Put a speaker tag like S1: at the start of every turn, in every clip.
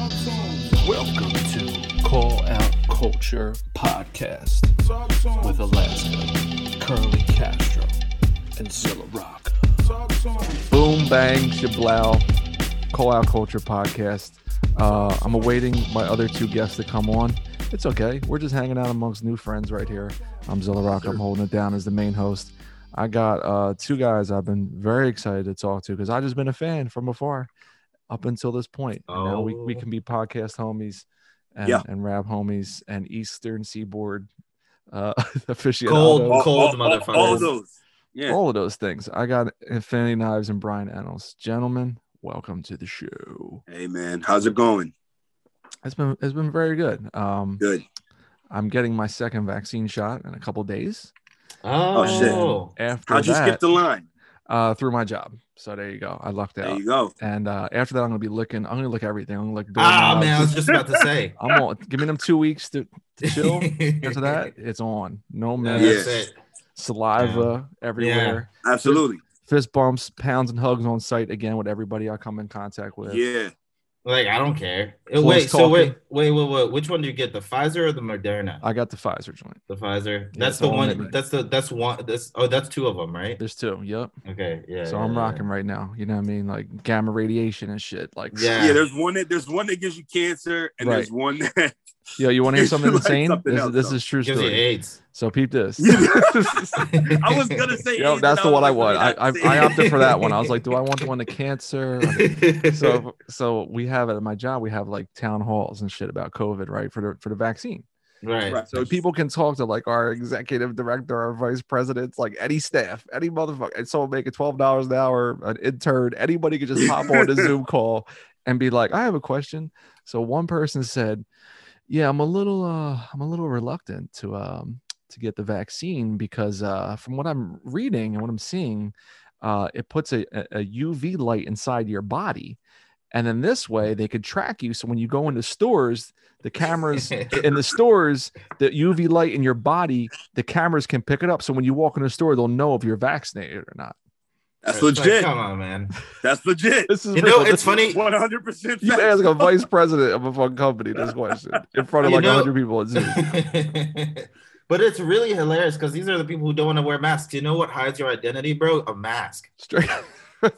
S1: Welcome to Call Out Culture Podcast with Alaska, Curly Castro, and Zilla Rock.
S2: Boom, bang, shablow. Call Out Culture podcast. Uh, I'm awaiting my other two guests to come on. It's okay. We're just hanging out amongst new friends right here. I'm Zilla Rock. I'm holding it down as the main host. I got uh, two guys I've been very excited to talk to because I've just been a fan from afar up until this point. And Now we, we
S3: Oh.
S2: can be podcast homies and,
S4: Yeah.
S2: and rap homies and Eastern Seaboard uh, aficionados.
S3: Cold,
S4: All-
S3: cold
S4: all- all-
S3: motherfuckers.
S4: All those. Yeah.
S2: all of those things. I got Infinity Knives and Brian Ennals. Gentlemen, welcome to the show.
S4: Hey man, how's it going?
S2: It's been it's been very good. Um,
S4: Good.
S2: I'm getting my second vaccine shot in a couple days.
S3: Oh,
S4: Oh,
S2: After
S4: How'd you
S2: that,
S4: skip the line?
S2: uh, through my job. So there you go. I lucked
S4: There
S2: out.
S4: you go.
S2: And uh, after that, I'm gonna be looking. I'm gonna look everything. I'm gonna look.
S3: Ah, man, I was
S2: doorknobs.
S3: just about to say.
S2: I'm on. Give me them two weeks to, to chill. After that, it's on. No
S3: Yeah,
S2: man.
S3: that's
S4: Yeah.
S3: it.
S2: Saliva everywhere.
S4: Absolutely.
S2: Fist bumps, pounds, and hugs on site again with everybody I come in contact with.
S4: Yeah.
S3: Like, I don't care. Uh,
S2: Close
S3: wait, so
S2: talking.
S3: wait, wait, wait, wait. Which one do you get? The Pfizer or the Moderna?
S2: I got the Pfizer joint.
S3: the Pfizer.
S2: Yeah,
S3: That's
S2: it's
S3: the
S2: all
S3: one.
S2: midnight.
S3: That's the that's one. That's oh, that's two of them, right?
S2: There's two. Yep.
S3: Okay, yeah.
S2: So
S3: yeah,
S2: I'm
S3: yeah.
S2: rocking right now. You know what I mean? Like gamma radiation and shit. Like,
S3: Yeah.
S4: Yeah. There's one that there's one that gives you cancer, and there's
S2: Right.
S4: one that
S2: yo, you want to hear something
S4: Like
S2: insane?
S4: something
S2: this,
S4: else,
S2: this
S4: though.
S2: is true
S3: Gives you
S2: story.
S3: AIDS.
S2: So peep this.
S4: I was gonna say.
S2: Yo,
S4: AIDS,
S2: that's
S4: and
S2: the one I
S4: was
S2: want. I,
S4: really not
S2: I, I
S4: saying it.
S2: opted for that one. I was like, do I want the one to cancer? So so we have at my job we have like town halls and shit about COVID, right? For the for the vaccine.
S3: right.
S4: Right.
S2: So people can talk to like our executive director, our vice presidents, like any staff, any motherfucker, and someone making twelve dollars an hour, an intern, anybody could just hop on a Zoom call and be like, "I have a question." So one person said, "Yeah, I'm a little, uh, I'm a little reluctant to um to get the vaccine because uh, from what I'm reading and what I'm seeing, uh, it puts a, a a UV light inside your body." And then this way, they could track you. So when you go into stores, the cameras in the stores, the UV light in your body, the cameras can pick it up. So when you walk in the store, they'll know if you're vaccinated or not.
S4: That's
S3: It's like,
S4: legit.
S3: come on, man.
S4: That's legit.
S2: This is
S3: You
S2: real.
S3: know,
S2: This
S3: it's
S2: is-
S3: funny.
S4: One hundred percent.
S2: You ask a vice president of a fucking company this question in front of
S3: You
S2: like
S3: know-
S2: 100 people at Zoom.
S3: but it's really hilarious because these are the people who don't want to wear masks. You know what hides your identity, bro? A mask.
S2: Straight.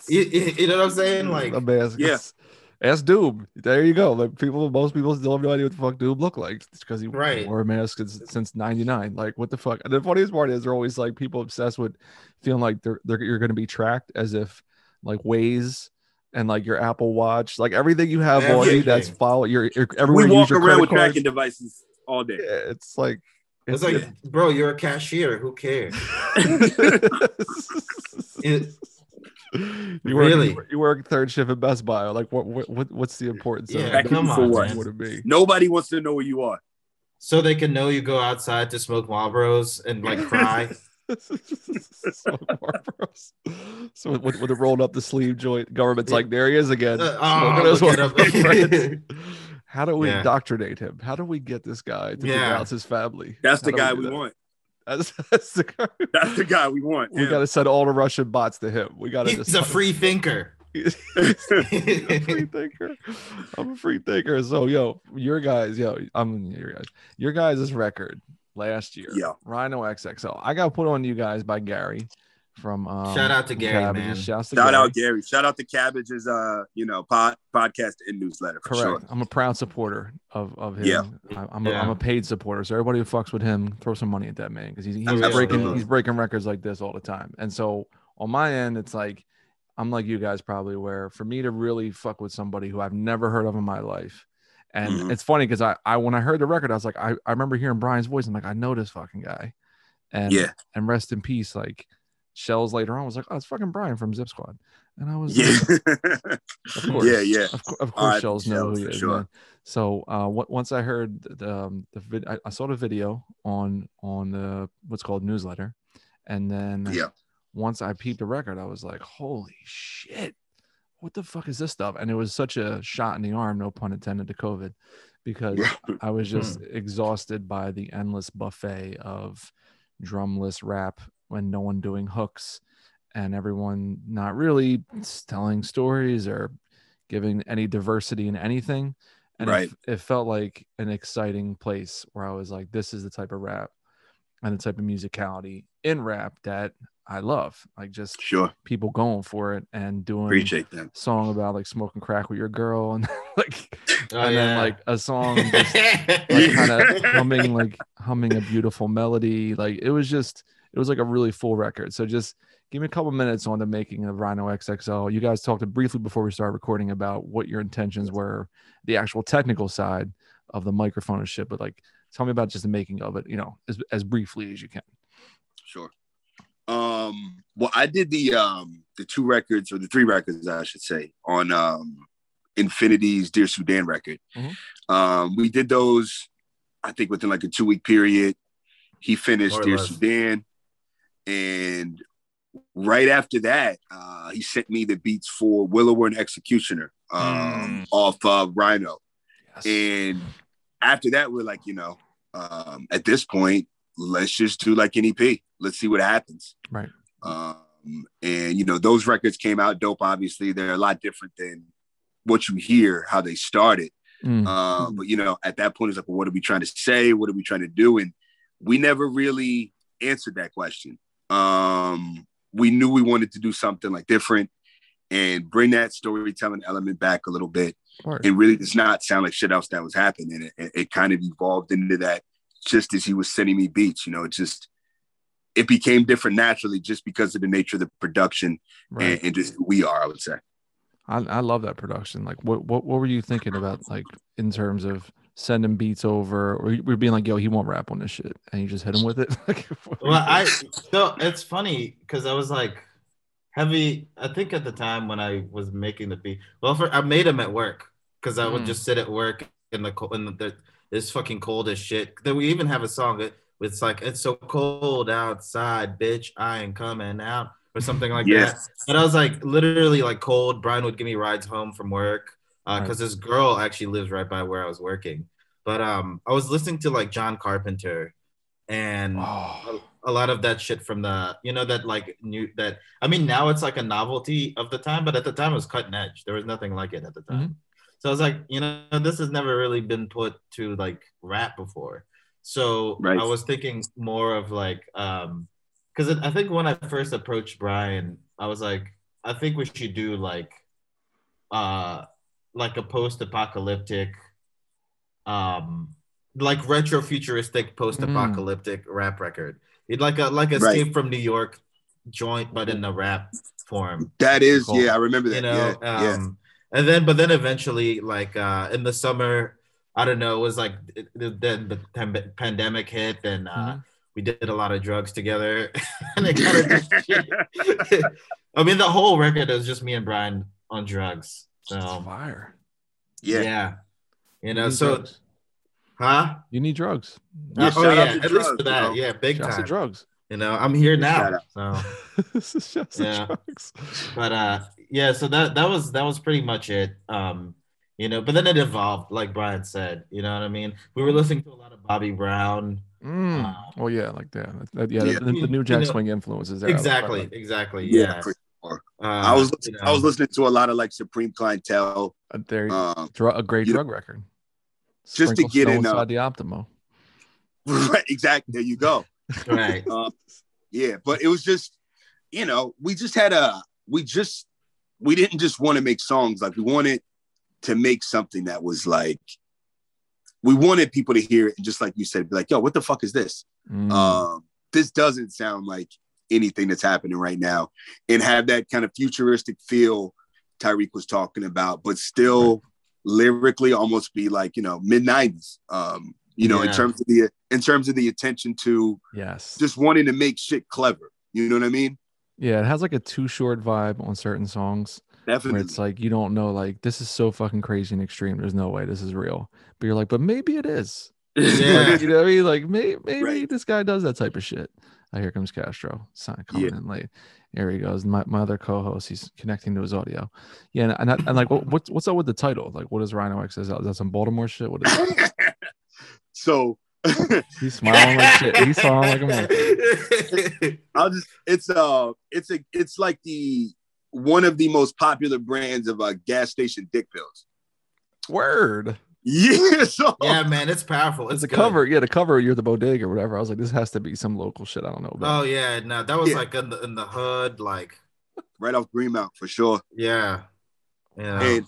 S3: You, you- you know what I'm saying? Like,
S2: Mm, a mask.
S4: Yeah.
S2: Yes. Ask Doom. There you go. Like people, most people still have no idea what the fuck Doom looked like because he
S3: Right.
S2: wore a mask since, since '99. Like what the fuck? And the funniest part is they're always like people obsessed with feeling like they're, they're you're going to be tracked as if like Waze and like your Apple Watch, like everything you have on you that's
S3: Everything.
S2: follow your, your everywhere
S4: We
S2: you use
S4: walk
S2: your
S4: around
S2: credit
S4: with
S2: cards.
S4: tracking devices all day.
S2: Yeah, it's like
S3: it's like, bro, you're a cashier. Who cares? It-
S2: you work,
S3: Really?
S2: you work third shift at Best Buy. Like, what, what, what what's the importance of
S3: Yeah,
S2: that?
S4: come
S2: What
S4: on,
S3: man.
S2: Would it be?
S4: Nobody wants to know where you are.
S3: so they can know you go outside to smoke Marlboros and like cry.
S2: so, Marlboros. so with, with the rolled up the sleeve joint, government's like, there he is again.
S3: Uh, oh,
S2: smoking his
S3: look at
S2: Marlboro
S3: him.
S2: Reds." How do we
S3: Yeah.
S2: indoctrinate him? How do we get this guy to
S3: Yeah.
S2: denounce his family?
S4: That's the
S2: How do
S4: guy
S2: do
S4: we
S2: that?
S4: want.
S2: That's, that's the guy.
S4: That's the guy we want.
S2: We
S4: Yeah.
S2: got to send all the Russian bots to him. We got to
S3: He's a free thinker.
S2: a free thinker. I'm a free thinker. So yo, your guys, yo, I'm your guys. Your guys' record last year.
S4: Yeah.
S2: Rhino XXL. I got put on you guys by Gary from um,
S3: Shout out to Gary,
S2: Cabbages.
S3: man.
S2: Shouts to
S4: Shout
S2: Gary.
S4: out Gary. Shout out to Cabbage's uh, you know, pod, podcast and newsletter for
S2: Correct.
S4: sure.
S2: I'm a proud supporter of, of him.
S4: Yeah.
S2: I, I'm, a,
S3: Yeah.
S2: I'm a paid supporter. So everybody who fucks with him, throw some money at that man because he's, he's
S3: Absolutely.
S2: breaking he's breaking records like this all the time. And so on my end, it's like I'm like you guys probably where for me to really fuck with somebody who I've never heard of in my life. And
S4: Mhm.
S2: it's funny because I, I when I heard the record, I was like, I, I remember hearing Brian's voice. I'm like, I know this fucking guy. And
S4: Yeah.
S2: and rest in peace. Like Shells later on was like, Oh, it's fucking Brian from Zip Squad. And I was like,
S4: Yeah.
S2: of course.
S4: Yeah, yeah.
S2: Of, cour- of
S4: All
S2: course,
S4: right,
S2: Shells know
S4: Shells,
S2: who he
S4: for
S2: is.
S4: sure.
S2: man. So uh, what, once I heard the, the, um, the vid- I, I saw the video on on the what's called newsletter, and then
S4: Yeah.
S2: once I peeped the record, I was like, holy shit, what the fuck is this stuff? And it was such a shot in the arm, no pun intended, to COVID, because I
S4: Hmm.
S2: was just exhausted by the endless buffet of drumless rap when no one doing hooks and everyone not really telling stories or giving any diversity in anything. And it-
S4: Right.
S2: it, felt like an exciting place where I was like, this is the type of rap and the type of musicality in rap that I love. Like just
S4: Sure.
S2: people going for it and doing
S4: Appreciate that.
S2: song about like smoking crack with your girl and like
S3: Oh,
S2: and then like a song just like
S4: Yeah.
S2: kind of humming like humming a beautiful melody. Like it was just it was like a really full record. So just give me a couple minutes on the making of Rhino XXL. You guys talked briefly before we started recording about what your intentions were, the actual technical side of the microphone and shit. But like, tell me about just the making of it. You know, as as briefly as you can.
S4: Sure. Um, well, I did the um the two records or the three records, I should say, on um Infinity's Dear Sudan record.
S2: Mhm.
S3: Mm-hmm.
S4: Um, we did those, I think, within like a two week period. He finished
S3: More or
S4: Dear
S3: less.
S4: Sudan, and right after that, uh, he sent me the beats for Willow and Executioner
S3: Mm.
S4: um, off uh, Rhino.
S2: Yes.
S4: And after that, we're like, you know, um, at this point, let's just do like an EP. Let's see what happens.
S2: Right.
S4: Um, and you know, those records came out dope. Obviously, they're a lot different than what you hear how they started.
S2: Mm.
S4: Uh, but you know, at that point, it's like, well, what are we trying to say? What are we trying to do? And we never really answered that question. Um, we knew we wanted to do something like different and bring that storytelling element back a little bit
S2: Word.
S4: it really does not sound like shit else that was happening. And it, it, it kind of evolved into that just as he was sending me beats, you know, it just, it became different naturally just because of the nature of the production
S2: Right.
S4: and, and just who we are, I would say.
S2: I, I love that production. Like, what, what what were you thinking about, like, in terms of sending beats over, or you- we're being like, yo, he won't rap on this shit, and you just hit him with it? Like, what were you
S3: well, I
S2: thinking?
S3: so it's funny because I was like heavy. I think at the time when I was making the beat, well, for, I made them at work because I would
S2: Mm.
S3: just sit at work in the cold, in the it's fucking cold as shit. Then we even have a song that it's like it's so cold outside, bitch. I ain't coming out or something like that.
S4: Yes.
S3: But I was like literally like cold. Brian would give me rides home from work because this girl actually lives right by where I was working. But um, I was listening to like John Carpenter and
S2: Oh,
S3: a lot of that shit from the you know that like new that I mean now it's like a novelty of the time, but at the time it was cutting edge. There was nothing like it at the time. So I was like, you know, this has never really been put to like rap before. So
S4: Right.
S3: I was thinking more of like um because I think when I first approached Brian, I was like, I think we should do like uh like a post-apocalyptic um like retro futuristic post-apocalyptic rap record. You'd like a like
S4: Right.
S3: escape from New York joint but in a rap form
S4: That is,
S2: Cool.
S4: yeah, I remember that.
S3: you know
S4: yeah. yeah.
S3: um and then but then eventually like uh in the summer i don't know it was like it- it- then the pan- pandemic hit and uh
S2: Mhm.
S3: we did a lot of drugs together and it kind of just i mean the whole record is just me and brian on drugs
S2: it's
S3: so
S2: fire.
S4: Yeah.
S3: you know
S2: need
S3: so
S2: drugs.
S3: huh
S2: you need drugs.
S4: Yeah,
S3: oh
S4: shout out
S3: yeah
S4: to
S3: at
S4: drugs,
S3: least for
S4: you
S3: that
S4: know.
S3: yeah big
S2: Shouts to
S3: time
S2: drugs.
S3: you know i'm here
S4: Shout
S3: now
S4: out.
S3: so
S2: this is shouts to
S3: Yeah.
S2: drugs.
S3: but uh yeah so that that was that was pretty much it um you know but then it evolved like brian said you know what i mean we were listening to a lot of bobby brown
S2: Mm.
S3: Uh,
S2: oh yeah, like that. That- yeah,
S4: Yeah.
S2: The, the new
S3: You
S2: Jack
S3: know,
S2: Swing influences. There. I was quite
S3: exactly
S2: like-
S3: exactly
S4: Yeah,
S3: yeah,
S4: for sure.
S3: Uh,
S4: I was
S3: you
S4: listening,
S3: know.
S4: I was listening to a lot of like Supreme Clientele.
S2: uh, there,
S4: Um,
S2: dru- a great
S4: you know,
S2: drug record.
S4: just to
S2: Sprinkle
S4: get
S2: snow
S4: in, uh,
S2: inside the Optimo.
S4: right, exactly. There you go.
S3: right
S4: Um, yeah, but it was just, you know, we just had a, we just, we didn't just want to make songs. Like we wanted to make something that was like, we wanted people to hear it and just like you said, be like, yo, what the fuck is this?
S2: Mm.
S3: Mm-hmm.
S4: Um, this doesn't sound like anything that's happening right now, and have that kind of futuristic feel Tyreek was talking about, but still lyrically almost be like you know mid nineties. Um, you know, in
S3: Yeah.
S4: terms of the in terms of the attention to
S2: yes.
S4: just wanting to make shit clever. You know what I mean?
S2: yeah, it has like a too short vibe on certain songs. where
S4: Definitely.
S2: it's like you don't know like this is so fucking crazy and extreme there's no way this is real but you're like but maybe it is
S3: Yeah.
S2: Like, you know what i mean like may- maybe
S4: Right.
S2: this guy does that type of shit oh, here comes castro sign coming in late there he goes my, my other co-host he's connecting to his audio yeah and, and, I, and like what, what's what's up with the title like what is rhino x is that some baltimore shit what is
S4: so
S2: He's smiling like shit. He's smiling like a man.
S4: I'll just it's uh it's a it's like the one of the most popular brands of uh, gas station dick pills.
S2: Word.
S4: Yeah, so
S3: yeah, man, it's powerful. It's
S2: It's a
S3: good.
S2: cover. Yeah, the cover. You're the bodega or whatever. I was like, this has to be some local shit. I don't know about.
S3: Oh yeah, no, that was
S4: Yeah.
S3: like in the in the hood, like
S4: right off Greenmount for sure.
S3: yeah, yeah.
S4: And,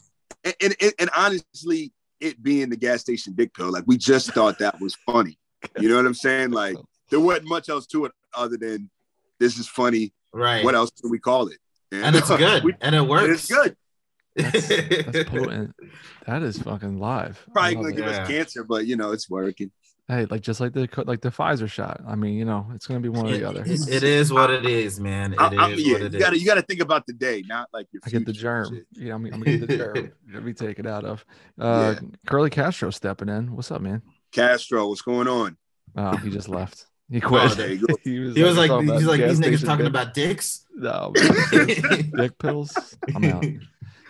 S4: and and and honestly, it being the gas station dick pill, like we just thought that was funny. You know what I'm saying? Like there wasn't much else to it other than this is funny.
S3: right.
S4: What else can we call it?
S3: And it's good,
S4: We-
S3: and it
S4: and
S3: works.
S4: it's good.
S2: That's potent. that is fucking live. I
S4: Probably gonna
S2: love it.
S4: give
S3: Oh, Yeah.
S4: us cancer, but you know it's working.
S2: Hey, like just like the co- like the Pfizer shot. I mean, you know, it's gonna be one or
S3: It-
S2: the other.
S3: it- it is what it is, man. It is
S4: I- I- yeah,
S3: what it
S4: you
S3: is.
S4: gotta you gotta think about the day, not like your.
S2: I get the
S4: future and
S2: germ.
S4: shit.
S2: Yeah, I mean, I'm gonna get the germ. Let me take it out of. Uh, Curly Castro stepping in. What's up, man?
S4: Castro, what's going on?
S2: Oh, he just left. He
S3: Oh,
S2: quit.
S4: there you go.
S2: he was
S3: he was like,
S2: talking
S3: he's
S2: about
S3: like,
S2: gas
S3: these niggas
S2: station
S3: talking
S2: dick-
S3: about dicks.
S2: no man. dick pills. I'm out.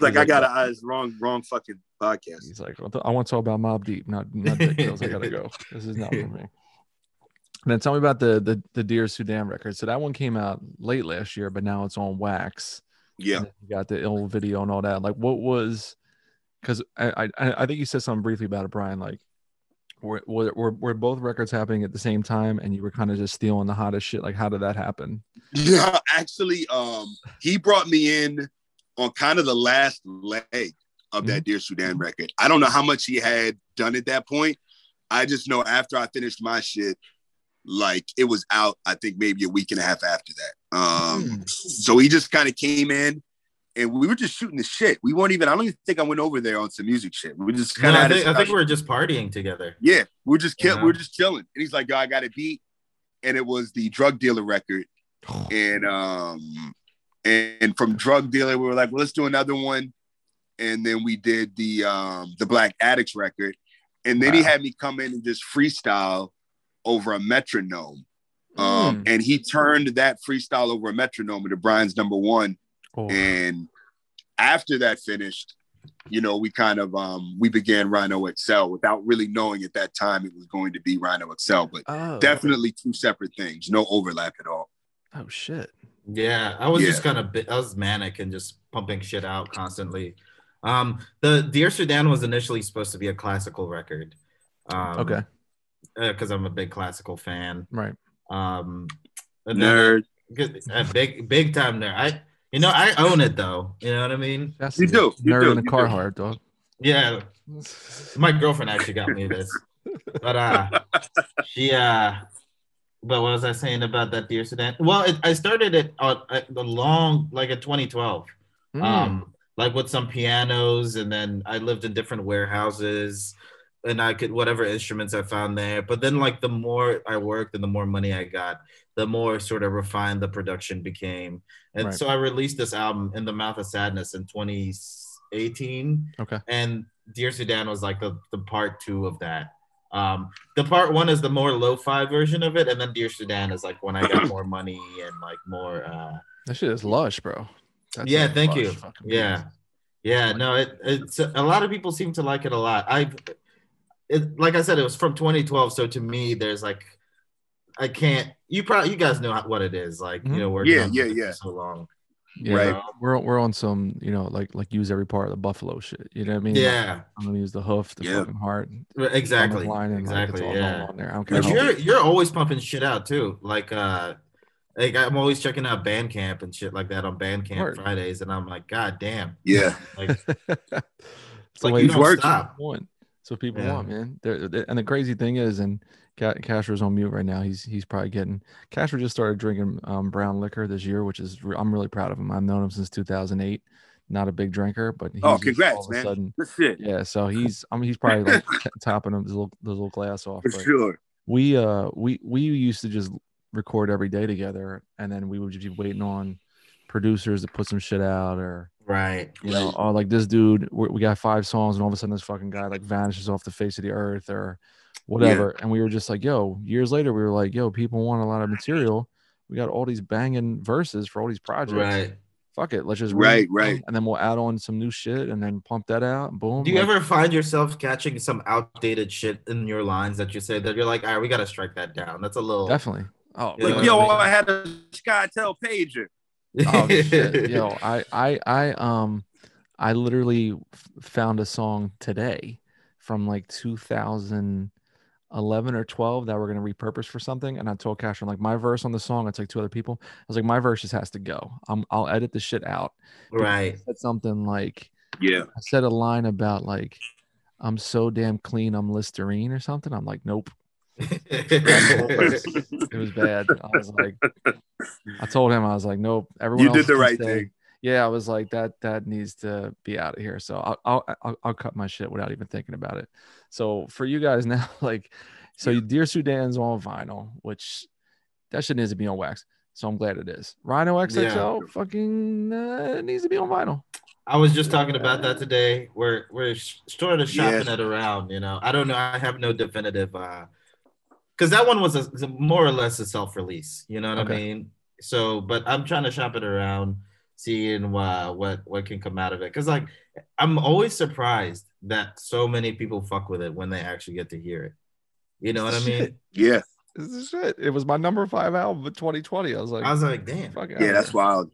S4: Like I got a I- it's wrong wrong fucking podcast.
S2: He's like, I want to talk about Mob Deep, not not dick pills. I gotta go. This is not for me. Now tell me about the the the Dear Sudan record. So that one came out late last year, but now it's on wax.
S4: Yeah,
S2: and then you got the ill video and all that like what was because I, I i think you said something briefly about it brian like were, were, were, were both records happening at the same time and you were kind of just stealing the hottest shit like how did that happen
S4: yeah. Actually, um, he brought me in on kind of the last leg of
S3: Mm-hmm.
S4: that Dear Sudan record. I don't know how much he had done at that point. I just know after I finished my shit, like it was out. I think maybe a week and a half after that. Um, So he just kind of came in. And we were just shooting the shit. We weren't even. I don't even think I went over there on some music shit. We just
S3: No,
S4: kind of.
S3: I think, I think we we're Uh-huh. just partying together.
S4: Yeah, we we're just kill-
S3: Yeah.
S4: we we're just chilling. And he's like, "Yo, I got a beat," and it was the drug dealer record. And um, and from drug dealer, we were like, "Well, let's do another one," and then we did the um the Black Addicts record, and then he
S2: Wow.
S4: had me come in and just freestyle over a metronome.
S2: Hmm.
S3: Mm.
S4: Um, and he turned that freestyle over a metronome into Brian's number one,
S2: Oh,
S4: and after that finished, you know, we kind of um we began Rhino Excel without really knowing at that time it was going to be Rhino Excel, but
S2: oh,
S4: definitely two separate things, no overlap at all.
S2: oh shit
S3: Yeah, I was
S4: Yeah.
S3: just kind of I was manic and just pumping shit out constantly. Um, the Dear Sudan was initially supposed to be a classical record. Um,
S2: okay
S3: because I'm a big classical fan.
S2: right
S3: Um, and then-
S4: Nerd.
S3: good- a big big time nerd. I you know I own it though. You know what I mean?
S2: That's
S4: You
S2: the
S4: do, you
S2: nerd
S4: do,
S2: in the
S4: you
S2: car
S4: do.
S2: hard dog
S3: Yeah, my girlfriend actually got me this, but uh, she uh, but what was I saying about that Dear Sudan? Well, it, I started it on uh, the long like in 2012.
S2: Mm,
S3: um, like with some pianos, and then I lived in different warehouses, and I could whatever instruments I found there. But then, like the more I worked and the more money I got, the more sort of refined the production became. And
S2: Right.
S3: so I released this album, "In the Mouth of Sadness," in 2018.
S2: Okay.
S3: And Dear Sudan was like the, the part two of that. Um, the part one is the more lo-fi version of it, and then Dear Sudan is like when I got more money and like more. Uh,
S2: that shit is lush bro That's
S3: yeah,
S2: a
S3: thank
S2: lush
S3: you.
S2: fucking piece.
S3: Yeah, yeah. No, it, it's a lot of people seem to like it a lot. I, it, like I said, it was from 2012, so to me, there's like, I can't. You probably, you guys know what it is. Like,
S2: Mm-hmm.
S3: you know, working
S4: Yeah,
S3: on
S4: yeah,
S3: something
S4: yeah.
S3: for so long.
S2: yeah
S4: Right.
S2: we're, we're on some you know like like use every part of the buffalo shit you know what i mean
S3: Yeah,
S2: i'm gonna use the hoof the
S4: Yeah.
S2: fucking heart
S3: exactly,
S2: line and like, it's
S3: exactly.
S2: all
S3: yeah.
S2: going on there. I don't care.
S3: But
S2: how-
S3: you're you're always pumping shit out too. Like uh like I'm always checking out Bandcamp and shit like that on Bandcamp
S2: Word.
S3: Fridays, and I'm like, God damn!
S4: Yeah.
S3: Like,
S2: it's the
S3: like,
S2: way
S3: you
S2: it's
S3: don't
S2: working.
S3: stop.
S2: Want. It's what people
S3: Yeah.
S2: want, man. They're, they're- and the crazy thing is, and Ca- Casher's on mute right now. He's he's probably getting. Casher just started drinking um, brown liquor this year, which is re- I'm really proud of him. I've known him since 2008. Not a big drinker, but he's
S4: Oh,
S2: just
S4: congrats,
S2: all of a
S4: man.
S2: sudden-
S4: That's it.
S2: yeah, so he's I mean he's probably like t- topping him this little this little glass off.
S4: For
S2: but-
S4: sure.
S2: we uh we we used to just record every day together and then we would just be waiting on producers to put some shit out or
S3: right?
S2: you know oh like this dude we we got five songs and all of a sudden this fucking guy like vanishes off the face of the earth or whatever and we were just like yo years later we were like yo people want a lot of material we got all these banging verses for all these projects
S3: Right.
S2: fuck it, let's just
S4: Right,
S2: read,
S4: right.
S2: and then we'll add on some new shit and then pump that out. and Boom.
S3: Do you
S2: like-
S3: ever find yourself catching some outdated shit in your lines that you say that you're like, all right, we gotta strike that down. That's a little
S2: definitely? Oh,
S3: Yeah.
S4: Like, yo, I had a SkyTel pager.
S2: oh shit, yo, I, I, I, um, I literally f- found a song today from like 2011 or 12 that we're gonna repurpose for something, and I told Cash, I'm like, my verse on the song, it's like two other people. I was like, my verse just has to go. i I'll edit the shit out.
S3: right.
S2: That's something like
S4: Yeah.
S2: I said a line about like, I'm so damn clean, I'm Listerine or something. I'm like, nope. It was bad. I was like, I told him, I was like, nope. Everyone
S4: You did
S2: else
S4: the
S2: can
S4: right
S2: stay.
S4: thing.
S2: Yeah, I was like, that that needs to be out of here. So I'll I'll I'll, I'll cut my shit without even thinking about it. So for you guys now, like, so Dear Sudan's on vinyl, which that shit needs to be on wax. So I'm glad it is. Rhino XXL fucking uh, needs to be on vinyl.
S3: I was just talking about that today. We're we're sh- sort of shopping
S4: Yes.
S3: it around, you know. I don't know. I have no definitive uh because that one was a, is a- more or less a self-release, you know what I
S2: Okay.
S3: mean? So, but I'm trying to shop it around, seeing what what what can come out of it. Cause like I'm always surprised that so many people fuck with it when they actually get to hear it. You know what I mean?
S2: Shit.
S4: Yeah.
S2: This is shit. It was my number five album of 2020. I was like,
S3: I was like, damn.
S2: fuck
S4: Yeah, that's wild.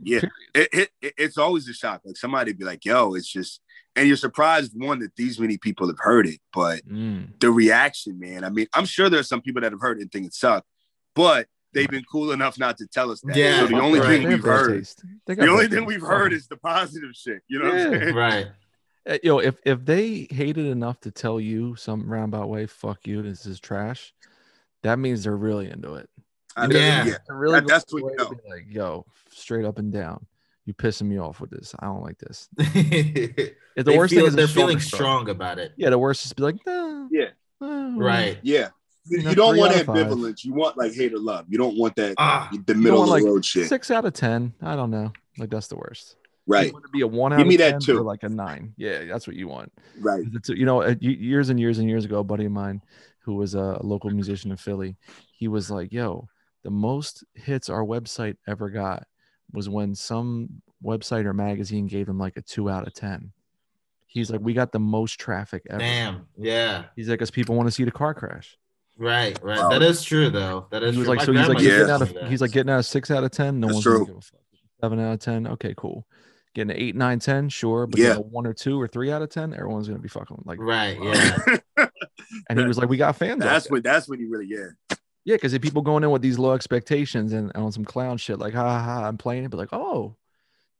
S4: Yeah.
S2: Period.
S4: It, it, it- it's always a shock. Like somebody be like, yo, it's just and you're surprised one that these many people have heard it, but
S2: Mm,
S4: the reaction, man. I mean, I'm sure there are some people that have heard it and think it sucked, but they've been cool enough not to tell us that.
S3: Yeah,
S4: so the only
S3: right.
S4: thing
S2: They have
S4: we've
S2: bad
S4: heard,
S2: taste. They got
S4: the only
S2: bad
S4: thing
S2: taste.
S4: we've heard is the positive shit. You know what I'm
S2: Yeah.
S4: saying?
S3: Right.
S2: Uh, yo, if if they hated enough to tell you some roundabout way, fuck you, this is trash. That means they're really into it.
S4: I mean,
S3: Yeah.
S2: They're really
S4: That- that's
S2: going
S4: what-
S2: away to be like, yo, straight up and down. You pissing me off with this. I don't like this.
S3: the
S2: If the worst thing is
S3: they're
S2: a shoulder
S3: feeling
S2: shrug.
S3: strong about it.
S2: Yeah, the worst is be like, nah,
S4: Yeah.
S2: nah,
S3: Right.
S4: Yeah. You,
S2: No,
S4: you don't
S2: three
S4: want
S2: out of five.
S4: ambivalence. You want like hate or love. You don't want that
S3: Ah,
S4: the middle of
S2: want,
S4: the
S2: like,
S4: road shit.
S2: Six out of ten. I don't know. Like that's the worst.
S4: Right.
S2: You want to be a one out
S4: Give me
S2: of
S4: that
S2: 10
S4: too.
S2: or like a nine. Yeah, that's what you want.
S4: Right.
S2: It's- you know, uh, y- years and years and years ago, a buddy of mine who was a local musician in Philly, he was like, "Yo, the most hits our website ever got was when some website or magazine gave them like a two out of ten. He's like, "We got the most traffic ever."
S3: Damn. Yeah.
S2: He's like, "Cause people want to see the car crash."
S3: Right. Right.
S4: Wow.
S3: that is true though. That is
S2: He was
S3: true.
S2: like,
S3: My
S2: "So he's like,
S3: grandma
S2: you're
S4: Um, Yeah.
S2: getting out
S3: used to
S2: of,
S3: do that.
S2: he's like getting out of six out of ten. No
S4: That's
S2: one's gonna
S4: true.
S2: give a fuck. Seven out of ten. Okay, cool. Getting an eight, nine, ten, sure, but
S4: Yeah.
S2: you know, one or two or three out of ten, everyone's gonna be fucking like."
S4: Um,
S3: right. Yeah.
S2: And he was like, "We got fans." out
S4: That's
S2: there."
S4: what that's when you really yeah.
S2: Yeah, because if people going in with these low expectations and, and on some clown shit, like, ha ha, ha, I'm playing it, but like, oh,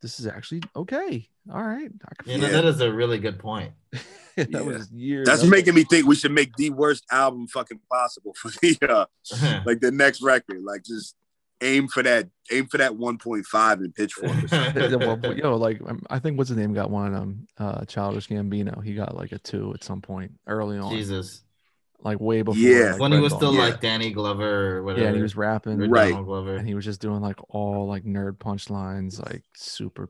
S2: this is actually okay. All right. I
S3: You
S2: can
S3: know,
S4: Yeah.
S3: that is a really good point.
S2: that
S4: Yeah.
S2: was years.
S4: That's
S2: after.
S4: making me think we should make the worst album fucking possible for the uh like the next record. Like just aim for that aim for that 1.5 in pitchfork. or something.
S2: Yeah, well, but, yo, like, um, I think what's his name got one, um, uh, Childish Gambino. He got like a two at some point early on,
S3: Jesus.
S2: like way before.
S4: Yeah.
S2: like,
S3: When he
S2: Red
S3: was
S2: Dawn.
S3: still uh,
S4: Yeah.
S3: like Danny Glover or
S2: yeah,
S3: whatever.
S2: and he was rapping,
S3: or
S4: Right.
S3: Donald Glover.
S2: and he was just doing like all like nerd punch lines, like super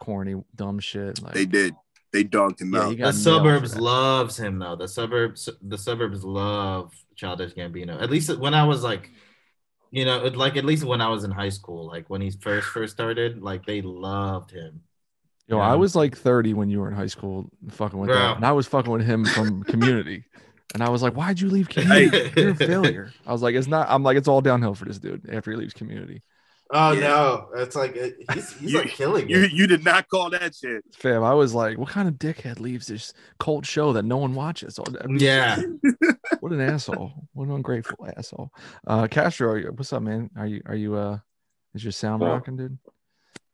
S2: corny, dumb shit. Like,
S4: They did. They dogged him
S2: Yeah,
S4: out.
S2: he got
S3: The
S2: nailed for
S3: suburbs
S2: that.
S3: loves him though. The suburbs, the suburbs love Childish Gambino. At least when I was like, you know, it- like at least when I was in high school, like when he first first started, like they loved him.
S2: Yo,
S3: Yeah.
S2: I was like 30 when you were in high school fucking with
S3: Bro.
S2: that. And I was fucking with him from community. And I was like, why'd you leave community?
S3: Hey.
S2: You're a failure. I was like, it's not, I'm like, it's all downhill for this dude after he leaves community.
S3: Oh
S4: Yeah.
S3: no, it's like it- he's, he's
S4: You-
S3: like killing
S4: You
S3: it.
S4: you did not call that shit.
S2: Fam, I was like, what kind of dickhead leaves this cult show that no one watches? Oh, I mean,
S3: Yeah,
S2: What an asshole. What an ungrateful asshole. Uh Castro, you- what's up, man? Are you are you uh is your sound
S5: Hello?
S2: rocking, dude?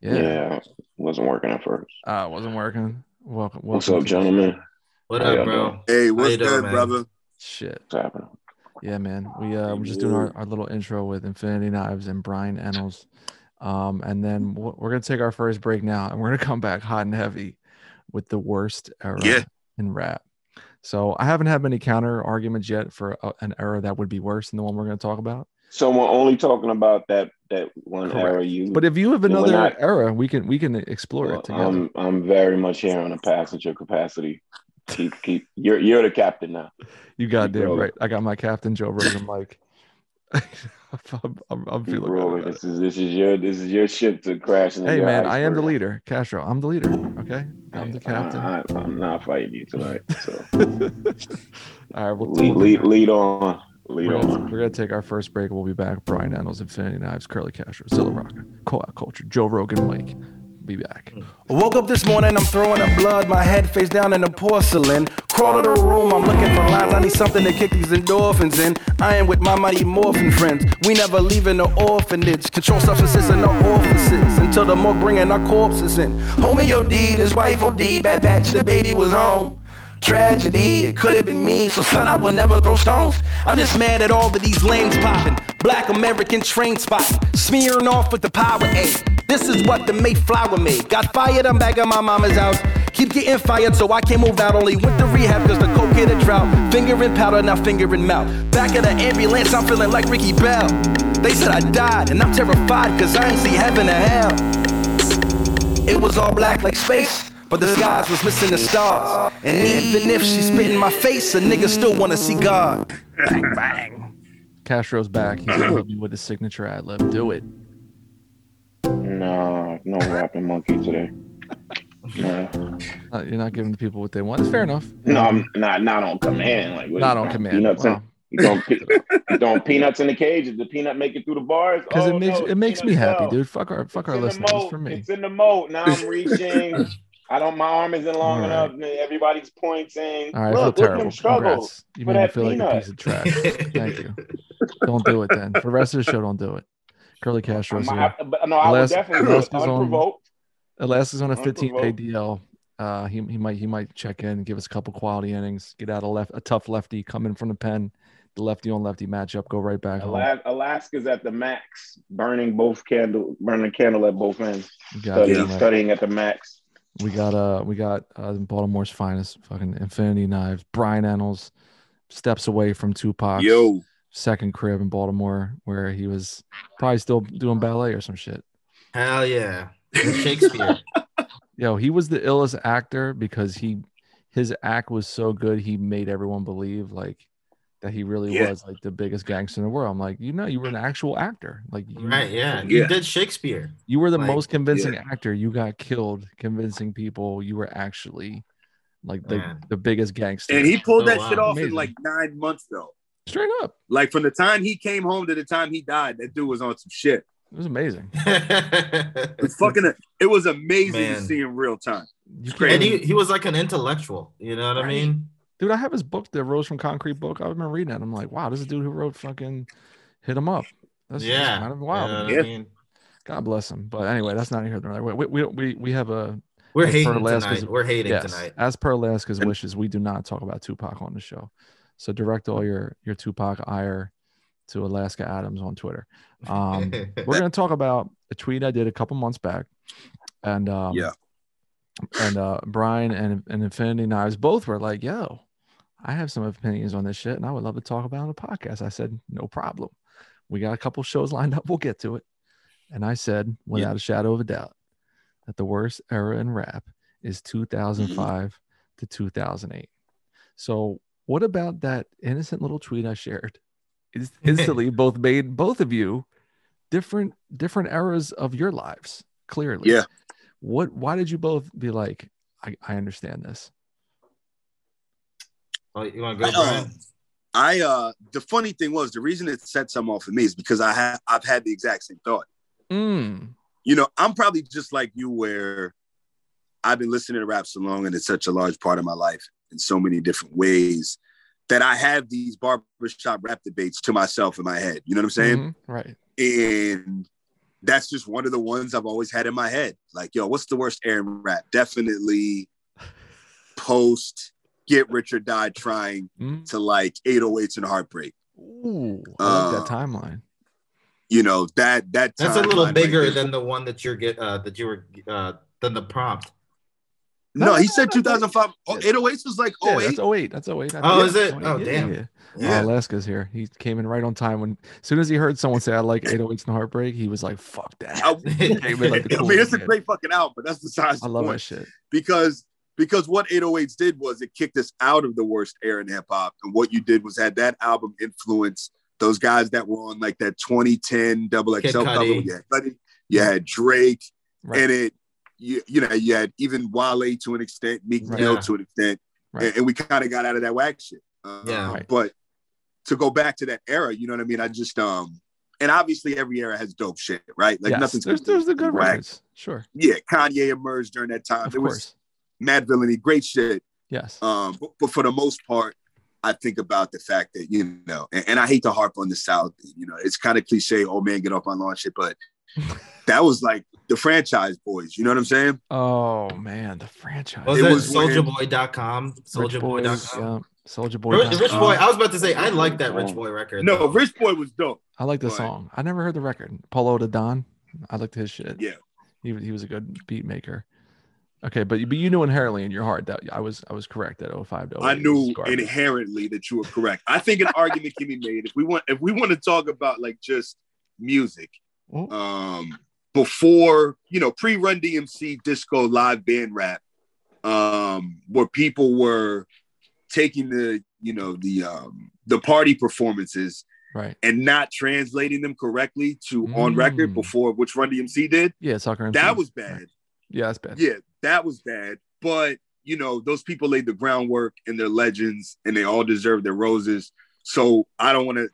S5: Yeah.
S2: Yeah.
S5: wasn't working at first.
S2: Uh wasn't working. Welcome, welcome.
S5: What's up,
S2: to-
S5: gentlemen?
S3: what
S5: How
S3: up,
S5: y'all
S3: bro?
S5: doing?
S4: Hey,
S3: you
S4: what's
S3: doing,
S4: good,
S3: man?
S4: brother?
S2: Shit.
S5: What's happening?
S2: Yeah, man. We uh we're just doing our, our little intro with Infinity Knives and Brian Ennals. Um, and then w- we're gonna take our first break now, and we're gonna come back hot and heavy with the worst era
S4: Yeah.
S2: in rap. So I haven't had many counter arguments yet for uh an era that would be worse than the one we're gonna talk about.
S5: So we're only talking about that that one
S2: Correct.
S5: era you.
S2: But if you have
S5: Yeah, we're
S2: another
S5: not- um,
S2: era, we can we can explore it together.
S5: I'm I'm very much here in a passenger capacity. Keep keep. You're you're the captain now.
S2: you goddamn
S5: Bro.
S2: right. I got my captain Joe Rogan mic. I'm, I'm, I'm feeling good
S5: Rolling.
S2: about it.
S5: This is this is your this is your ship to crash. into
S2: Hey
S5: your
S2: man, I am the
S5: iceberg.
S2: leader, Castro. I'm the leader. Okay, I'm the
S5: Hey, uh,
S2: captain.
S5: I, am not fighting you tonight. So
S2: All right, we'll
S5: lead, lead, lead on, lead
S2: We're gonna,
S5: on.
S2: we're gonna take our first break. We'll be back. Brian Reynolds, Infinity Knives, Curly Castro, Zilla Rocker, Co-op Culture, Joe Rogan, Mike. Be back.
S6: Woke up this morning, I'm throwing up blood, my head face down in the porcelain. Crawl to the room, I'm looking for lines, I need something to kick these endorphins in. I am with my mighty morphin friends, we never leaving the orphanage. Control substances in our offices until the more bringing our corpses in. Homie OD, his wife OD, bad batch, the baby was home. Tragedy, it could have been me, so son, I will never throw stones. I'm just mad at all of these lanes popping. Black American train spotting, smearing off with the power aid. This is what the Mayflower made. Got fired, I'm back at my mama's house. Keep getting fired, so I can't move out. Only went to rehab cause the coke hit a drought. Finger in powder, now finger in mouth. Back of the ambulance, I'm feeling like Ricky Bell. They said I died, and I'm terrified cause I ain't see heaven or hell. It was all black like space, but the skies was missing the stars. And even if she spit in my face, a nigga still wanna see God.
S2: Castro's back. He's gonna hit me with his signature ad lib. Do it.
S5: No, no rapping monkey today. No,
S2: Uh, you're not giving the people what they want. It's fair enough.
S5: no, I'm not not on command. Like what
S2: Not
S5: you
S2: on
S5: throwing
S2: command.
S5: Peanuts
S2: Wow.
S5: in, you throwing pe- you throwing peanuts in the cage. Did the peanut make it through the bars?
S2: Because
S5: Oh,
S2: it makes
S5: no,
S2: it makes me
S5: peanut
S2: happy,
S5: fell.
S2: dude. Fuck our fuck
S5: It's
S2: our
S5: in the
S2: listeners. It's
S5: moat.
S2: for me.
S5: It's in the moat. Now I'm reaching. I don't. My arm isn't long
S2: All right.
S5: enough. Everybody's pointing.
S2: All right, I
S5: look,
S2: feel
S5: look at
S2: terrible.
S5: him struggle.
S2: Congrats. You
S5: for
S2: made me
S5: that
S2: feel like a
S5: peanut.
S2: piece of trash. Thank you. Don't do it then. For the rest of the show, don't do it. Curly
S5: I
S2: Castro's
S5: might
S2: here.
S5: have to- but no, I will
S2: Alas-
S5: definitely do it
S2: Alaska's on-
S5: unprovoked.
S2: Alaska's on a 15 day
S5: Unprovoked.
S2: DL. Uh, he he might he might check in, give us a couple quality innings, get out a left a tough lefty, come in from the pen, the lefty on lefty matchup, go right back home.
S5: Ala- Alaska's at the max, burning both candle, burning candle at both ends,
S2: You got
S5: studying,
S2: it, right.
S5: studying at the max.
S2: We got uh we got uh Baltimore's finest fucking Infinity Knives, Brian Ennals, steps away from Tupac.
S4: Yo,
S2: second crib in Baltimore where he was probably still doing ballet or some shit.
S3: Hell yeah. Shakespeare.
S2: Yo, he was the illest actor because he his act was so good he made everyone believe like that he really
S4: Yeah.
S2: was like the biggest gangster in the world. I'm like, you know, you were an actual actor. Like you,
S3: right,
S4: Yeah.
S3: yeah. You did Shakespeare.
S2: you were the
S3: Like,
S2: most convincing actor. You got killed convincing people you were actually like the,
S3: Man.
S2: the biggest gangster.
S4: and he pulled
S3: Oh,
S4: that
S3: wow.
S4: shit off in
S2: Amazing.
S4: like nine months though.
S2: straight up.
S4: Like from the time he came home to the time he died, that dude was on some shit.
S2: It was amazing.
S4: It was fucking, it was amazing to
S3: Man.
S4: see in real time.
S2: You
S3: and
S2: can't,
S3: he, he was like an intellectual, you know what I mean?
S2: dude, I have his book, the Rose from Concrete book. I remember reading it. I'm like, wow, this is a dude who wrote fucking Hit Him Up. That's, that's
S3: yeah.
S2: kind of wild.
S3: You know what
S4: Yeah.
S3: I mean?
S2: God bless him. But anyway, that's not here. nor there. We, we, we, we have a
S3: We're
S2: As per
S3: hating
S2: Alaska's-
S3: tonight. We're hating
S2: yes.
S3: tonight.
S2: As per Alaska's
S4: And-
S2: wishes, we do not talk about Tupac on the show. So direct all your your Tupac ire to Alaska Adams on Twitter. Um, we're going to talk about a tweet I did a couple months back, and um,
S4: Yeah.
S2: and uh, Brian and, and Infinity Knives both were like, "Yo, I have some opinions on this shit, and I would love to talk about it on the podcast." I said, "No problem. We got a couple shows lined up. We'll get to it." And I said, without a shadow of a doubt, that the worst era in rap is
S3: Mm-hmm.
S2: 2005 to 2008. So, what about that innocent little tweet I shared? It's instantly both made both of you different different eras of your lives. Clearly,
S4: Yeah.
S2: What? Why did you both be like? I, I understand this.
S3: oh, you want to go,
S4: Um,
S3: Brian?
S4: I uh the funny thing was the reason it set some off for me is because I have I've had the exact same thought.
S3: Mm-hmm.
S2: Mm.
S4: You know, I'm probably just like you where I've been listening to rap so long and it's such a large part of my life in so many different ways that I have these barbershop rap debates to myself in my head. You know what I'm saying?
S2: Mhm. Right.
S4: and that's just one of the ones I've always had in my head. Like, yo, what's the worst Aaron rap? Definitely post get rich or die trying
S2: Mm.
S4: to like 808s and heartbreak.
S2: Ooh, I like that
S4: Uh,
S2: timeline.
S4: You know that that
S3: That's a little
S4: timeline right
S3: bigger
S4: there.
S3: than the one that you're get uh, that you were uh, than the prompt.
S4: no. he said 2005. Oh, 808s was like
S2: Yeah,
S4: oh eight.
S2: that's 08. That's 08. That's
S3: Oh, is it?
S2: 08,
S3: Oh, damn.
S2: Yeah. Alaska's here. He came in right on time. When as soon as he heard someone say "I like 808s and Heartbreak," he was like, "Fuck that!"
S4: I,
S2: Came in like the
S4: I
S2: coolest
S4: mean, it's a
S2: kid.
S4: great fucking album, but that's besides
S2: I
S4: the
S2: love
S4: point.
S2: that shit.
S4: because because what 808s did was it kicked us out of the worst era in hip hop, and what you did was had that album influence those guys that were on like that 2010 double
S3: Kid
S4: XL cover.
S3: Cudi.
S4: Yeah, Cudi. You had Drake,
S2: Right.
S4: and it you, you know you had even Wale to an extent, Meek
S2: Right.
S4: Mill
S3: Yeah.
S4: to an extent,
S2: Right.
S4: and, and we kind of got out of that whack shit. Uh,
S3: Yeah.
S2: Right.
S4: but to go back to that era, you know what I mean? I just um, and obviously every era has dope shit, right? Like
S2: Yes,
S4: nothing's
S2: there's there's the good
S4: whack.
S2: records. Sure.
S4: Yeah, Kanye emerged during that time.
S2: Of
S4: there was
S2: course.
S4: mad villainy, great shit.
S2: Yes.
S4: Um, but, but for the most part, I think about the fact that you know, and, and I hate to harp on the South. You know, it's kind of cliche. Oh man, get off my lawn, shit. But that was like the franchise boys. You know what I'm saying?
S2: Oh man, the franchise.
S3: Was
S4: It
S3: it
S4: was when-
S3: soldierboy.com? Soldierboy.com.
S2: Soldier Boy.
S3: Rich, Rich
S2: uh, Dot-
S3: Boy, I was about to say I like that Rich Boy record.
S4: Oh. No,
S3: though.
S4: Rich Boy was dope.
S2: I like the
S4: Boy.
S2: song. I never heard the record. Polo to Don. I liked his shit.
S4: Yeah.
S2: He, was- he was a good beat maker. Okay, but you- but you knew inherently in your heart that I was I was correct that 05 to 08
S4: I
S2: was
S4: knew
S2: garbage.
S4: inherently that you were correct. I think an argument can be made if we want if we want to talk about like just music.
S2: Mhm.
S4: Um, before you know, pre Run DMC, disco, live band rap, um, where people were taking the you know the um, the party performances
S2: right.
S4: and not translating them correctly to on
S2: Mm.
S4: record before which Run DMC did.
S2: Yeah, soccer.
S4: That
S2: MC.
S4: was bad
S2: yeah, that's bad.
S4: yeah, that was bad. But you know, those people laid the groundwork and they're legends, and they all deserve their roses. So I don't want to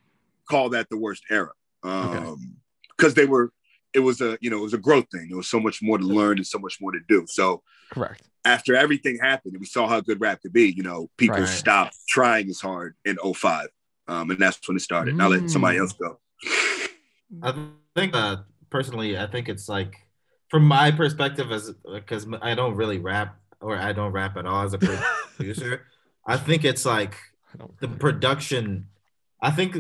S4: call that the worst era, um, because they were. It was a you know it was a growth thing. There was so much more to learn and so much more to do. So
S2: Correct.
S4: after everything happened, and we saw how good rap could be. You know, people
S2: Right.
S4: stopped trying as hard in 05. Um, and that's when it started. And I'll let somebody
S2: Mm.
S4: else go.
S3: I think uh, personally, I think it's like from my perspective as because I don't really rap or I don't rap at all as a producer. I think it's like
S2: I don't
S3: the
S2: really-
S3: production. I think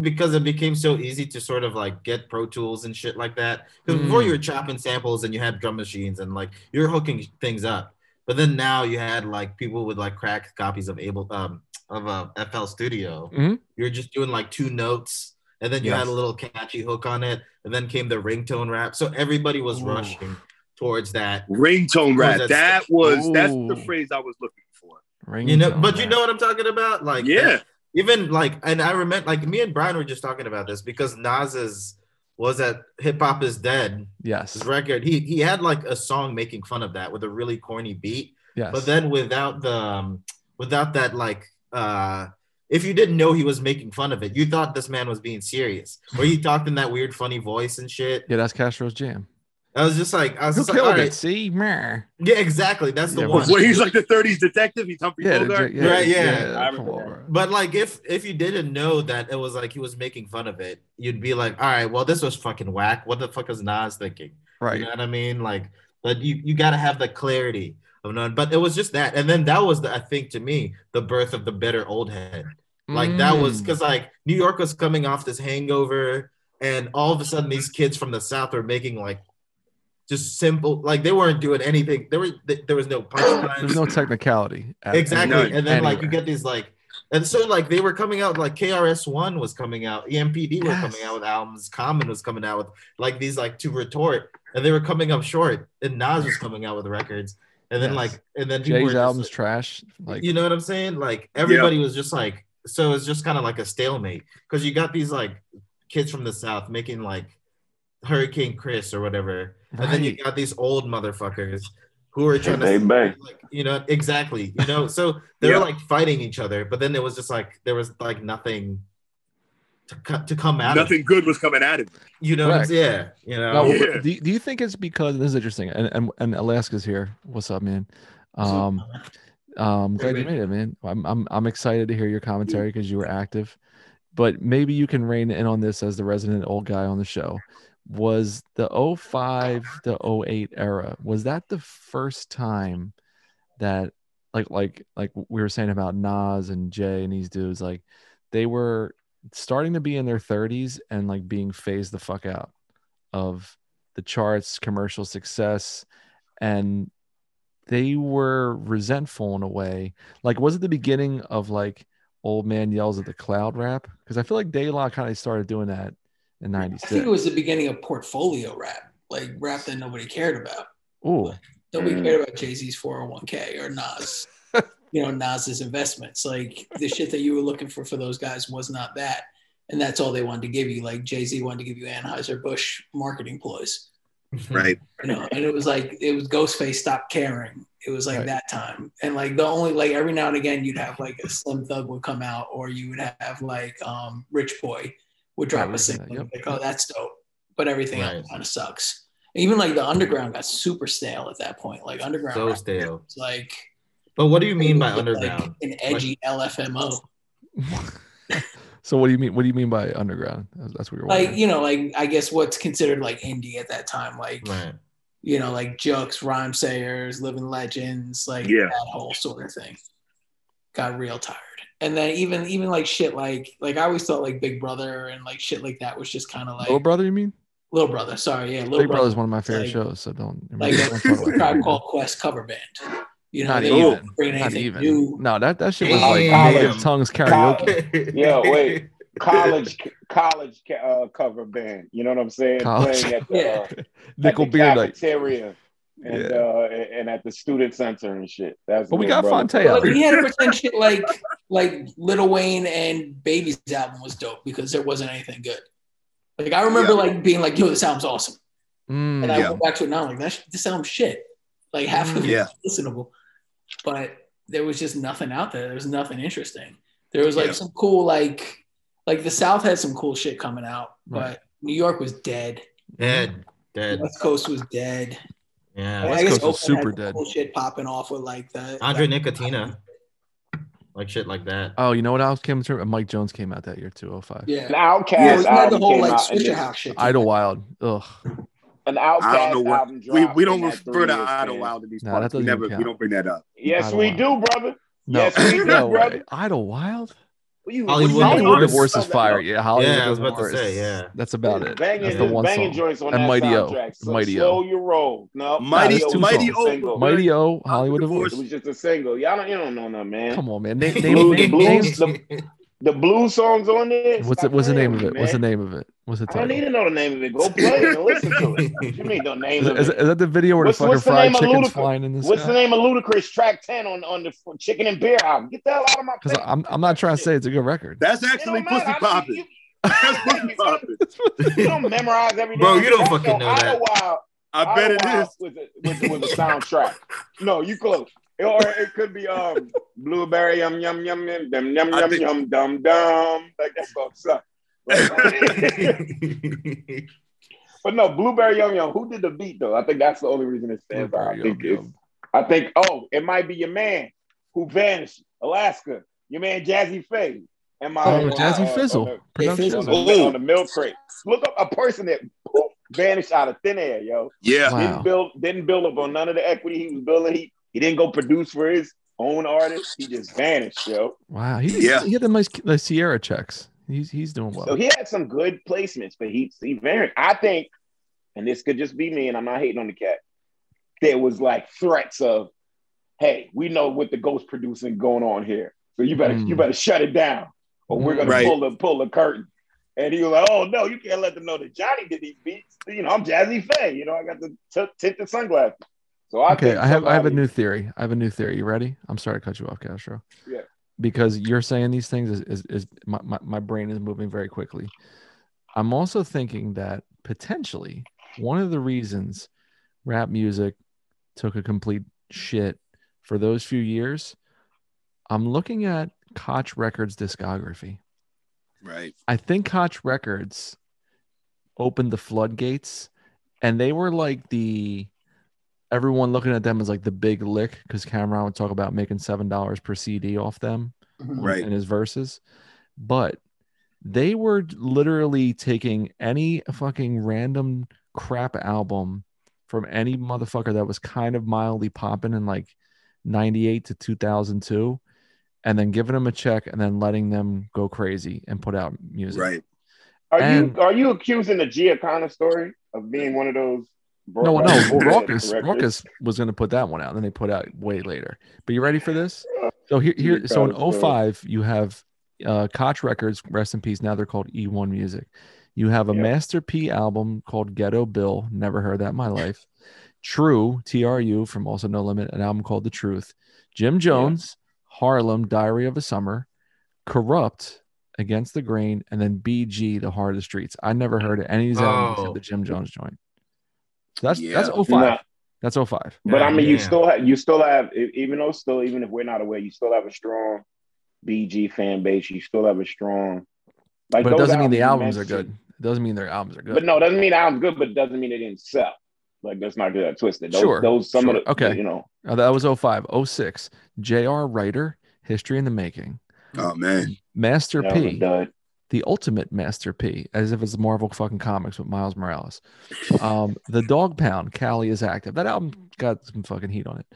S3: because it became so easy to sort of like get Pro Tools and shit like that. Because before
S2: Mm.
S3: you were chopping samples and you had drum machines and like you're hooking things up. But then now you had like people with like cracked copies of Able um, of uh, FL Studio.
S2: Mhm.
S3: You're just doing like two notes, and then you had
S2: Yes.
S3: a little catchy hook on it, and then came the ringtone rap. So everybody was
S2: Ooh.
S3: rushing towards that.
S4: Ringtone rap.
S3: What was that?
S4: That was that's the
S2: Ooh.
S4: phrase I was looking for.
S2: Ring
S3: You know,
S2: tone,
S3: but you
S2: man.
S3: know what I'm talking about? Like
S4: yeah.
S3: even like and i remember like me and brian were just talking about this because nas's was at hip hop is dead
S2: Yes.
S3: his record he he had like a song making fun of that with a really corny beat
S2: Yes.
S3: but then without the um, without that like uh if you didn't know he was making fun of it you thought this man was being serious or he talked in that weird funny voice and shit
S2: yeah, that's Castro's jam.
S3: i was just like i was
S2: Who
S3: just like
S2: killed
S3: all
S2: it?
S3: right.
S2: See, Meh.
S3: yeah exactly that's the
S2: Yeah,
S3: one
S4: Well, he's like the 30s detective. He's Humphrey
S2: Yeah,
S4: Bogart.
S2: the- yeah,
S3: Right, yeah.
S5: I
S2: come
S5: remember
S2: on,
S5: that.
S2: bro.
S3: But like if if you didn't know that it was like he was making fun of it, you'd be like, all right, well this was fucking whack. What the fuck is Nas thinking?
S2: Right.
S3: You know what I mean? Like, but you you gotta have the clarity of none. But it was just that, and then that was the I think to me the birth of the better old head. Like that was
S2: Mm.
S3: because like New York was coming off this hangover, and all of a sudden these kids from the south were making like just simple like they weren't doing anything. There were th- there was no punchlines
S2: There's no technicality. at-
S3: exactly
S4: None.
S3: and then like you
S2: Anywhere.
S3: get these like and so like they were coming out like krs1 was coming out E empd were
S2: Yes.
S3: coming out with albums common was coming out with like these like to retort and they were coming up short and nas was coming out with records and then
S2: Yes.
S3: like and then people were
S2: Jay's
S3: just,
S2: album's trash. Like
S3: like, you know what i'm saying like everybody was just like so it's just kind of like a stalemate because you got these like kids from the south making like hurricane chris or whatever and then you
S2: Right.
S3: got these old motherfuckers who are trying to
S5: They bang.
S3: like you know exactly you know so they
S4: Yeah.
S3: were like fighting each other but then there was just like there was like nothing to, co- to come out of,
S4: Nothing good was coming at him.
S2: Mm-hmm.
S3: you know what I'm
S2: Correct.
S3: saying? yeah you know
S2: Now,
S4: Yeah.
S2: do, do you think it's because this is interesting? And, and and Alaska's here. What's up, man? Um, um, glad you made it, man. I'm I'm I'm excited to hear your commentary because you were active, but maybe you can rein in on this as the resident old guy on the show. Was the 05 to 08 era? Was that the first time that like like like we were saying about Nas and Jay and these dudes like they were starting to be in their 30s and like being phased the fuck out of the charts, commercial success, and they were resentful in a way. Like, was it the beginning of like old man yells at the cloud rap? Because I feel like De La kind of started doing that in
S7: I think
S2: '96.
S7: it was the beginning of portfolio rap, like rap that nobody cared about.
S2: Ooh,
S7: Nobody
S5: Mm.
S7: cared about Jay Z's 401k or Nas, you know, Nas's investments. Like the shit that you were looking for for those guys was not that. and that's all they wanted to give you. Like Jay Z wanted to give you Anheuser Busch marketing ploys,
S4: right?
S7: you know. And it was like it was Ghostface stop caring. It was like
S2: Right.
S7: that time, and like the only like every now and again you'd have like a Slim Thug would come out, or you would have like um Rich Boy would
S2: Right,
S7: drop a
S2: we did that,
S7: single.
S2: yep.
S7: Like oh that's dope, but everything
S3: Right.
S7: else kind of sucks. Even like the underground got super stale at that point. Like underground
S3: So
S7: rap
S3: stale.
S7: was like
S3: But what do you mean by
S7: like
S3: underground?
S7: an edgy LFMO.
S2: so what do you mean? What do you mean by underground? That's that's what you're
S7: like
S2: wondering.
S7: you know like i guess what's considered like indie at that time like
S3: Right.
S7: you know like jokes rhyme sayers living legends like
S4: Yeah.
S7: that whole sort of thing got real tired and then even even like shit like like i always thought like big brother and like shit like that was just kind of like
S2: Little brother, you mean?
S7: Little Brother, sorry yeah little
S2: Big
S7: brother
S2: Brother's one of my favorite
S7: like-
S2: shows, so don't.
S7: like
S2: don't talk about
S7: a tribe
S2: that.
S7: called quest cover band you know
S2: Not
S7: they don't
S2: even.
S7: bring
S2: Not
S7: anything
S2: even.
S7: new
S2: No, that that shit was like
S3: Damn.
S2: native tongues karaoke.
S5: Yeah, wait. college college uh, cover band. You know what I'm saying?
S2: College.
S5: Playing at the, uh,
S7: Yeah.
S2: Nickel
S5: at the
S2: beer night.
S5: cafeteria and
S2: Yeah.
S5: uh, and and at the student center and shit. That's
S2: But we
S5: it,
S2: got
S5: brother.
S2: Fonte out
S7: But
S2: there.
S7: he had to pretend shit like like Little Wayne and Baby's album was dope because there wasn't anything good. Like I remember
S4: Yeah.
S7: like being like, "Yo, this album's awesome,"
S2: Mm,
S7: and I
S4: Yeah. Mm-hmm.
S7: went back to it now like that. sh- This album's shit. Like half of
S4: Yeah.
S7: it's listenable, but there was just nothing out there. There was nothing interesting. There was like
S4: Yeah.
S7: some cool like like the South had some cool shit coming out,
S2: Right.
S7: but New York was dead.
S3: Dead. Dead.
S7: West Coast was dead.
S3: Yeah.
S2: West
S7: I guess
S2: Coast was
S7: Oakland had
S2: super
S7: some
S2: dead.
S7: Cool shit popping off with like the
S3: Andre Nicotina. Like shit like that.
S2: Oh, you know what else came through? Mike Jones came out that year, 2005.
S7: Yeah.
S5: An
S7: Yeah,
S5: Outcast
S7: we had the
S5: album
S7: whole
S5: came
S7: like
S5: out. in
S7: Swisher
S5: this-
S7: House shit.
S2: Idlewild. Ugh.
S5: An Outcast
S4: I don't know what
S5: album
S4: we,
S5: dropped
S4: we
S5: in
S4: don't
S5: that
S4: refer to
S5: three years, man.
S4: Idlewild in these
S2: Nah, that
S4: parts. We
S2: doesn't
S4: never
S2: count.
S4: we don't bring that up.
S5: Yes, we do, brother.
S2: No,
S5: Yes, we do,
S2: no way.
S5: brother.
S2: Idlewild?
S5: What you-
S3: Hollywood
S5: what you
S2: Hollywood
S5: talking
S2: Divorce is
S5: about?
S2: fire. Yeah, Hollywood
S3: Yeah, I was about to
S2: Divorce.
S3: say, yeah.
S2: That's about it.
S5: Banging,
S2: That's the one song.
S5: banging joints on
S2: And
S5: that
S2: Mighty O.
S5: soundtrack. So
S2: Mighty O.
S5: slow your roll. No,
S4: Mighty
S2: that's
S5: O
S2: two
S4: Mighty
S2: songs.
S5: was a
S4: O
S5: single.
S2: Mighty O, Hollywood
S5: It
S2: Divorce.
S5: was just a single. Y'all don't, you don't know nothing, man.
S2: Come on, man. Name,
S5: Blue-
S2: name,
S5: the
S2: name,
S5: Blues,
S2: name-
S3: the
S5: The blue songs on there.
S2: What's
S5: stop
S2: it? What's the
S5: playing
S2: name of
S5: with
S2: it?
S5: me,
S2: What's the
S5: man.
S2: name of it? What's the
S5: I don't need
S2: title?
S5: to know the name of it. Go play it and listen to it. You need the name
S2: Is,
S5: of
S2: is,
S5: it.
S2: is that the video where the
S5: What's-
S2: fucking
S5: what's the
S2: fried
S5: name of
S2: chicken's
S5: Ludacris?
S2: flying in the
S5: What's
S2: sky?
S5: the name of Ludacris track 10 on, on the f- Chicken and Beer album? Get the hell out of my face.
S2: Because I'm, I'm not trying to say it's a good record.
S4: That's
S5: It don't
S4: actually
S5: matter.
S4: pussy
S5: I don't-
S4: popping.
S5: you-
S4: That's pussy popping.
S5: You don't memorize every
S3: Bro,
S5: damn
S3: you don't
S5: track
S3: fucking
S5: on
S3: know that.
S5: Idlewild.
S4: I bet it is.
S5: Idlewild Was a, was, a- was a soundtrack. no, you close. Or it could be um blueberry yum yum yum yum dum yum
S4: I
S5: yum
S4: think-
S5: yum dum dum. Like that's gonna suck. but no, blueberry yum yum. Who did the beat though? I think that's the only reason it stands out. I
S2: Blueberry
S5: think
S2: Yum
S5: it's, I think oh, it might be your man who vanished, Alaska. Your man Jazzy Faye. And my
S2: Oh,
S5: uh,
S2: Jazzy
S5: uh,
S2: Fizzle.
S5: on
S2: Production.
S5: the-
S7: Fizzle.
S5: on the,
S4: Oh.
S5: on the milk crate. Look up a person that poof, vanished out of thin air, yo.
S4: Yeah.
S2: Wow.
S5: Didn't build didn't build up on none of the equity he was building. He he didn't go produce for his own artist. He just vanished, yo.
S2: Wow. He,
S4: Yeah.
S2: he had the nice the Sierra checks. He's he's doing well.
S5: So he had some good placements, but he he vanished. I think, and this could just be me, and I'm not hating on the cat. There was like threats of, hey, we know what the ghost producing going on here. So you better
S2: Mm.
S5: you better shut it down. Or we're gonna
S4: Right.
S5: pull the pull the curtain. And he was like, "Oh no, you can't let them know that Johnny did these beats. You know, I'm Jazzy Faye. You know, I got the t- tinted sunglasses." So I
S2: okay,
S5: think
S2: I have I have a
S5: somebody-
S2: new theory. I have a new theory. You ready? I'm sorry to cut you off, Castro.
S5: Yeah.
S2: Because you're saying these things is is, is my, my, my brain is moving very quickly. I'm also thinking that potentially one of the reasons rap music took a complete shit for those few years. I'm looking at Koch Records discography.
S4: Right.
S2: I think Koch Records opened the floodgates, and they were like the everyone looking at them as like the big lick because Cameron would talk about making seven dollars per CD off them
S7: Mhm.
S4: Right.
S2: in his verses, but they were literally taking any fucking random crap album from any motherfucker that was kind of mildly popping in like 98 to 2002 and then giving them a check and then letting them go crazy and put out music
S4: Right.
S5: Are
S2: And-
S5: you are you accusing the Giacana story of being one of those?
S2: No, well, no, well, Raucus,
S5: broadcast records?
S2: Raucus was going to put that one out, and then they put out way later. But you ready for this? So here, here so
S5: Got it, bro.
S2: in 05, you have uh, Koch Records, rest in peace. Now they're called E1 Music. You have a
S5: Yep.
S2: Master P album called Ghetto Bill. Never heard that in my life. True, TRU from also No Limit, an album called The Truth. Jim Jones, Harlem, Diary of a Summer, Corrupt, Against the Grain, and then BG, The Heart of the Streets. I never heard of any of these albums
S3: Oh.
S2: except the Jim Jones joint. So that's
S4: Yeah.
S2: that's 05.
S5: Nah.
S2: That's 05.
S5: But I mean, you
S3: Yeah.
S5: still have, you still have, e- even though still, even if we're not aware, you still have a strong BG fan base. You still have a strong, like,
S2: but it
S5: those
S2: doesn't mean the albums
S5: albums you
S2: are good.
S5: mentioned-
S2: It doesn't mean their albums are good.
S5: But no, doesn't mean the album's good, but it doesn't mean it didn't sell. Like that's not good. Twisted. Those,
S2: Sure,
S5: those some
S2: sure.
S5: of the,
S2: Okay.
S5: you know,
S2: Uh, that was 05. 06. J.R. Writer, History in the Making.
S4: Oh man,
S2: Master
S5: that was a
S2: P,
S5: dud.
S2: the ultimate Master P, as if it's Marvel fucking comics with Miles Morales. Um, the Dog Pound, Cali is active. That album got some fucking heat on it.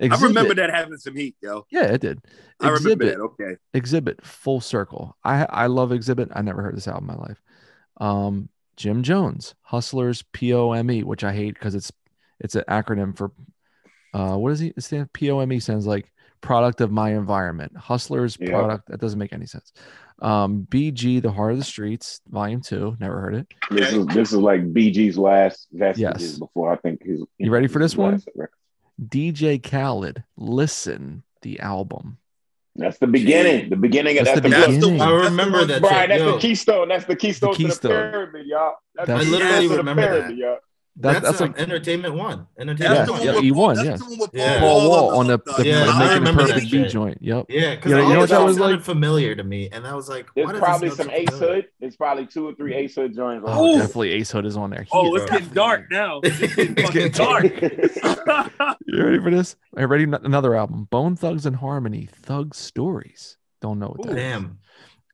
S4: I remember
S2: Exhibit-
S4: that having some heat, yo.
S2: Yeah, it did.
S4: I remember
S2: Exhibit.
S4: that. Okay,
S2: Exhibit Full Circle. I I love Exhibit. I never heard this album in my life. Um, Jim Jones, Hustlers P O M E, which I hate because it's it's an acronym for uh what does he it stand P O M E sounds like product of my environment. Hustlers
S5: Yeah.
S2: product that doesn't make any sense. Um BG The Heart of the Streets, volume two, never heard it.
S5: This is this is like BG's last vestiges
S2: Yes.
S5: before I think his.
S2: You ready for this
S5: his
S2: one?
S5: last record.
S2: DJ Khaled, listen the album.
S5: That's the beginning. The beginning of
S2: That's
S5: that's,
S2: the
S5: the,
S4: that's
S2: beginning.
S5: book.
S4: the.
S3: I
S4: that's the
S3: remember
S4: one-
S3: that shit.
S5: Brian, that's
S3: Yo,
S5: the keystone. That's the keystone,
S2: keystone.
S5: to the pyramid, y'all. That's
S2: That's-
S5: the
S2: I
S3: literally
S5: keystone to the
S3: remember that.
S5: pyramid, y'all.
S2: That,
S3: that's
S2: that's,
S3: um,
S2: like
S3: entertainment one.
S4: That's
S2: Yeah,
S3: Entertainment
S4: the one
S2: yeah,
S3: one.
S4: with,
S2: he won,
S4: That's
S2: yeah.
S4: the one with
S3: Yeah.
S4: Paul
S2: Paul Wall
S4: Wall
S2: on the, the,
S3: Yeah,
S2: the
S3: I
S2: making a
S3: remember
S2: perfect beat
S3: that shit.
S2: joint. Yep.
S3: Yeah, because
S2: Yeah, you
S3: all
S2: know what
S3: this
S2: that
S3: all
S2: was like?
S3: sounded familiar to me, and I was like, why
S5: There's
S3: does this
S5: probably
S3: sound
S5: some
S3: so
S5: Ace
S3: familiar?
S5: Hood. There's probably two or three Ace Hood joints. on
S2: Oh,
S4: Ooh.
S2: definitely Ace Hood is on there. He
S4: Oh,
S2: is
S4: it's getting dark now. It's getting fucking dark.
S2: You ready for this? I ready n- another album, Bone Thugs and Harmony, Thug Stories. Don't know what that is.
S3: Damn,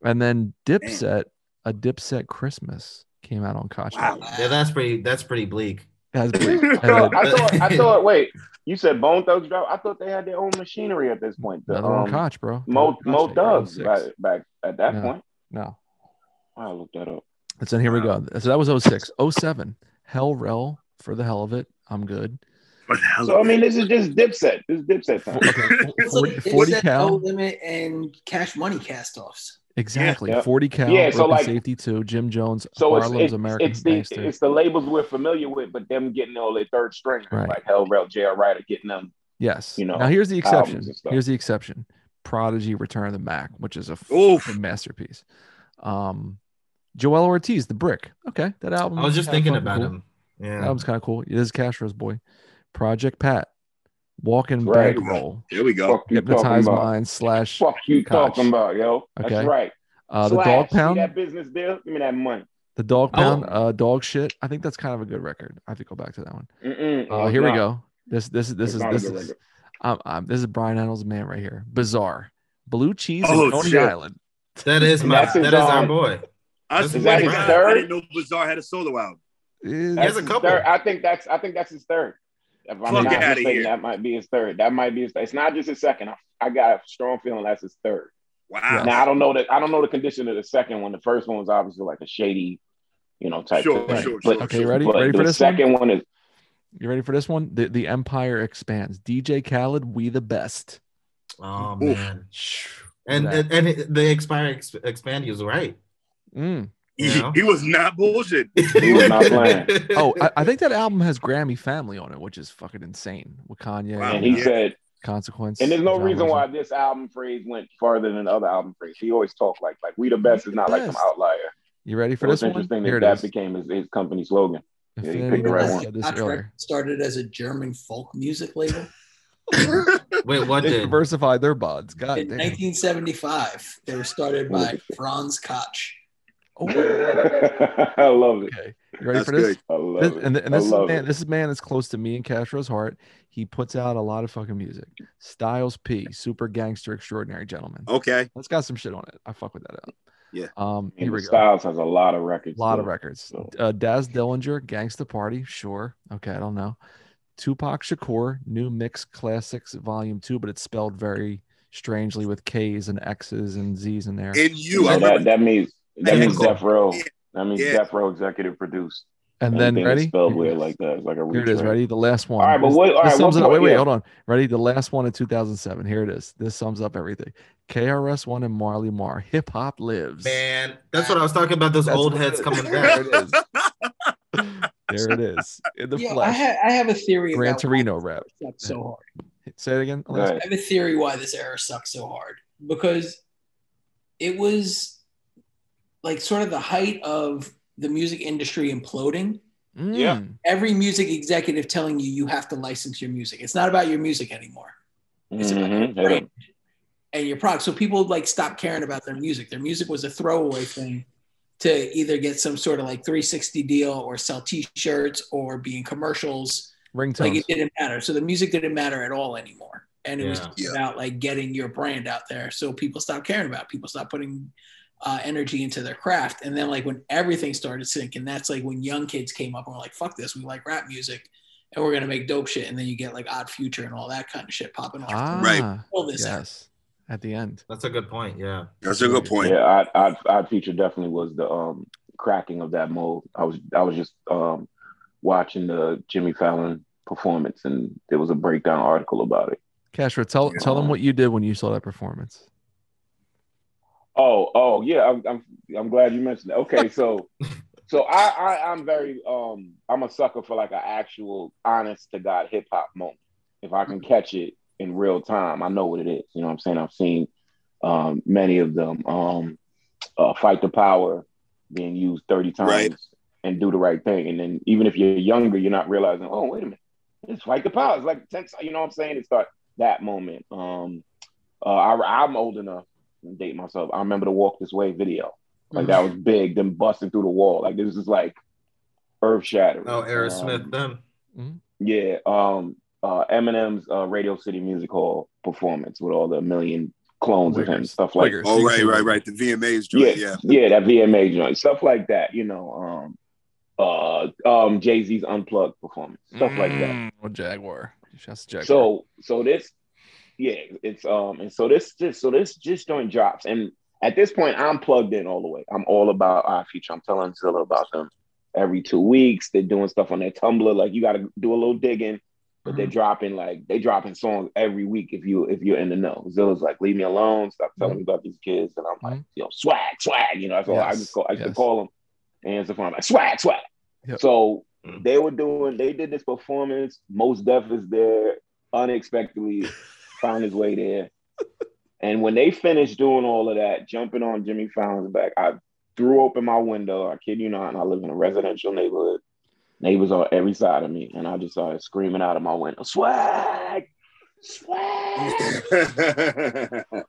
S2: And then Dipset, a Dipset Christmas came out on Koch.
S7: Mm-hmm.
S4: Wow.
S3: yeah, that's pretty. That's pretty bleak.
S2: That's big.
S5: I
S2: And
S5: thought,
S2: then
S5: I thought, I thought. Wait, you said Bone Thugs drop? I thought they had their own machinenery at this point. The,
S2: another
S5: um,
S2: one, Koch, bro.
S5: Mo,
S2: Koch,
S5: Mo
S2: like,
S5: Thugs
S2: 06.
S5: back, back at that
S2: Yeah.
S5: point.
S2: No,
S5: I looked that up.
S2: it's in here we go. So that was 06. 07, Hell Rel for the hell of it. I'm good.
S5: So I mean, this is just Dipset. This is Dipset time.
S2: Okay,
S7: It's
S2: 40,
S7: like- it's
S2: 40
S7: that oh,
S2: cal.
S7: No limit and cash money cast offs.
S2: Exactly.
S5: Yeah.
S2: 40 cal.
S5: Yeah, so
S2: Open
S5: like-
S2: safety two. Jim Jones.
S5: So it's
S2: Harlem's
S5: it's,
S2: American
S5: it's the
S2: Gangster.
S5: it's the labels we're familiar with, but them getting all their third stringers
S2: Right.
S5: like Hell Rel, J.R. Ryder getting them.
S2: Yes.
S5: you
S2: now
S5: know,
S2: here's the exception.
S5: albums and stuff.
S2: Here's the exception. Prodigy Return of the Mac, which is a
S4: Oof.
S2: fucking masterpiece. Um Joel Ortiz, The Brick. Okay, that album.
S3: I was
S2: is
S3: just
S2: kinda
S3: thinking
S2: fucking
S3: about
S2: cool.
S3: him.
S2: That
S3: Yeah,
S2: album's kind of cool. It is Castro's boy. Project Pat. Walking
S5: Right.
S2: Bankroll.
S4: Here we go.
S3: Oh,
S5: Fuck you talking
S2: Hypnotize
S5: about?
S2: Mind slash
S5: Fuck you
S2: Koch.
S5: talking about, yo?
S2: Okay.
S5: That's right.
S2: uh, the
S5: Slash,
S2: Dog
S5: see
S2: Pound.
S5: that business deal. Give me that money.
S2: The Dog
S3: Oh.
S2: Pound. Uh, dog shit. I think that's kind of a good record. I have to go back to that one.
S5: Mm-mm.
S2: Uh,
S5: It's
S2: here we
S5: not.
S2: go. This this is this
S5: Oh, It's
S2: is
S5: not a
S2: this
S5: good
S2: is
S5: record.
S2: um, um, this is Brian Reynolds' man right here. Bizarre. Blue cheese
S4: Oh,
S2: and Coney
S4: shit.
S2: Island.
S3: that is my.
S5: That's
S3: That
S5: his
S3: is our
S5: own-
S3: boy.
S4: I,
S3: Is
S4: swear
S5: that
S4: to
S5: his
S4: God,
S5: third?
S4: I didn't know Bizarre had a solo album.
S2: Is-
S3: He has a
S5: his
S3: couple.
S5: Third. I think that's I think that's his third. If I'm
S4: Fuck
S5: not
S4: outta
S5: mistaken,
S4: here.
S5: that might be his third. That might be his. It's not just his second. I, I got a strong feeling that's his third.
S4: Wow.
S5: Now I don't know that I don't know the condition of the second one. The first one was obviously like a shady, you know, type.
S4: Sure,
S5: thing.
S4: sure,
S5: but,
S4: sure,
S2: Okay,
S4: sure.
S2: ready?
S5: but
S2: ready
S5: the
S2: for this one?
S5: second one is
S2: You ready for this one? The the empire expands. DJ Khaled, we the best.
S3: Oh
S4: Oof.
S3: man. And,
S2: That-
S3: and and it- the expire ex- expand he was right.
S2: Mm.
S4: He,
S3: Yeah.
S4: he was not bullshit.
S5: He was not playing.
S2: Oh, I, I think that album has Grammy Family on it, which is fucking insane. With Kanye,
S4: Wow.
S5: and he
S4: Yeah.
S5: said
S2: consequence.
S5: and there's no
S2: John
S5: reason
S2: Legend.
S5: why this album phrase went farther than the other album phrase. He always talked like like we the best
S2: We
S5: is
S2: the
S5: not like some
S2: best.
S5: outlier.
S2: You ready for
S5: So it's
S2: this one?
S5: interesting
S2: Here
S5: that
S2: it
S5: that
S2: is.
S5: became his, his company slogan.
S2: If
S5: yeah, you
S2: anyone
S5: picked the right
S2: said
S5: one.
S2: This
S7: Koch
S2: earlier.
S7: started as a German folk music label
S3: Wait, what
S2: They
S3: did?
S2: diversified their bods. God
S7: in
S2: Oh, damn.
S7: 1975. They were started by Franz Koch.
S2: Oh, wait.
S5: I love it.
S2: okay. You ready
S4: That's
S2: for this?
S4: good.
S5: I love
S2: This-
S5: it.
S2: and, th- and
S5: I
S2: this is
S5: love
S2: man,
S5: it.
S2: this is man that's close to me and Castro's heart. He puts out a lot of fucking music. Styles P, super gangster, extraordinary gentleman.
S4: Okay.
S2: That's got some shit on it. I fuck with that up.
S4: Yeah.
S2: Um.
S5: And
S2: Here we go.
S5: Styles has a lot of records.
S2: A lot of
S5: too.
S2: records.
S5: So-
S2: Uh, Daz Dillinger, Gangsta Party, sure. Okay, I don't know. Tupac Shakur, New Mix Classics Volume Two, but it's spelled very strangely with K's and X's and Z's in there.
S4: And you, I
S5: Yeah, that,
S4: remember.
S5: that means that
S4: Yeah.
S5: means Death Row.
S4: Yeah.
S5: That means
S4: Yeah.
S5: Death Row executive produced.
S2: and then
S5: Anything that's
S2: ready?
S5: Spelled
S2: Here it
S5: weird
S2: is.
S5: like that. It's like a
S2: Here it is.
S5: retrain.
S2: Ready? The last one.
S5: All right, but
S2: This-
S5: what? All
S2: this
S5: right,
S2: sums
S5: what
S2: it up. Wait,
S5: point-
S2: wait,
S5: yeah.
S2: hold on. Ready? The last one in 2007. Here it is. This sums up everything. KRS-One and Marley Mar. Hip hop lives.
S3: Man, that's what I was talking about. Those
S2: That's
S3: old
S2: what it
S3: heads
S2: is.
S3: coming
S2: There
S3: back.
S2: it is. there it is. In the
S7: Yeah, I,
S2: flesh.
S7: ha- I have a theory.
S2: Gran
S7: about why
S2: Torino
S7: this
S2: rap.
S7: era sucked so hard.
S2: Say it again.
S5: Go ahead.
S7: I have a theory why this era sucked so hard because it was like sort of the height of the music industry imploding.
S2: Yeah.
S7: Every music executive telling you you have to license your music. It's not about your music anymore. It's about
S5: Mhm.
S7: your brand and your product. So people like stopped caring about their music. Their music was a throwaway thing to either get some sort of like 360 deal or sell t-shirts or be in commercials.
S2: Ringtones.
S7: Like it didn't matter. So the music didn't matter at all anymore. And it was
S3: Yeah.
S7: just
S4: Yeah.
S7: about like getting your brand out there. So people stopped caring about it. people stopped putting uh, energy into their craft. And then like when everything started sinking, that's like when young kids came up and were like, fuck this, we like rap music and we're gonna make dope shit. And then you get like odd future and all that kind of shit popping off.
S2: ah,
S4: Right.
S7: All this out.
S2: Yes. At the end.
S3: That's a good point. Yeah.
S4: That's a good point.
S5: Yeah, I, I, I feature definitely was the um, cracking of that mold. I was, I was just um, watching the Jimmy Fallon performance, and there was a breakdown article about it.
S2: Castro, tell tell them what you did when you saw that performance.
S5: Oh, oh, yeah. I'm, I'm, I'm glad you mentioned that. Okay, so, so I, I, I'm very, um, I'm a sucker for like an actual, honest to God hip hop moment. If I can catch it in real time, I know what it is. You know what I'm saying? I've seen um, many of them. Um, uh, fight the power being used 30 times
S4: Right.
S5: and do the right thing. And then even if you're younger, you're not realizing, oh, wait a minute, it's fight the power. It's like 10, you know what I'm saying? It's like that moment. Um, uh, I, I'm old enough to date myself. I remember the Walk This Way video. Like that was big, them busting through the wall. Like this is like earth shattering.
S3: Oh, Aerosmith. Them.
S5: Yeah, um, uh, Eminem's uh, Radio City Music Hall performance with all the million clones of him,
S2: Wiggers.
S5: stuff like
S2: Wiggers.
S4: Oh, right, right, right. The VMAs joint. Yeah.
S5: yeah, yeah, that VMA joint, stuff like that. You know, um, uh, um, Jay Z's unplugged performance, stuff like
S2: Mm.
S5: that
S2: Well, Oh, Jaguar. Shouts to Jaguar.
S5: so so this yeah it's um and so this just so this just joint drops and at this point i'm plugged in all the way i'm all about our future i'm telling zilla about them every two weeks they're doing stuff on their tumblr like you got to do a little digging but they're dropping like they dropping songs every week if you if you're in the know zilla's like leave me alone stop telling me about these kids and i'm like you know swag swag you know that's all i
S2: Yes,
S5: just call i used
S2: yes.
S5: to call them and so i'm like swag swag
S2: Yep.
S5: so
S3: Mm.
S5: they were doing they did this performance most def is there unexpectedly found his way there. And when they finished doing all of that, jumping on Jimmy Fallon's back, I threw open my window. I kid you not, and I live in a residential neighborhood. Neighbors on every side of me, and I just started screaming out of my window, "Swag, swag!" I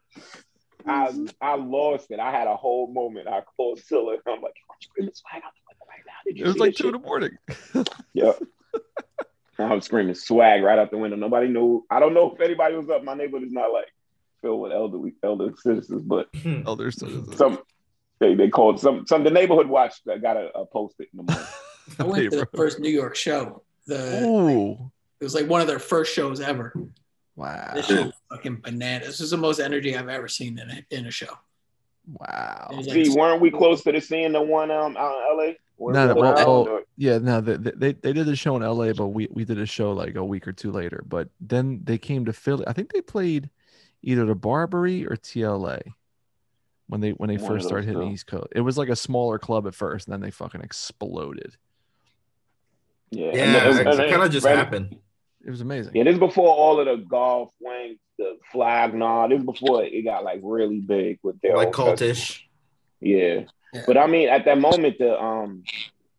S2: Mm-hmm.
S5: I lost it. I had a whole moment. I called Silla, and I'm like, "I'm screaming swag out the window right now." Did you
S2: it was
S5: see
S2: like
S5: this
S2: two in the morning.
S5: yeah. I was screaming swag right out the window. Nobody knew. I don't know if anybody was up. My neighborhood is not like filled with elderly elder citizens, but
S2: Elder citizens.
S5: some they, they called some some the neighborhood watch that got a, a post it in the morning.
S7: I went to the
S2: Neighborhood.
S7: first New York show. The
S2: Oh. Ooh.
S7: it was like one of their first shows ever.
S2: Wow.
S7: This shit was fucking bananas. This is the most energy I've ever seen in a, in a show. It
S2: Wow.
S7: was like,
S5: See, weren't we close to the seeing the one um out in LA? Where
S2: No,
S5: we
S2: no,
S5: were
S2: well,
S5: out,
S2: well,
S5: or-
S2: Yeah, no, they, they they did a show in LA, but we, we did a show like a week or two later. But then they came to Philly. I think they played either the Barbary or TLA when they when they
S5: One of
S2: first started
S5: those
S2: hitting the
S5: two.
S2: East Coast. It was like a smaller club at first, and then they fucking exploded.
S5: yeah,
S3: Yeah.
S5: And-
S3: It
S5: and- and-
S3: kind of just
S5: right-
S3: happened.
S2: It was amazing.
S5: Yeah, this is before all of the golf wing, the flag, nah. This is before it got like really big with their
S3: Like
S5: own-
S3: cultish.
S5: Yeah.
S7: Yeah.
S5: But I mean, at that moment, the um,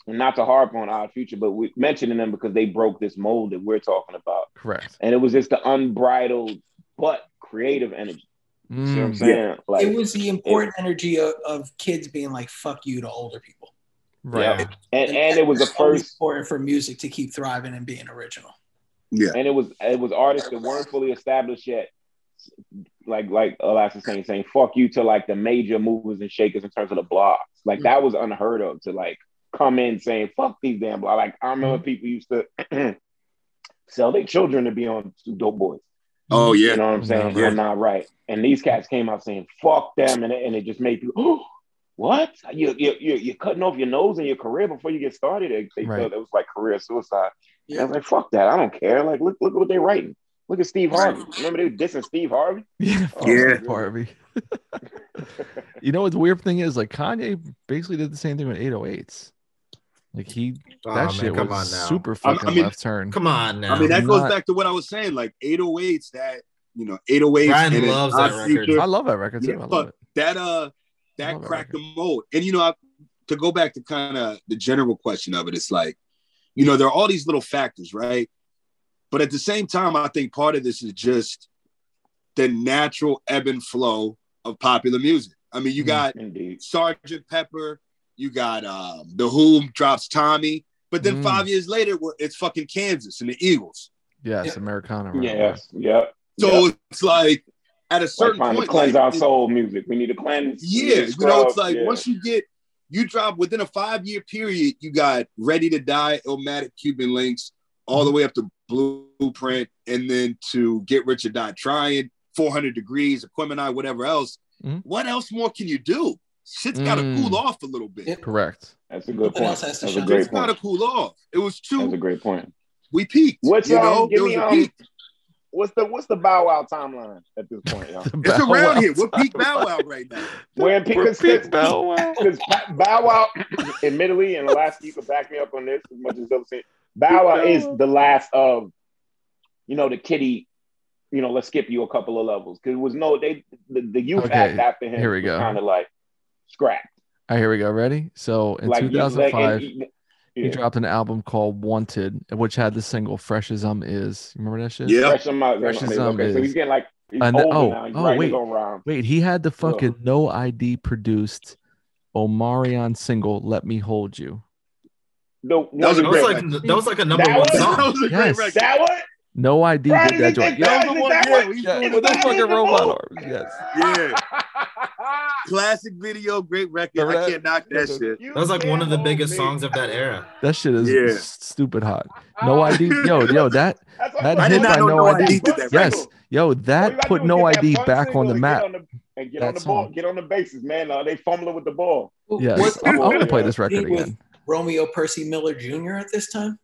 S5: not to harp on our future, but we mentioning them because they broke this mold that we're talking about,
S2: Correct.
S5: and it was just the unbridled but creative energy. You see what I'm
S2: Mm,
S5: saying? Like,
S7: it was the important energy of, of kids being like "fuck you" to older people,
S2: right.
S3: Yeah.
S5: and and it was the
S7: that's always
S5: first,
S7: important for music to keep thriving and being original.
S5: and it was it was artists that weren't fully established yet. Like like Alaska saying saying fuck you to like the major movers and shakers in terms of the blogs. Like that was unheard of to like come in saying fuck these damn blogs. Like I
S2: Mm-hmm.
S5: remember people used to sell their children to be on dope boys.
S4: oh,
S5: You
S4: yeah.
S5: know what I'm saying?
S2: Yeah.
S5: You're not right. And these cats came out saying, fuck them. And it, and it just made people, oh, what? You, you, you, you're cutting off your nose and your career before you get started. They, they
S2: Right.
S5: felt it was like career suicide. And I
S7: Yeah,
S5: was like, fuck that. I don't care. Like, look, look at what they're writing. Look at Steve
S7: Right.
S5: Harvey. Remember they were dissing Steve Harvey?
S2: Yeah,
S4: Yeah.
S2: fuck Harvey. you know what the weird thing is? Like Kanye basically did the same thing with 808s. Like he
S3: Oh,
S2: that
S3: man,
S2: shit
S3: come
S2: was
S3: on now.
S2: super
S4: I mean-
S2: fucking left turn.
S3: Come on now.
S4: I mean, that goes
S2: Not-
S4: back to what I was saying. Like 808s, that, you know, 808s.
S3: Brian
S4: and then
S3: loves that
S4: Odd
S3: record.
S4: Future.
S2: I love that record too.
S4: Yeah,
S2: I love
S4: fuck.
S2: it.
S4: That, uh,
S2: I love
S4: that
S2: that
S4: cracked
S2: record.
S4: the mold. And you know, I, to go back to kind of the general question of it, it's like, you know, there are all these little factors, right? But at the same time, I think part of this is just the natural ebb and flow of popular music. I mean, you
S2: Mhm.
S4: got
S5: Indeed.
S4: Sergeant Pepper, you got um, the Who drops Tommy, but then
S2: Mm.
S4: five years later, we're- it's fucking Kansas and the Eagles.
S2: Yes,
S7: Yeah.
S2: Americana. right?
S5: Yes. Yep.
S4: So it's like at a
S5: Like
S4: certain
S5: trying
S4: point,
S5: to cleanse
S4: like,
S5: our
S4: it-
S5: soul music. We need to cleanse. we need
S4: Yeah,
S5: to
S4: you know, it's
S5: scrub.
S4: like
S5: Yeah.
S4: once you get you drop within a five year period, you got Ready to Die, Illmatic, Cuban Links, all
S5: Mm-hmm.
S4: the way up to Blueprint, and then to Get Rich or Die Trying, 400 Degrees, Equipment Eye, whatever else.
S5: Mm-hmm.
S2: Mhm.
S4: What else more can you do? Shit's got to
S2: Mm.
S4: cool off a little bit.
S7: Yep.
S2: Correct.
S5: That's a good
S7: What
S5: point.
S7: else has
S5: That's
S7: to
S5: a
S7: shine?
S5: great
S4: It's got to
S5: point.
S4: cool off. It was
S5: That's a
S4: two.
S5: great point.
S4: We peaked.
S5: What's,
S4: you
S5: um,
S4: know,
S5: give
S4: there was
S5: me,
S4: a
S5: um,
S4: peak.
S5: What's the what's the bow wow timeline at this point, y'all?
S4: It's
S2: Bow
S4: around
S2: Wow
S4: here. We're peak
S2: time.
S4: Bow Wow right now.
S5: When because
S2: Repeat Bow Wow.
S5: because Bow Wow, admittedly, and Alaska, you can back me up on this as much as I've seen. Bow Wow is the last of, you know, the kitty. You know, let's skip you a couple of levels because it was no they the, the youth
S2: Okay,
S5: act after him.
S2: here we go.
S5: Kind of like scrapped.
S2: All right, here we go. Ready? So in
S5: like you- like,
S2: 2005,
S5: and-
S2: he
S5: yeah,
S2: dropped an album called Wanted, which had the single "Fresh as Um Is." You Remember that shit?
S4: Yeah.
S5: fresh him out.
S2: Fresh
S5: okay,
S2: as
S5: okay, so
S2: zombies.
S5: he's getting like he's
S2: And-
S5: older
S2: oh,
S5: now. He's
S2: oh,
S5: writing
S2: wait.
S5: his own rhymes.
S2: Wait, he had the fucking no ID produced Omarion single "Let Me Hold You."
S5: The
S4: That was
S5: one-
S4: a
S3: That was
S4: great
S3: like
S4: record.
S3: that was like a number
S5: That
S3: one
S5: was-
S4: That
S3: song.
S4: was a great
S2: Yes.
S4: record.
S5: that one.
S2: No ID
S5: Friday
S2: did that joint.
S5: Night
S4: That was the one.
S5: That
S4: Yeah,
S5: one-
S4: we-
S2: Yeah,
S5: Friday
S2: with those
S5: Night
S2: fucking
S5: Night
S2: robot arms.
S5: Night.
S2: Yes.
S4: Yeah. Classic video, great record.
S2: Remember
S4: I
S2: that?
S4: can't knock that shit.
S5: You
S3: That was like one of the
S5: can't
S3: biggest
S5: hold me.
S3: songs of that era.
S2: That shit is
S4: Yeah.
S2: s- stupid hot. No ID. Yo, yo, that
S5: Uh, That's what
S2: That
S5: I'm
S2: hit
S5: saying.
S2: by No ID
S5: That
S4: did that
S5: one
S4: record.
S2: yes,
S5: single.
S2: yo,
S5: All you
S2: that
S5: gotta
S2: put
S5: do is
S2: no
S5: get that
S2: ID
S5: one
S2: back
S5: single
S2: on the
S5: and get
S2: map.
S5: on the- And get on
S2: That
S5: the ball,
S2: song.
S5: get on the bases, man. Uh, they fumbling with the ball.
S2: Yes,
S7: What-
S2: I'm, I'm gonna play
S5: Yeah.
S2: this record
S7: With
S2: again.
S7: Romeo Percy Miller Jr. at this time?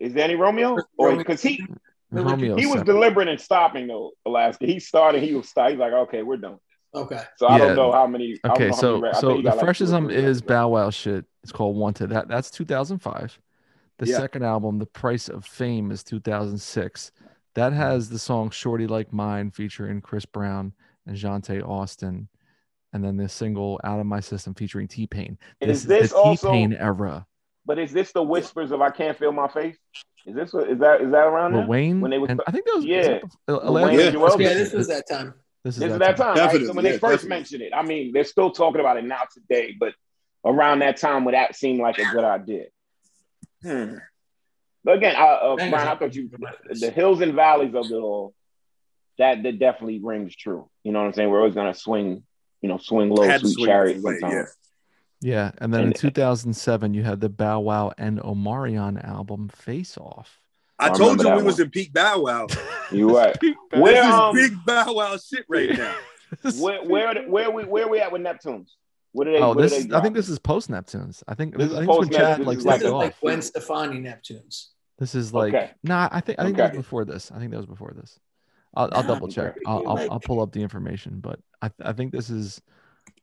S5: Is Danny Romeo? Or because he
S7: Romeo
S2: Romeo.
S5: he was
S2: seven.
S5: deliberate in stopping though, Alaska. He started, he was start, he's like, okay, we're done.
S7: Okay.
S5: So I
S2: Yeah.
S5: don't know how many. I don't
S2: Okay,
S5: know how
S2: so
S5: many rap- I think
S2: so
S5: he
S2: the
S5: got, like,
S2: fresh
S5: two or
S2: as um
S5: three
S2: is
S5: records.
S2: Bow Wow shit. It's called Wanted. That that's 2005. The
S4: Yeah.
S2: second album, The Price of Fame, is 2006. That has the song "Shorty Like Mine" featuring Chris Brown and Jante Austin, and then the single "Out of My System" featuring T Pain.
S5: Is
S2: This is,
S5: this
S2: the T
S5: also-
S2: Pain era.
S5: But is this the whispers of I can't feel my face? Is this what is that is that around
S2: Where
S5: there?
S2: Wayne
S5: when they were-
S2: and I think that was is
S5: Yeah.
S2: that bef- uh,
S5: Wayne
S2: Alaska-
S4: and
S5: Joel.
S7: Yeah, this was that time.
S2: This is
S5: This is
S2: that time.
S5: that time, right? So
S4: Definitely,
S5: when they
S4: yeah,
S5: first
S4: definitely.
S5: mentioned it, I mean, they're still talking about it now today, but around that time, would that seem like a good idea? Hmm. But again, I, uh, Brian, I thought you the hills and valleys of it all. That that definitely rings true. You know what I'm saying? We're always gonna swing, you know, swing low,
S4: Had to
S5: sweet
S4: swing
S5: chariot.
S4: away,
S5: sometimes.
S4: yeah.
S2: Yeah, and then in
S5: And-
S2: 2007 you had the Bow Wow and Omarion album Face Off.
S4: I
S5: I
S4: told
S5: remember
S4: you
S5: that
S4: we was
S5: one.
S4: in peak Bow Wow.
S5: You right.
S4: This
S5: Where
S4: is
S5: um,
S4: big Bow Wow shit right now.
S5: where where where we where we at with Neptunes? What are they?
S2: oh,
S5: what are
S2: this
S5: they
S2: is, I think
S5: dropping?
S2: this is post Neptunes. I think I
S5: This is
S2: think it's when
S5: post-Neptunes.
S2: Chad
S5: This
S2: like
S5: is
S7: This
S2: stepped
S7: is
S5: Like,
S2: off.
S7: like Gwen Stefani Neptunes.
S2: this is like
S5: Okay.
S2: nah. I think I think that
S5: Okay.
S2: was before this. I think that was before this. I'll, I'll
S7: Nah,
S2: double check.
S7: bro,
S2: I'll,
S7: you
S2: I'll,
S7: like-
S2: I'll pull up the information, but I, I think this is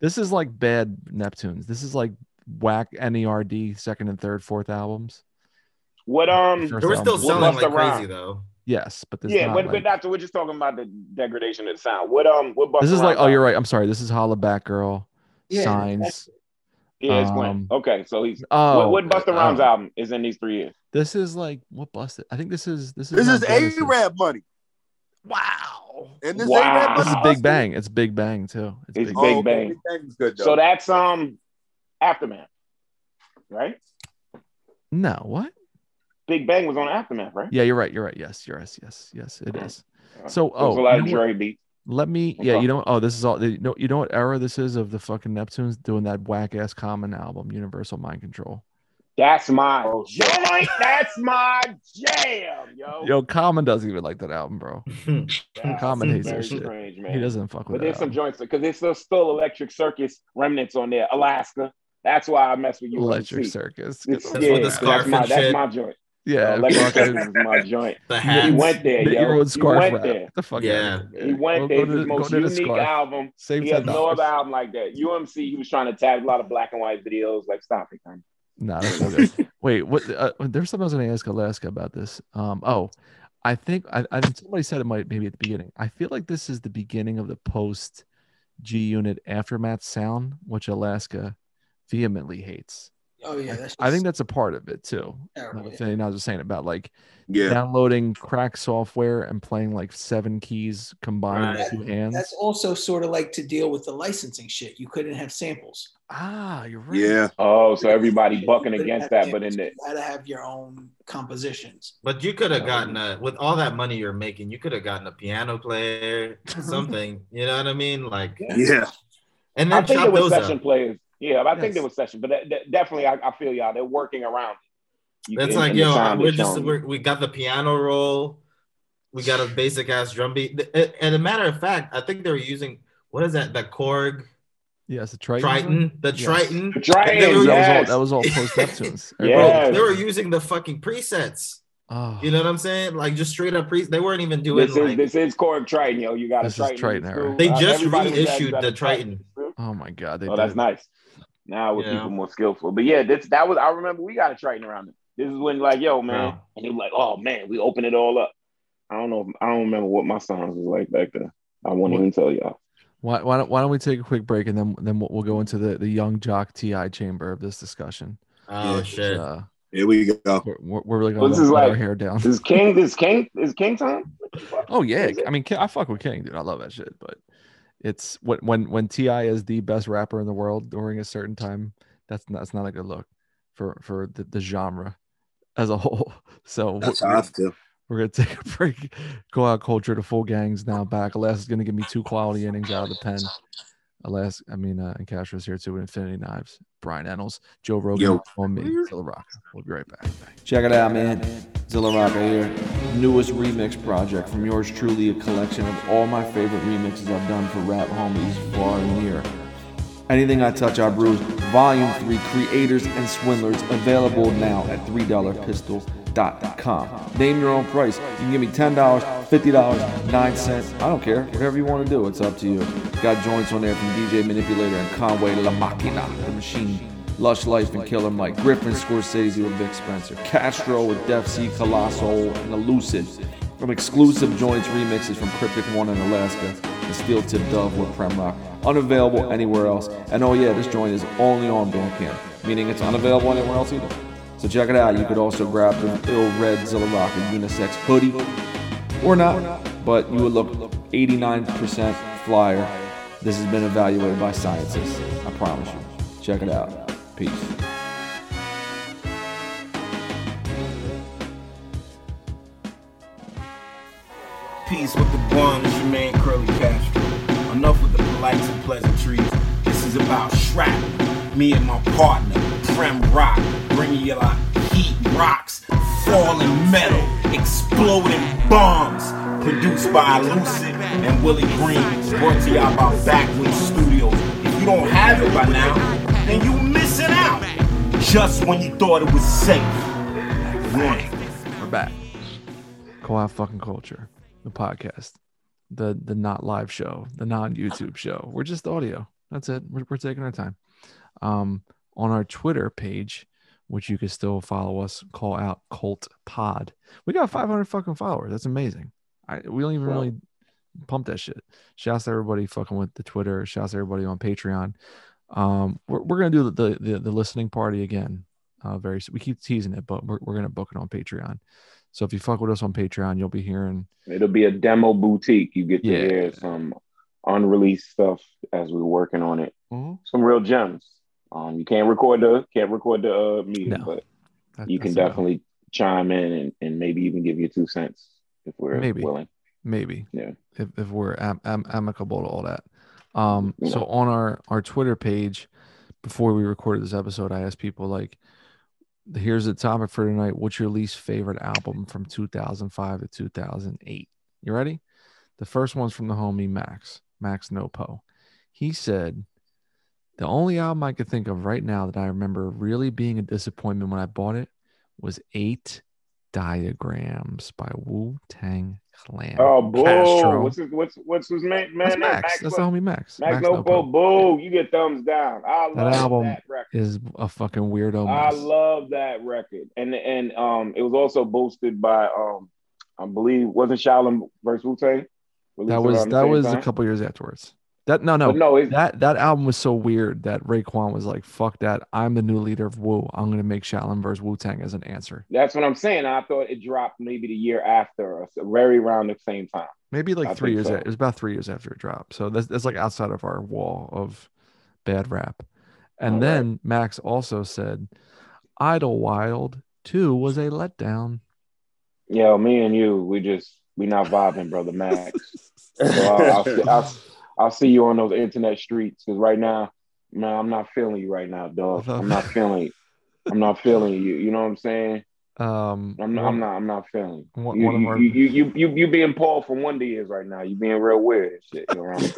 S2: this is like bad Neptunes. This is like whack NERD second and third fourth albums.
S5: What um?
S2: First
S3: They were
S2: album.
S3: still
S5: Well,
S3: selling
S5: Busta
S3: like crazy
S5: Rhymes.
S3: though.
S2: Yes, but this
S5: yeah,
S2: not
S5: but,
S2: like-
S5: but doctor, we're just talking about the degradation of the sound. What um? What
S2: this
S5: Busta
S2: is like oh
S5: Rhymes
S2: you're right. I'm sorry. This is Holla Back Girl.
S7: Yeah,
S2: Signs.
S5: Yeah, it's
S2: Um,
S5: Gwen. Okay, so he's
S2: Oh,
S5: what, what Busta
S2: uh,
S5: Rhymes album is in these three years?
S2: This is like what busted. I think this is this is
S4: This
S2: on
S4: is
S2: Genesis.
S4: A Rap money.
S2: Wow,
S4: And this
S5: Wow.
S4: A Rap money.
S2: this is
S4: busted.
S2: Big Bang. It's Big Bang too. It's Big
S5: It's Big
S4: okay,
S5: Bang.
S4: Big Bang's good, though.
S5: So that's um Aftermath, right?
S2: No, what?
S5: Big Bang was on Aftermath, right?
S2: Yeah, you're right. You're right. Yes, you're yes, yes, yes. It
S5: Okay.
S2: is. So
S5: There was
S2: oh,
S5: a lot
S2: you
S5: of
S2: know what?
S5: Dre beats.
S2: let me. Yeah,
S5: Okay.
S2: you know. Oh, this is all. You know. You know what era this is of the fucking Neptunes doing that whack ass Common album, Universal Mind Control.
S5: That's my
S4: Oh, shit.
S5: joint. That's my jam, yo.
S2: Yo, Common doesn't even like that album, bro.
S5: That's
S2: Common hates
S5: very
S2: that shit.
S5: strange, man.
S2: He doesn't fuck with
S5: But
S2: that.
S5: there's some
S2: album.
S5: joints because there's still, still Electric Circus remnants on there. Alaska. That's why I mess with you.
S2: Electric
S5: Circus.
S2: Circus.
S5: Yeah,
S2: Get the fuck
S3: That's what the
S2: out.
S5: that's
S3: scarf
S5: my
S3: and
S5: that's
S3: shit.
S5: my joint.
S2: yeah,
S5: Electric
S2: fucking-
S5: Circus is my joint.
S3: The
S5: He
S2: Yes.
S3: hat.
S5: went there,
S2: Knit your
S5: yo.
S2: own scarf
S5: He went
S2: wrap.
S5: there.
S2: The fuck
S3: Yeah.
S2: out of here.
S5: He went
S2: Go
S5: there.
S2: to-
S5: His
S2: go
S5: most
S2: to the
S5: unique
S2: scarf.
S5: album.
S2: Save
S5: He has
S2: ten
S5: no
S2: dollars.
S5: other album like that. UMC, he was trying to tag a lot of black and white videos. Like, stop it, man.
S2: No, that's not good. Wait, what? Uh, there's something I was going to ask Alaska about this. Um, oh, I think I, I somebody said it might maybe at the beginning. I feel like this is the beginning of the post G Unit Aftermath sound, which Alaska vehemently hates.
S7: Oh yeah, that's
S2: I think
S7: just
S2: that's a part of it too.
S7: terrible.
S2: Another thing I was just saying about like
S4: Yeah.
S2: downloading crack software and playing like seven keys combined
S3: Right.
S2: with two hands.
S7: That's also sort of like to deal with the licensing shit. You couldn't have samples.
S2: ah, you're right.
S4: Yeah.
S5: Oh, so everybody bucking
S7: You couldn't
S5: against
S7: have
S5: that, but in the
S7: samples. You gotta have your own compositions.
S3: But you could have gotten a with all that money you're making, you could have gotten a piano player, something. you know what I mean? Like,
S4: Yeah.
S3: and
S5: I
S3: then
S5: think
S3: chop
S5: there was
S3: those up.
S5: session players. Yeah, I think
S2: Yes.
S5: there was session, but that, that- definitely I, I feel y'all. They're working around. it. You-
S3: That's
S5: and-
S3: like,
S5: and the
S3: yo,
S5: time
S3: we're
S5: is
S3: just
S5: showing.
S3: we're, we got the piano roll, we got a basic ass drum beat. And- And a matter of fact, I think they were using what is that? The Korg
S2: Yes, the Triton.
S3: Triton, the
S2: Yes.
S3: Triton.
S5: Triton,
S3: They were-
S5: yes.
S2: That was all, that was all post Neptunes.
S5: Yeah.
S3: Bro,
S5: Yes.
S3: they were using the fucking presets.
S2: Oh,
S3: You know what I'm saying? Like just straight up presets. They weren't even doing
S5: This is
S3: like
S5: this is Cork Triton, yo. You got a
S2: This is
S5: Triton.
S2: Triton era.
S5: school.
S3: they
S5: Uh,
S3: just
S5: everybody was
S3: reissued
S5: actually
S3: the
S5: got a
S3: Triton.
S2: oh my god, they
S5: Oh, that's
S2: did.
S5: nice. Now with
S3: Yeah.
S5: people more skillful, but yeah, this that was. I remember we got a Triton around it. This is when like, yo, man,
S3: Wow.
S5: and they were like, oh man, we opened it all up. I don't know. if- I don't remember what my songs was like back then. I won't
S2: What-
S5: even tell y'all.
S2: Why, why don't Why don't we take a quick break and then then we'll, we'll go into the the young jock ti chamber of this discussion.
S3: Oh
S4: Yeah.
S3: shit.
S2: Uh,
S4: Here we go.
S2: we're, we're we're really gonna
S5: Well, this
S2: let,
S5: is
S2: let our
S5: like-
S2: hair down.
S5: Is King? Is King? Is King time?
S2: Oh yeah,
S5: Is it?
S2: I mean, Ki- I fuck with King, dude. I love that shit. But it's when when when Ti is the best rapper in the world during a certain time. That's not, that's not a good look for for the, the genre as a whole. So
S4: That's
S2: we're,
S4: how I feel.
S2: we're gonna take a break. Go out culture. The full gang's now back. Alaska's gonna give me two quality innings out of the pen. Alaska, I mean, uh, and Castro's here too with Infinity Knives. Brian Ennals, Joe Rogan
S4: Yo.
S2: on me. Killer Rock. We'll be right back.
S8: Check it out, man. Zilla Rocker here. Newest remix project from yours truly, a collection of all my favorite remixes I've done for rap homies far and near. Anything I touch, I bruise. Volume 3 Creators and Swindlers available now at $3pistol.com. Name your own price. You can give me $10, $50, 9 cents. I don't care. Whatever you want to do, it's up to you. Got joints on there from DJ Manipulator and Conway La Machina, the machine. Lush Life and Killer Mike, Griffin Scorsese with Vic Spencer, Castro with Def C, Colossal, and Elusive. From exclusive joints remixes from Cryptic One in Alaska and Steel Tip Dove with Prem Rock. Unavailable anywhere else. And oh yeah, this joint is only on Bandcamp, meaning it's unavailable anywhere else either. So check it out. You could also grab the ill red Zilla Rocker unisex hoodie or not, but you would look 89% flyer. This has been evaluated by scientists. I promise you. Check it out. Peace.
S9: Peace with the bums, your man Curly Castro. Enough with the polites and pleasantries. This is about shrapnel. Me and my partner, Prem Rock, bringing you like heat rocks, falling metal, exploding bombs. Produced by Elucid and Willie Green. Brought to y'all by Backwood Studios. If you don't have it by now, then you missing out. Just when you thought it was safe. Warning.
S2: We're back. Co-op fucking culture, the podcast, the the not live show, the non YouTube show. We're just audio. That's it. We're, we're taking our time. Um, on our Twitter page, which you can still follow us, call out Cult Pod. We got 500 fucking followers. That's amazing. I we don't even
S5: Wow.
S2: really pump that shit. Shouts to everybody fucking with the Twitter. Shouts to everybody on Patreon. Um, we're, we're gonna do the the, the listening party again. Uh, very s- we keep teasing it, but we're, we're gonna book it on Patreon. So if you fuck with us on Patreon, you'll be hearing
S5: It'll be a demo boutique. You get to
S2: Yeah.
S5: hear some unreleased stuff as we're working on it.
S2: Mm-hmm.
S5: Some real gems. Um, you can't record the can't record the uh, meeting,
S2: No.
S5: but
S2: that-
S5: you can
S2: that's about-
S5: definitely chime in and, and maybe even give your two cents if we're
S2: Maybe.
S5: willing.
S2: maybe
S5: Yeah.
S2: if, if we're am, am, amicable to all that um
S5: Yeah.
S2: so on our our twitter page before we recorded this episode i asked people like here's the topic for tonight what's your least favorite album from 2005 to 2008 you ready the first one's from the homie max max nopo he said the only album i could think of right now that i remember really being a disappointment when i bought it was eight diagrams by wu-tang clan
S5: Oh, boo!
S2: Castro.
S5: What's his, what's what's his man?
S2: That's
S5: man
S2: Max. That's the homie Max.
S5: Max,
S2: Max
S5: no
S2: Nopo
S5: boo, boo! You get thumbs down. I love that,
S2: album
S5: record.
S2: is a fucking weirdo.
S5: I
S2: mess.
S5: love that record, and and um, it was also boosted by um, I believe wasn't Shaolin versus Wu Tang.
S2: that was that was a couple years afterwards. That no no
S5: But no, it's,
S2: that that album was so weird that Raekwon was like, "Fuck that! I'm the new leader of Wu. I'm gonna make Shaolin versus Wu Tang as an answer."
S5: that's what I'm saying. I thought it dropped maybe the year after, or so very around the same time.
S2: Maybe like
S5: I
S2: three
S5: think
S2: years.
S5: so.
S2: a- It was about three years after it dropped. So that's that's like outside of our wall of bad rap. And
S5: All right.
S2: then Max also said, "Idlewild Two was a letdown."
S5: Yo, me and you, we just we not vibing, brother Max. so I'll, I'll, see- I'll, I'll see you on those internet streets because right now, man, I'm not feeling you right now, dog. I'm not feeling. you. I'm not feeling you. You know what I'm saying?
S2: Um,
S5: I'm not.
S2: one-
S5: I'm not. I'm not feeling. you.
S2: One-
S5: you,
S2: one of
S5: you,
S2: our-
S5: you, you, you, you being Paul from Wonder Years right now. You being real weird and shit around the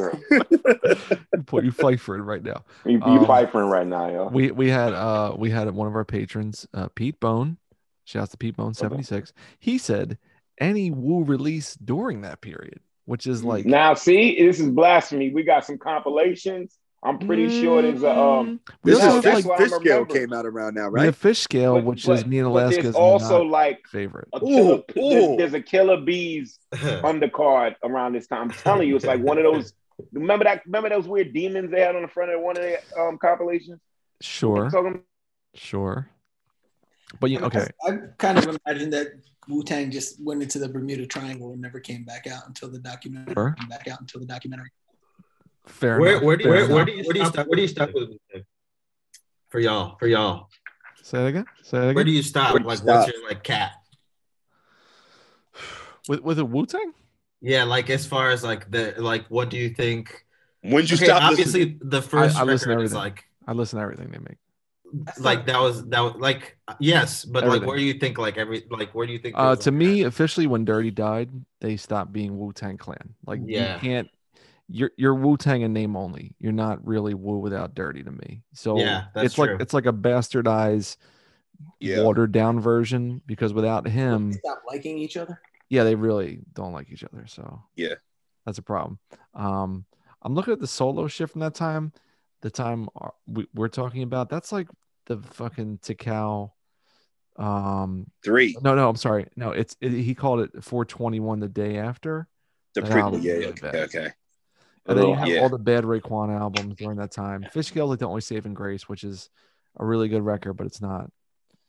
S5: girl.
S2: You put you fight for it right now.
S5: You, you
S2: Um,
S5: piping right now, yo.
S2: we we had uh we had one of our patrons uh pete bone shouts to pete bone 76 he said any woo release during that period which is like
S5: now, see, this is blasphemy. We got some compilations. I'm pretty sure there's a um.
S2: we
S4: This
S5: Yeah,
S2: also
S4: is
S2: have
S4: fish,
S5: that's
S2: like
S5: what I
S4: fish scale
S5: remember.
S4: came out around now,
S2: we have
S4: right?
S2: fish scale
S5: but-
S2: which is
S5: but-
S2: Nina
S5: but there's
S2: Alaska's
S5: also
S2: not
S5: like
S2: favorite
S5: a killer,
S4: Ooh, ooh.
S5: There's, there's a killer bees undercard around this time. I'm telling you, it's like one of those. Remember that? Remember those weird demons they had on the front of one of the um, compilations?
S2: sure
S5: Talking-
S2: sure but you okay
S7: I, I kind of imagine that Wu Tang just went into the Bermuda Triangle and never came back out until the documentary.
S2: Sure.
S7: Came back out until the documentary.
S2: fair
S3: where,
S2: enough,
S3: where do you
S2: fair
S3: where, where
S2: enough.
S3: do you stop, where do you stop with for y'all for y'all
S2: say that again say that
S3: where
S2: again
S3: do you stop
S4: Where do you
S3: like
S4: stop?
S3: what's your like cap
S2: with, with a wu-tang
S3: yeah like as far as like the like what do you think
S4: When'd you
S3: okay,
S4: stop
S3: obviously
S4: listening?
S3: the first
S2: I listen to
S3: record is
S2: everything.
S3: like
S2: i listen to everything they make
S3: like that was that was like yes but
S2: Everything.
S3: like where do you think like every like where do you think
S2: Uh,
S3: those,
S2: to
S3: like,
S2: me, officially, when Dirty died, they stopped being Wu Tang Clan. Like
S3: Yeah.
S2: you can't, you're you're Wu Tang in name only. You're not really Wu without Dirty to me. So
S3: Yeah, that's
S2: it's
S3: true.
S2: like it's like a bastardized,
S4: Yeah.
S2: watered down version because without him,
S7: Stop liking each other.
S2: yeah, they really don't like each other. So
S4: Yeah.
S2: that's a problem. Um, I'm looking at the solo shift from that time. The time uh, we, we're talking about, that's like the fucking Tikal, um,
S4: Three.
S2: no, no, I'm sorry. No, it's it, he called it 421 the day after.
S4: The
S2: That
S4: prequel.
S2: album's
S4: Yeah,
S2: really
S4: okay,
S2: bad.
S4: okay.
S2: And then you have
S4: yeah.
S2: all the bad Raekwon albums during that time. Fishscale's like the only saving grace, which is a really good record, but it's not.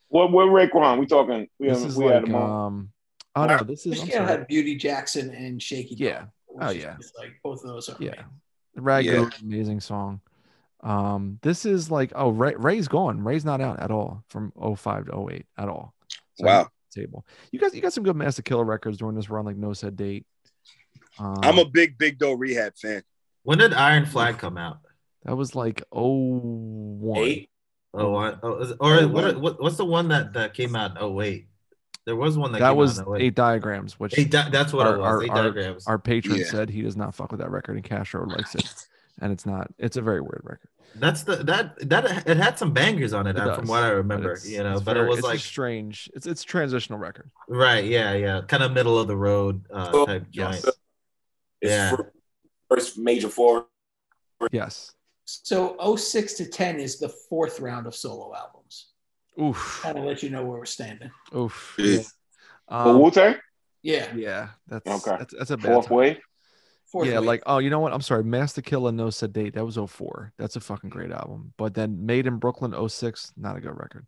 S5: What? What? Raekwon? We talking? We,
S2: This
S5: haven't
S2: is
S5: we had
S2: like
S5: him on.
S2: um oh no, this is I'm
S7: Michigan
S2: sorry.
S7: had Beauty Jackson and Shaky. Dog,
S2: Yeah.
S7: which
S2: Oh,
S7: is
S2: yeah.
S7: just, Like both of those are.
S2: yeah. Rag
S4: Yeah.
S2: Girl, amazing song. Um, this is like oh Ray, Ray's gone. Ray's not out at all from 05 to 08 at all. So
S4: Wow.
S2: Table. You guys you got some good Master Killer records during this run, like No Said Date. Um,
S4: I'm a big, big Doe Rehab fan.
S3: when did iron flag come out
S2: That was like oh one.
S7: Eight?
S3: oh what oh, is- or what, what what's the one that that came out oh wait there was one that,
S2: That
S3: came
S2: was
S3: out, in 08.
S2: eight diagrams, which
S3: Eight di- that's what
S2: Our-
S3: it was
S2: our-
S3: eight
S2: our-
S3: diagrams
S2: our patron
S4: Yeah.
S2: said he does not fuck with that record, and Castro likes it. And it's not. It's a very weird record.
S3: that's the that that it had some bangers on it, uh,
S2: It
S3: from
S2: does,
S3: what i
S2: but
S3: remember
S2: it's-
S3: you know
S2: it's
S3: but
S2: very-
S3: it was
S2: it's a
S3: like
S2: strange. It's it's a transitional record.
S3: right yeah yeah kind of middle of the road uh
S9: Oh,
S3: type joint
S2: Yes,
S9: It's
S3: Yeah.
S9: fir- first major four.
S2: yes.
S7: So 06 to 10 is the fourth round of solo albums.
S2: Oof,
S7: Kind of let you know where we're standing.
S2: oof.
S4: Yeah.
S2: Yeah.
S5: But
S2: Um,
S5: Wu Tang?
S7: Yeah.
S2: yeah, that's
S5: Okay.
S2: That's, that's a bad.
S5: Fourth
S2: time.
S5: wave.
S7: Fourth
S2: yeah,
S7: wave.
S2: like oh, you know what? I'm sorry, Master Killer No Sedate. That was 04. That's a fucking great album. But then Made in Brooklyn 06, not a good record.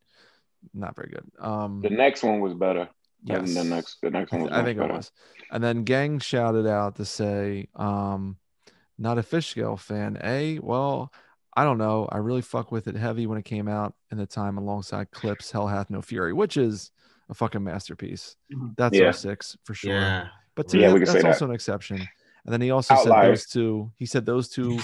S2: Not very good. Um,
S5: The next one was better. Yeah.
S2: yes.
S5: The next. The next
S2: I,
S5: one
S2: th-
S5: was.
S2: I
S5: much
S2: think it
S5: better.
S2: was. And then Gang shouted out to say, um, not a fish scale fan. A, well, I don't know. I really fuck with it heavy when it came out in the time alongside Clips, Hell Hath No Fury, which is a fucking masterpiece.
S7: Mhm.
S2: That's
S5: Yeah.
S2: 06 for sure.
S3: yeah
S2: But to
S5: Yeah,
S2: me,
S5: we
S2: that-
S5: can
S2: that's
S5: say that.
S2: also an exception. And then he also said
S5: Outliers.
S2: those two, he said those two,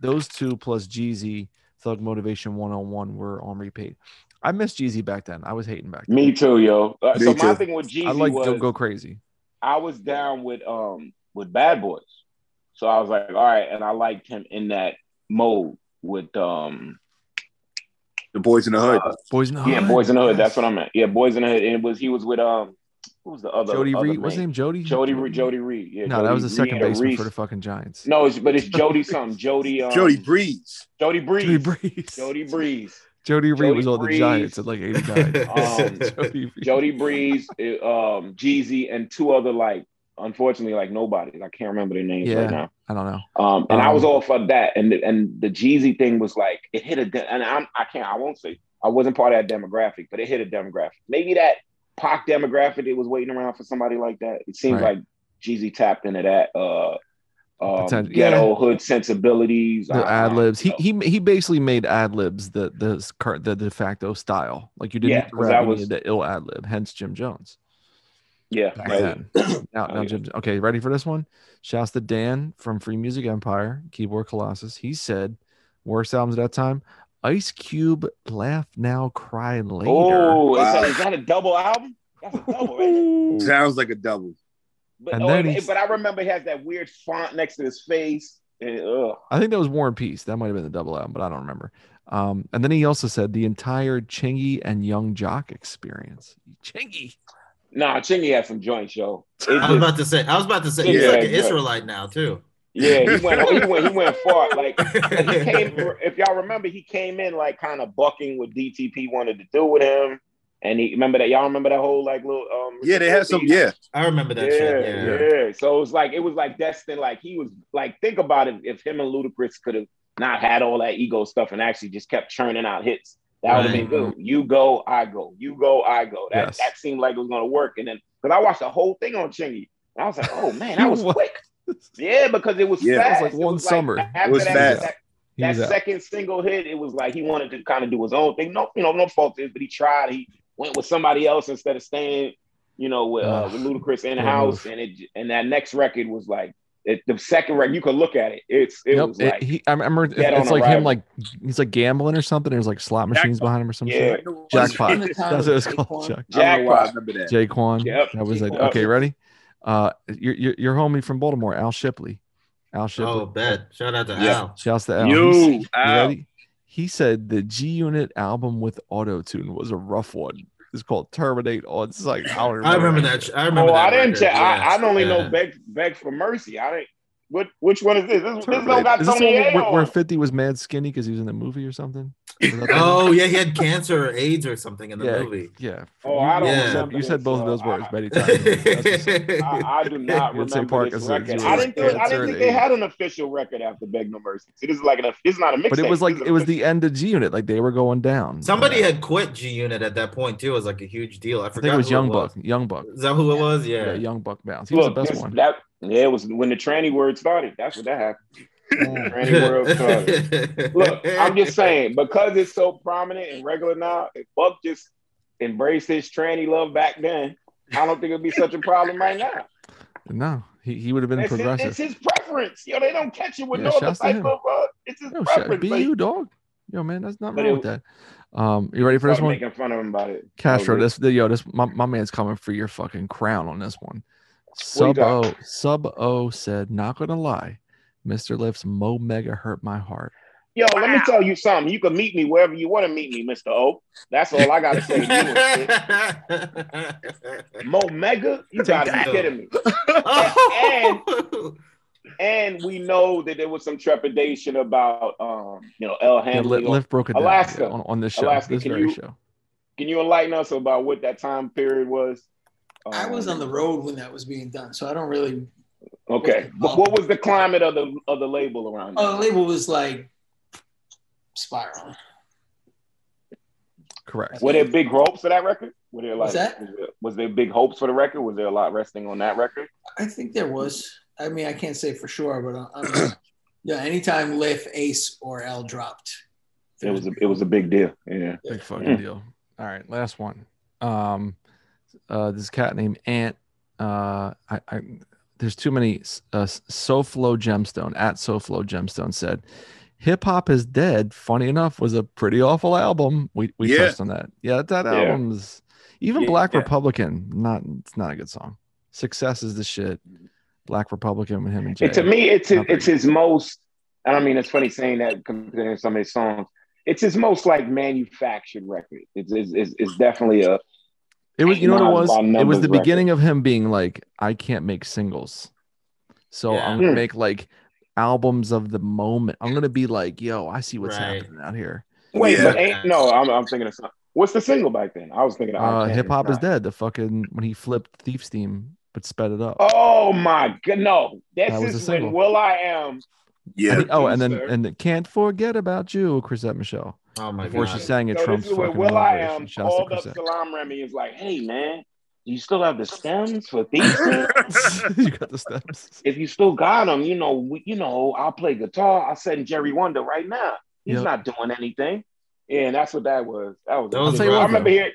S2: those two plus Jeezy Thug Motivation 101 were on repeat. I missed Jeezy back then. I was hating back then.
S5: Me too, yo. Uh,
S4: Me
S5: so my
S4: too.
S5: thing with Jeezy
S2: I like
S5: was
S2: Don't Go Crazy.
S5: I was down with um with Bad Boys. So I was like, all right, and I liked him in that mode with um
S4: The Boys in the Hood.
S2: Boys in the Hood.
S5: yeah, Boys in the Hood.
S2: yes.
S5: That's what I meant. Yeah, Boys in the Hood. And it was he was with um who was the other
S2: Jody
S5: other
S2: Reed. What's his name? Jody.
S5: Jody Reed. Jody Reed. Yeah,
S2: No,
S5: Jody
S2: that was the second
S5: Reed or
S2: baseman
S5: Reese.
S2: for the fucking Giants.
S5: No, it's, but it's Jody something. Jody um,
S4: Jody Breeze.
S5: Jody
S2: Jody
S5: Breeze.
S2: Breeze. Jody,
S5: Jody Breeze.
S2: Reed
S5: Jody
S2: was on the
S5: Breeze.
S2: Giants at like '89.
S5: Um,
S2: Jody Reed.
S5: Jody Breeze, uh, um, Jeezy, and two other like unfortunately like nobodies. I can't remember their names
S2: Yeah.
S5: right now.
S2: I don't know.
S5: Um, and I
S2: Um,
S5: was all for that, and the, and the Jeezy thing was like it hit a de- and I'm I can't I won't say I wasn't part of that demographic, but it hit a demographic. Maybe that Pac demographic that was waiting around for somebody like that. It seems
S2: Right.
S5: like Jeezy tapped into that uh, um,
S2: Potent-
S5: ghetto hood sensibilities. Uh,
S2: The
S5: I-
S2: ad libs. He
S5: you know.
S2: he he basically made ad libs the the current the de facto style. Like you didn't
S5: Yeah,
S2: have to
S5: 'cause
S2: rap
S5: that
S2: you
S5: was-
S2: needed the ill ad lib. Hence Jim Jones.
S5: yeah,
S2: back
S5: right. Oh,
S2: then. Now, now
S5: yeah.
S2: Jim, okay, ready for this one? Shouts to Dan from Free Music Empire, Keyboard Colossus. He said, worst albums at that time, Ice Cube, Laugh Now, Cry Later.
S5: Oh, is, that,
S4: Wow.
S5: is that a double album? That's a double, right?
S4: Sounds like a double.
S5: But,
S2: And
S5: oh,
S2: then
S5: and-
S2: he's-
S5: but I remember he has that weird font next to his face. And, ugh.
S2: I think that was War and Peace. That might have been the double album, but I don't remember. Um, and then he also said the entire Chingy and Young Jock experience. Chingy.
S5: Nah, Chingy had some joints, yo. It
S3: I was
S5: just-
S3: about to say. I was about to say. He's
S5: Yeah,
S3: like an
S5: yeah.
S3: Israelite now too.
S5: Yeah, he went. he went. He went far. Like and he came. If y'all remember, he came in like kind of bucking what DTP wanted to do with him. And he remember that y'all remember that whole like little um
S4: Yeah, they had some. Yeah,
S3: I remember that
S5: yeah,
S3: shit. Yeah.
S5: yeah. So it was like it was like destined. Like he was like think about it. If him and Ludacris could have not had all that ego stuff and actually just kept churning out hits, that would have been
S3: Right.
S5: good. You go, I go. You go, I go. That
S2: Yes.
S5: that seemed like it was gonna work. And then because I watched the whole thing on Chingy, and I was like, oh man, that was
S2: What?
S5: quick. Yeah, because it was
S4: Yeah. It was
S5: fast.
S2: like one summer.
S5: after
S4: was
S5: that,
S4: fast.
S5: that-
S2: He
S5: that
S2: was out.
S5: second single hit, it was like he wanted to kind of do his own thing. No, you know, no fault to it, but he tried. He went with somebody else instead of staying, you know, with, uh,
S2: Ugh.
S5: with Ludacris in the
S2: Poor
S5: house. And it and that next record was like it, the second record. You could look at it. It's it
S2: Yep,
S5: was
S2: it-
S5: like
S2: he, I remember it-
S5: dead on
S2: it's like him,
S5: arrival.
S2: like he's like gambling or something. There's like slot machines behind him or something.
S5: yeah,
S2: Jackpot.
S7: In the time
S2: That's what it's
S7: of
S2: called.
S7: Saquon,
S2: Jack-
S4: I don't know why I
S5: jackpot.
S4: remember that.
S2: Jaquan.
S5: Yep.
S2: That was like
S5: Jaquan.
S2: okay, ready? Uh, your, your your homie from Baltimore, Al Shipley. Al Shipley.
S3: Oh, bet. Shout out to
S4: Yeah.
S3: Al.
S2: Shouts to Al. Oh, He's- you
S4: You out.
S2: ready? He said the G Unit album with auto tune was a rough one. It's called Terminate on Sight. I, don't
S3: I remember that. sh- I remember
S5: oh,
S3: that.
S5: I
S3: record.
S5: didn't check. I, I
S3: Yes.
S5: don't only
S3: Yeah.
S5: know beg beg for mercy. I didn't. What which one is this? This, this don't got
S2: Is this the
S5: Tony
S2: one
S5: A
S2: where, where
S5: on.
S2: 50 was mad skinny because he was in the movie or something? Was that the one?
S3: Oh yeah, he had cancer or AIDS or something in the
S2: Yeah.
S3: movie.
S2: Yeah.
S5: Oh, I don't
S2: You
S3: Yeah.
S2: said,
S5: remember
S2: you said
S5: this,
S2: both of
S5: so
S2: those words
S5: I-
S2: many times. That's just-
S3: yeah,
S5: I, I do not
S2: You'd say
S5: remember this
S2: Parkinson's,
S5: record.
S2: you eh?
S5: I
S2: would
S5: didn't, think, I
S2: answer
S5: didn't think
S2: it.
S5: they had an official record after Beg No Mercy. See, this is like an. It's not a mixtape.
S2: but it was like
S5: This is
S2: it was
S5: official.
S2: the end of G Unit. Like they were going down.
S3: Somebody
S2: I
S3: had quit G Unit at that point too. It was like a huge deal. I forgot.
S2: think it was
S3: who
S2: Young Buck. Young Buck.
S3: Is that who it was?
S2: Yeah.
S3: Yeah.
S2: Young Buck Bounce. He was the best
S5: this-
S2: one.
S5: That, yeah, it was when the tranny word started. That's what that happened.
S2: Mm.
S5: tranny world started. Look, I'm just saying because it's so prominent and regular now. If Buck just embraced his tranny love back then, I don't think it'd be such a problem right now.
S2: No, he, he would have been
S5: It's his,
S2: progressive.
S5: it's his preference. Yo, they don't catch it with
S2: Yeah,
S5: no other
S2: shouts to
S5: type
S2: him.
S5: of. Uh, it's his
S2: Yo, shit,
S5: preference.
S2: be
S5: Like,
S2: you, dog. Yo, man, that's not
S5: But
S2: wrong
S5: it-
S2: with that. Um, you ready for this
S5: start
S2: one?
S5: making fun of him about it.
S2: Castro,
S5: Okay.
S2: this yo, this my, my man's coming for your fucking crown on this one.
S5: What
S2: Sub
S5: do you got?
S2: O Sub O said, not gonna lie, Mr. Lift's Mo Mega hurt my heart.
S5: Yo, let me tell you something. You can meet me wherever you want to meet me, Mr. O. That's all I gotta say. to you. Mo Mega, you gotta
S3: that.
S5: be kidding me.
S3: oh.
S5: And we know that there was some trepidation about um, you know, El
S2: Yeah,
S5: Hamley.
S2: Lift, Lift broke it down
S5: Alaska.
S2: yeah, on, on this show,
S5: Alaska,
S2: this
S5: can
S2: very
S5: you-
S2: show.
S5: Can you enlighten us about what that time period was? Um,
S7: I was on the road when that was being done, so I don't really.
S5: Okay. But what was the climate of the of the label around? that?
S7: Oh, the label was like spiraling.
S2: Correct.
S5: Were there big hopes for that record? Were there like
S7: What's that?
S5: Was, there, was there big hopes for the record? Was there a lot resting on that record?
S7: I think there was. I mean, I can't say for sure, but I, I mean, yeah, anytime Lift, Ace, or L dropped,
S5: It was a, it was a big deal. Yeah.
S2: Big fucking
S5: Mm.
S2: deal. All right, last one. Um, uh, this cat named Ant. Uh, I, I there's too many. Uh, SoFlo Gemstone at SoFlo Gemstone said, "Hip Hop is Dead." Funny enough, was a pretty awful album. We we
S4: Yeah.
S2: touched on that. Yeah, that
S5: Yeah.
S2: album's even
S5: Yeah,
S2: Black
S5: yeah.
S2: Republican. Not it's not a good song. Success is the shit. Black Republican with him and Jay.
S5: It, to me, it's his,
S2: Not very
S5: it's his most. And I mean, it's funny saying that comparing some of his songs. It's his most like manufactured record. It's, it's, it's, it's definitely a
S2: It was, you know
S5: Not
S2: what it
S5: by
S2: was? It was
S5: numbers
S2: the
S5: record.
S2: beginning of him being like, I can't make singles. So
S3: Yeah.
S2: I'm going to
S5: Hmm.
S2: make like albums of the moment. I'm going to be like, yo, I see what's
S3: Right.
S2: happening out here.
S5: wait,
S4: Yeah.
S5: but ain't no. I'm, I'm thinking of something. What's the single back then? I was thinking of
S2: Uh,
S5: I Can't,
S2: Hip hop is
S5: It's
S2: dead. The fucking, when he flipped Thief's Theme but sped it up.
S5: Oh my god, no! This
S2: That was
S5: is
S2: a
S5: when
S2: single.
S5: Will I Am.
S2: I
S4: Yeah.
S2: mean, oh, and then
S5: Sir.
S2: and the can't forget about you, Chrisette Michelle.
S3: Oh my
S2: Before she
S3: god.
S2: sang it,
S5: So
S2: Trump's
S5: this is when
S2: fucking
S5: Will I
S2: Liberation.
S5: Am
S2: Shouts to
S5: called up
S2: Chrisette.
S5: Salam Remy is like, "Hey man, do you still have the stems for thesis?
S2: you got the steps.
S5: if you still got them, you know, we, you know, I'll play guitar. I'll send Jerry Wonder right now. He's
S2: Yep.
S5: not doing anything." Yeah, and that's what that was. That was.
S3: That was
S2: tell you what,
S5: I
S3: rough,
S5: remember
S3: though.
S5: hearing.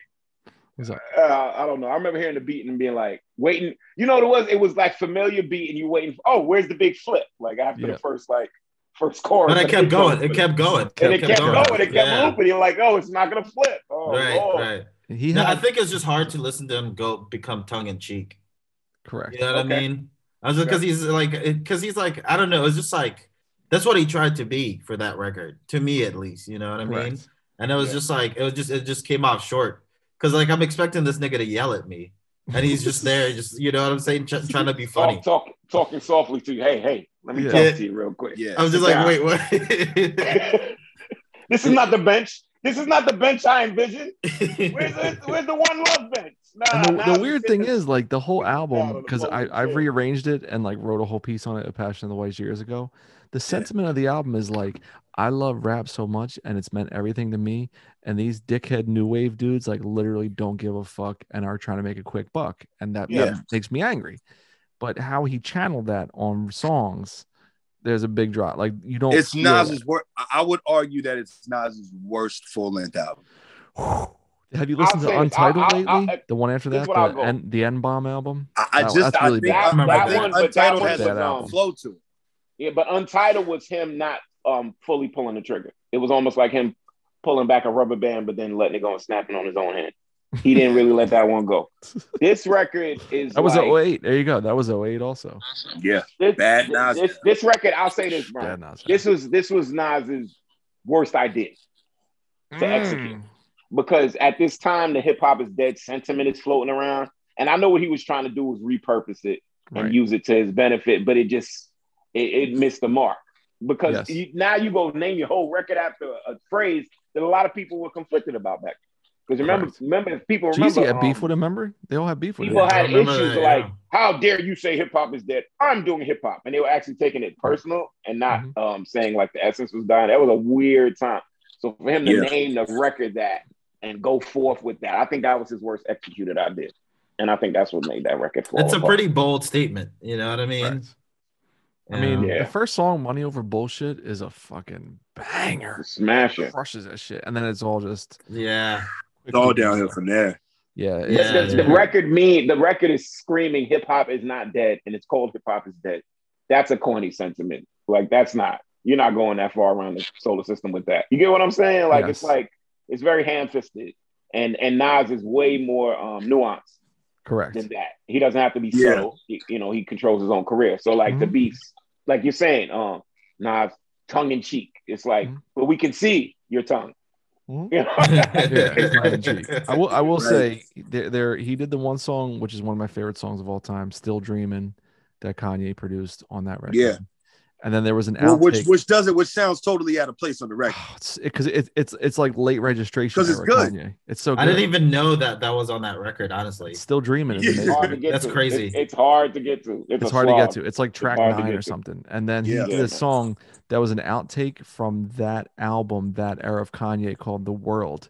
S2: He's like-
S5: Uh, I don't know. I remember hearing the beat and being like, waiting. You know what it was? It was like familiar beat, and you waiting. For, oh, where's the big flip? Like after
S2: Yeah.
S5: the first like first chorus.
S3: But it
S5: the
S3: kept
S5: big
S3: going.
S5: flip.
S3: It kept going.
S5: and it kept, going. It kept
S3: Yeah.
S5: looping. You're like, oh, it's not gonna flip. Oh,
S3: Right,
S5: Lord.
S3: right.
S2: He
S3: No, I
S2: had
S3: think it's just hard to listen to him go become tongue in cheek.
S2: correct.
S3: You know what I
S5: Okay.
S3: mean? I was because he's like because he's like I don't know. It's just like that's what he tried to be for that record, to me at least. You know what I mean?
S2: Correct.
S3: And it was just like it was just it just came off short because like I'm expecting this nigga to yell at me, and he's just there, just you know what I'm saying, tr- trying
S5: Oh,
S3: to be funny.
S5: Talk, talk, talking softly to you. Hey, hey, let me
S2: Yeah.
S5: talk to you real quick.
S4: Yeah.
S3: I was just like,
S5: Yeah.
S3: wait, what?
S5: this is not the bench. This is not the bench I envisioned. Where's the, where's the one love bench? Nah,
S2: And
S5: nah,
S2: the, the
S5: we
S2: weird
S5: sit
S2: thing
S5: this-
S2: is, like the whole
S5: sit down on
S2: album,
S5: the
S2: because I
S5: floor,
S2: I
S5: yeah.
S2: rearranged it and like wrote a whole piece on it, a passion of the Wise years ago. The sentiment of the album is like, I love rap so much, and it's meant everything to me. And these dickhead new wave dudes like literally don't give a fuck and are trying to make a quick buck, and that,
S4: Yeah.
S2: that makes me angry. But how he channeled that on songs, there's a big drop. Like you don't.
S4: It's
S2: feel
S4: Nas's worst. I would argue that it's Nas's worst full length album.
S2: that. Have you
S5: I'll
S2: listened to
S5: say this, I'll-
S2: Untitled
S5: I'll- I'll-
S2: lately? the one after
S5: this
S2: that,
S5: is what I'll
S2: the
S5: go.
S2: N, the N bomb album.
S4: I, I
S2: That-
S4: just
S2: that's
S4: I
S2: really
S4: think,
S2: big.
S4: I,
S5: That,
S4: I
S5: that
S4: think
S5: one, but that
S4: Untitled
S5: one
S4: has
S5: was
S2: that
S4: a
S2: album.
S5: um,
S4: flow to it.
S5: yeah, but Untitled was him not um fully pulling the trigger. It was almost like him pulling back a rubber band, but then letting it go and snapping on his own hand. He didn't really let that one go. This record is
S2: That was
S5: like,
S2: 08. There you go. That was 08 also.
S4: Yeah.
S5: this,
S4: Bad Nas.
S5: This, this record, I'll say this,
S2: Bad
S5: Brian.
S2: Nas.
S5: This was this was Nas's worst idea to
S2: Mm.
S5: execute because at this time the hip hop is dead sentiment is floating around, and I know what he was trying to do was repurpose it and
S2: Right.
S5: use it to his benefit, but it just it, it missed the mark
S2: Yes.
S5: because you, now you go name your whole record after a phrase that a lot of people were conflicted about back. Because remember,
S2: Correct.
S5: remember if people remember
S2: Jeezy had beef
S5: um,
S2: with him, remember? They all had beef with him.
S5: people
S3: I
S5: had
S3: remember
S5: issues
S3: that,
S5: like,
S3: yeah.
S5: "How dare you say hip hop is dead? I'm doing hip hop," and they were actually taking it personal and not
S3: Mm-hmm.
S2: Mhm.
S5: um, saying like the essence was dying. That was a weird time. So for him to
S4: Yeah.
S5: name the record that and go forth with that, I think that was his worst executed idea, and I think that's what made that record. fall
S3: It's a
S5: apart.
S3: pretty bold statement. You know what I mean?
S2: Correct. I mean,
S5: Yeah.
S2: the first song, Money Over Bullshit, is a fucking banger.
S5: smasher.
S2: Crushes that shit. And then it's all just.
S3: yeah.
S4: It's all downhill from there.
S2: Yeah.
S3: Yeah,
S2: it's-
S5: the, the record mean the record is screaming hip hop is not dead and it's called hip hop is dead. That's a corny sentiment. Like that's not you're not going that far around the solar system with that. You get what I'm saying? Like it's
S2: Yes.
S5: like it's very ham fisted. And and Nas is way more um, nuanced
S2: Correct.
S5: than that. He doesn't have to be
S4: Yeah.
S5: subtle. He- you know, he controls his own career. So like the
S2: Mhm.
S5: beats, like you're saying, um, Nas tongue in cheek. It's like,
S2: Mhm.
S5: but we can see your tongue.
S2: Mhm.
S5: You know?
S2: yeah, it's not in cheek. I will. I will
S4: Right.
S2: say there, there. He did the one song, which is one of my favorite songs of all time, "Still Dreaming," that Kanye produced on that record.
S4: Yeah.
S2: And then there was an
S4: Well, which
S2: outtake-
S4: which doesn't which sounds totally out of place on the record.
S2: because it, 'cause it, it's it's like late registration
S4: 'Cause it's
S2: era
S4: good.
S2: Kanye. It's so good.
S3: I didn't even know that that was on that record. Honestly,
S2: It's still dreaming. is
S4: Yeah.
S5: It's hard to
S2: amazing.
S5: get
S3: That's
S5: to.
S3: crazy.
S5: It's, it's hard to get to. It's,
S2: It's
S5: a
S2: hard to get
S5: slog.
S2: to. It's like track
S5: hard to
S2: nine
S5: get
S2: or
S5: to.
S2: something. And then
S4: Yeah.
S2: he did
S5: Yeah.
S2: a song that was an outtake from that album, that era of Kanye called "The World,"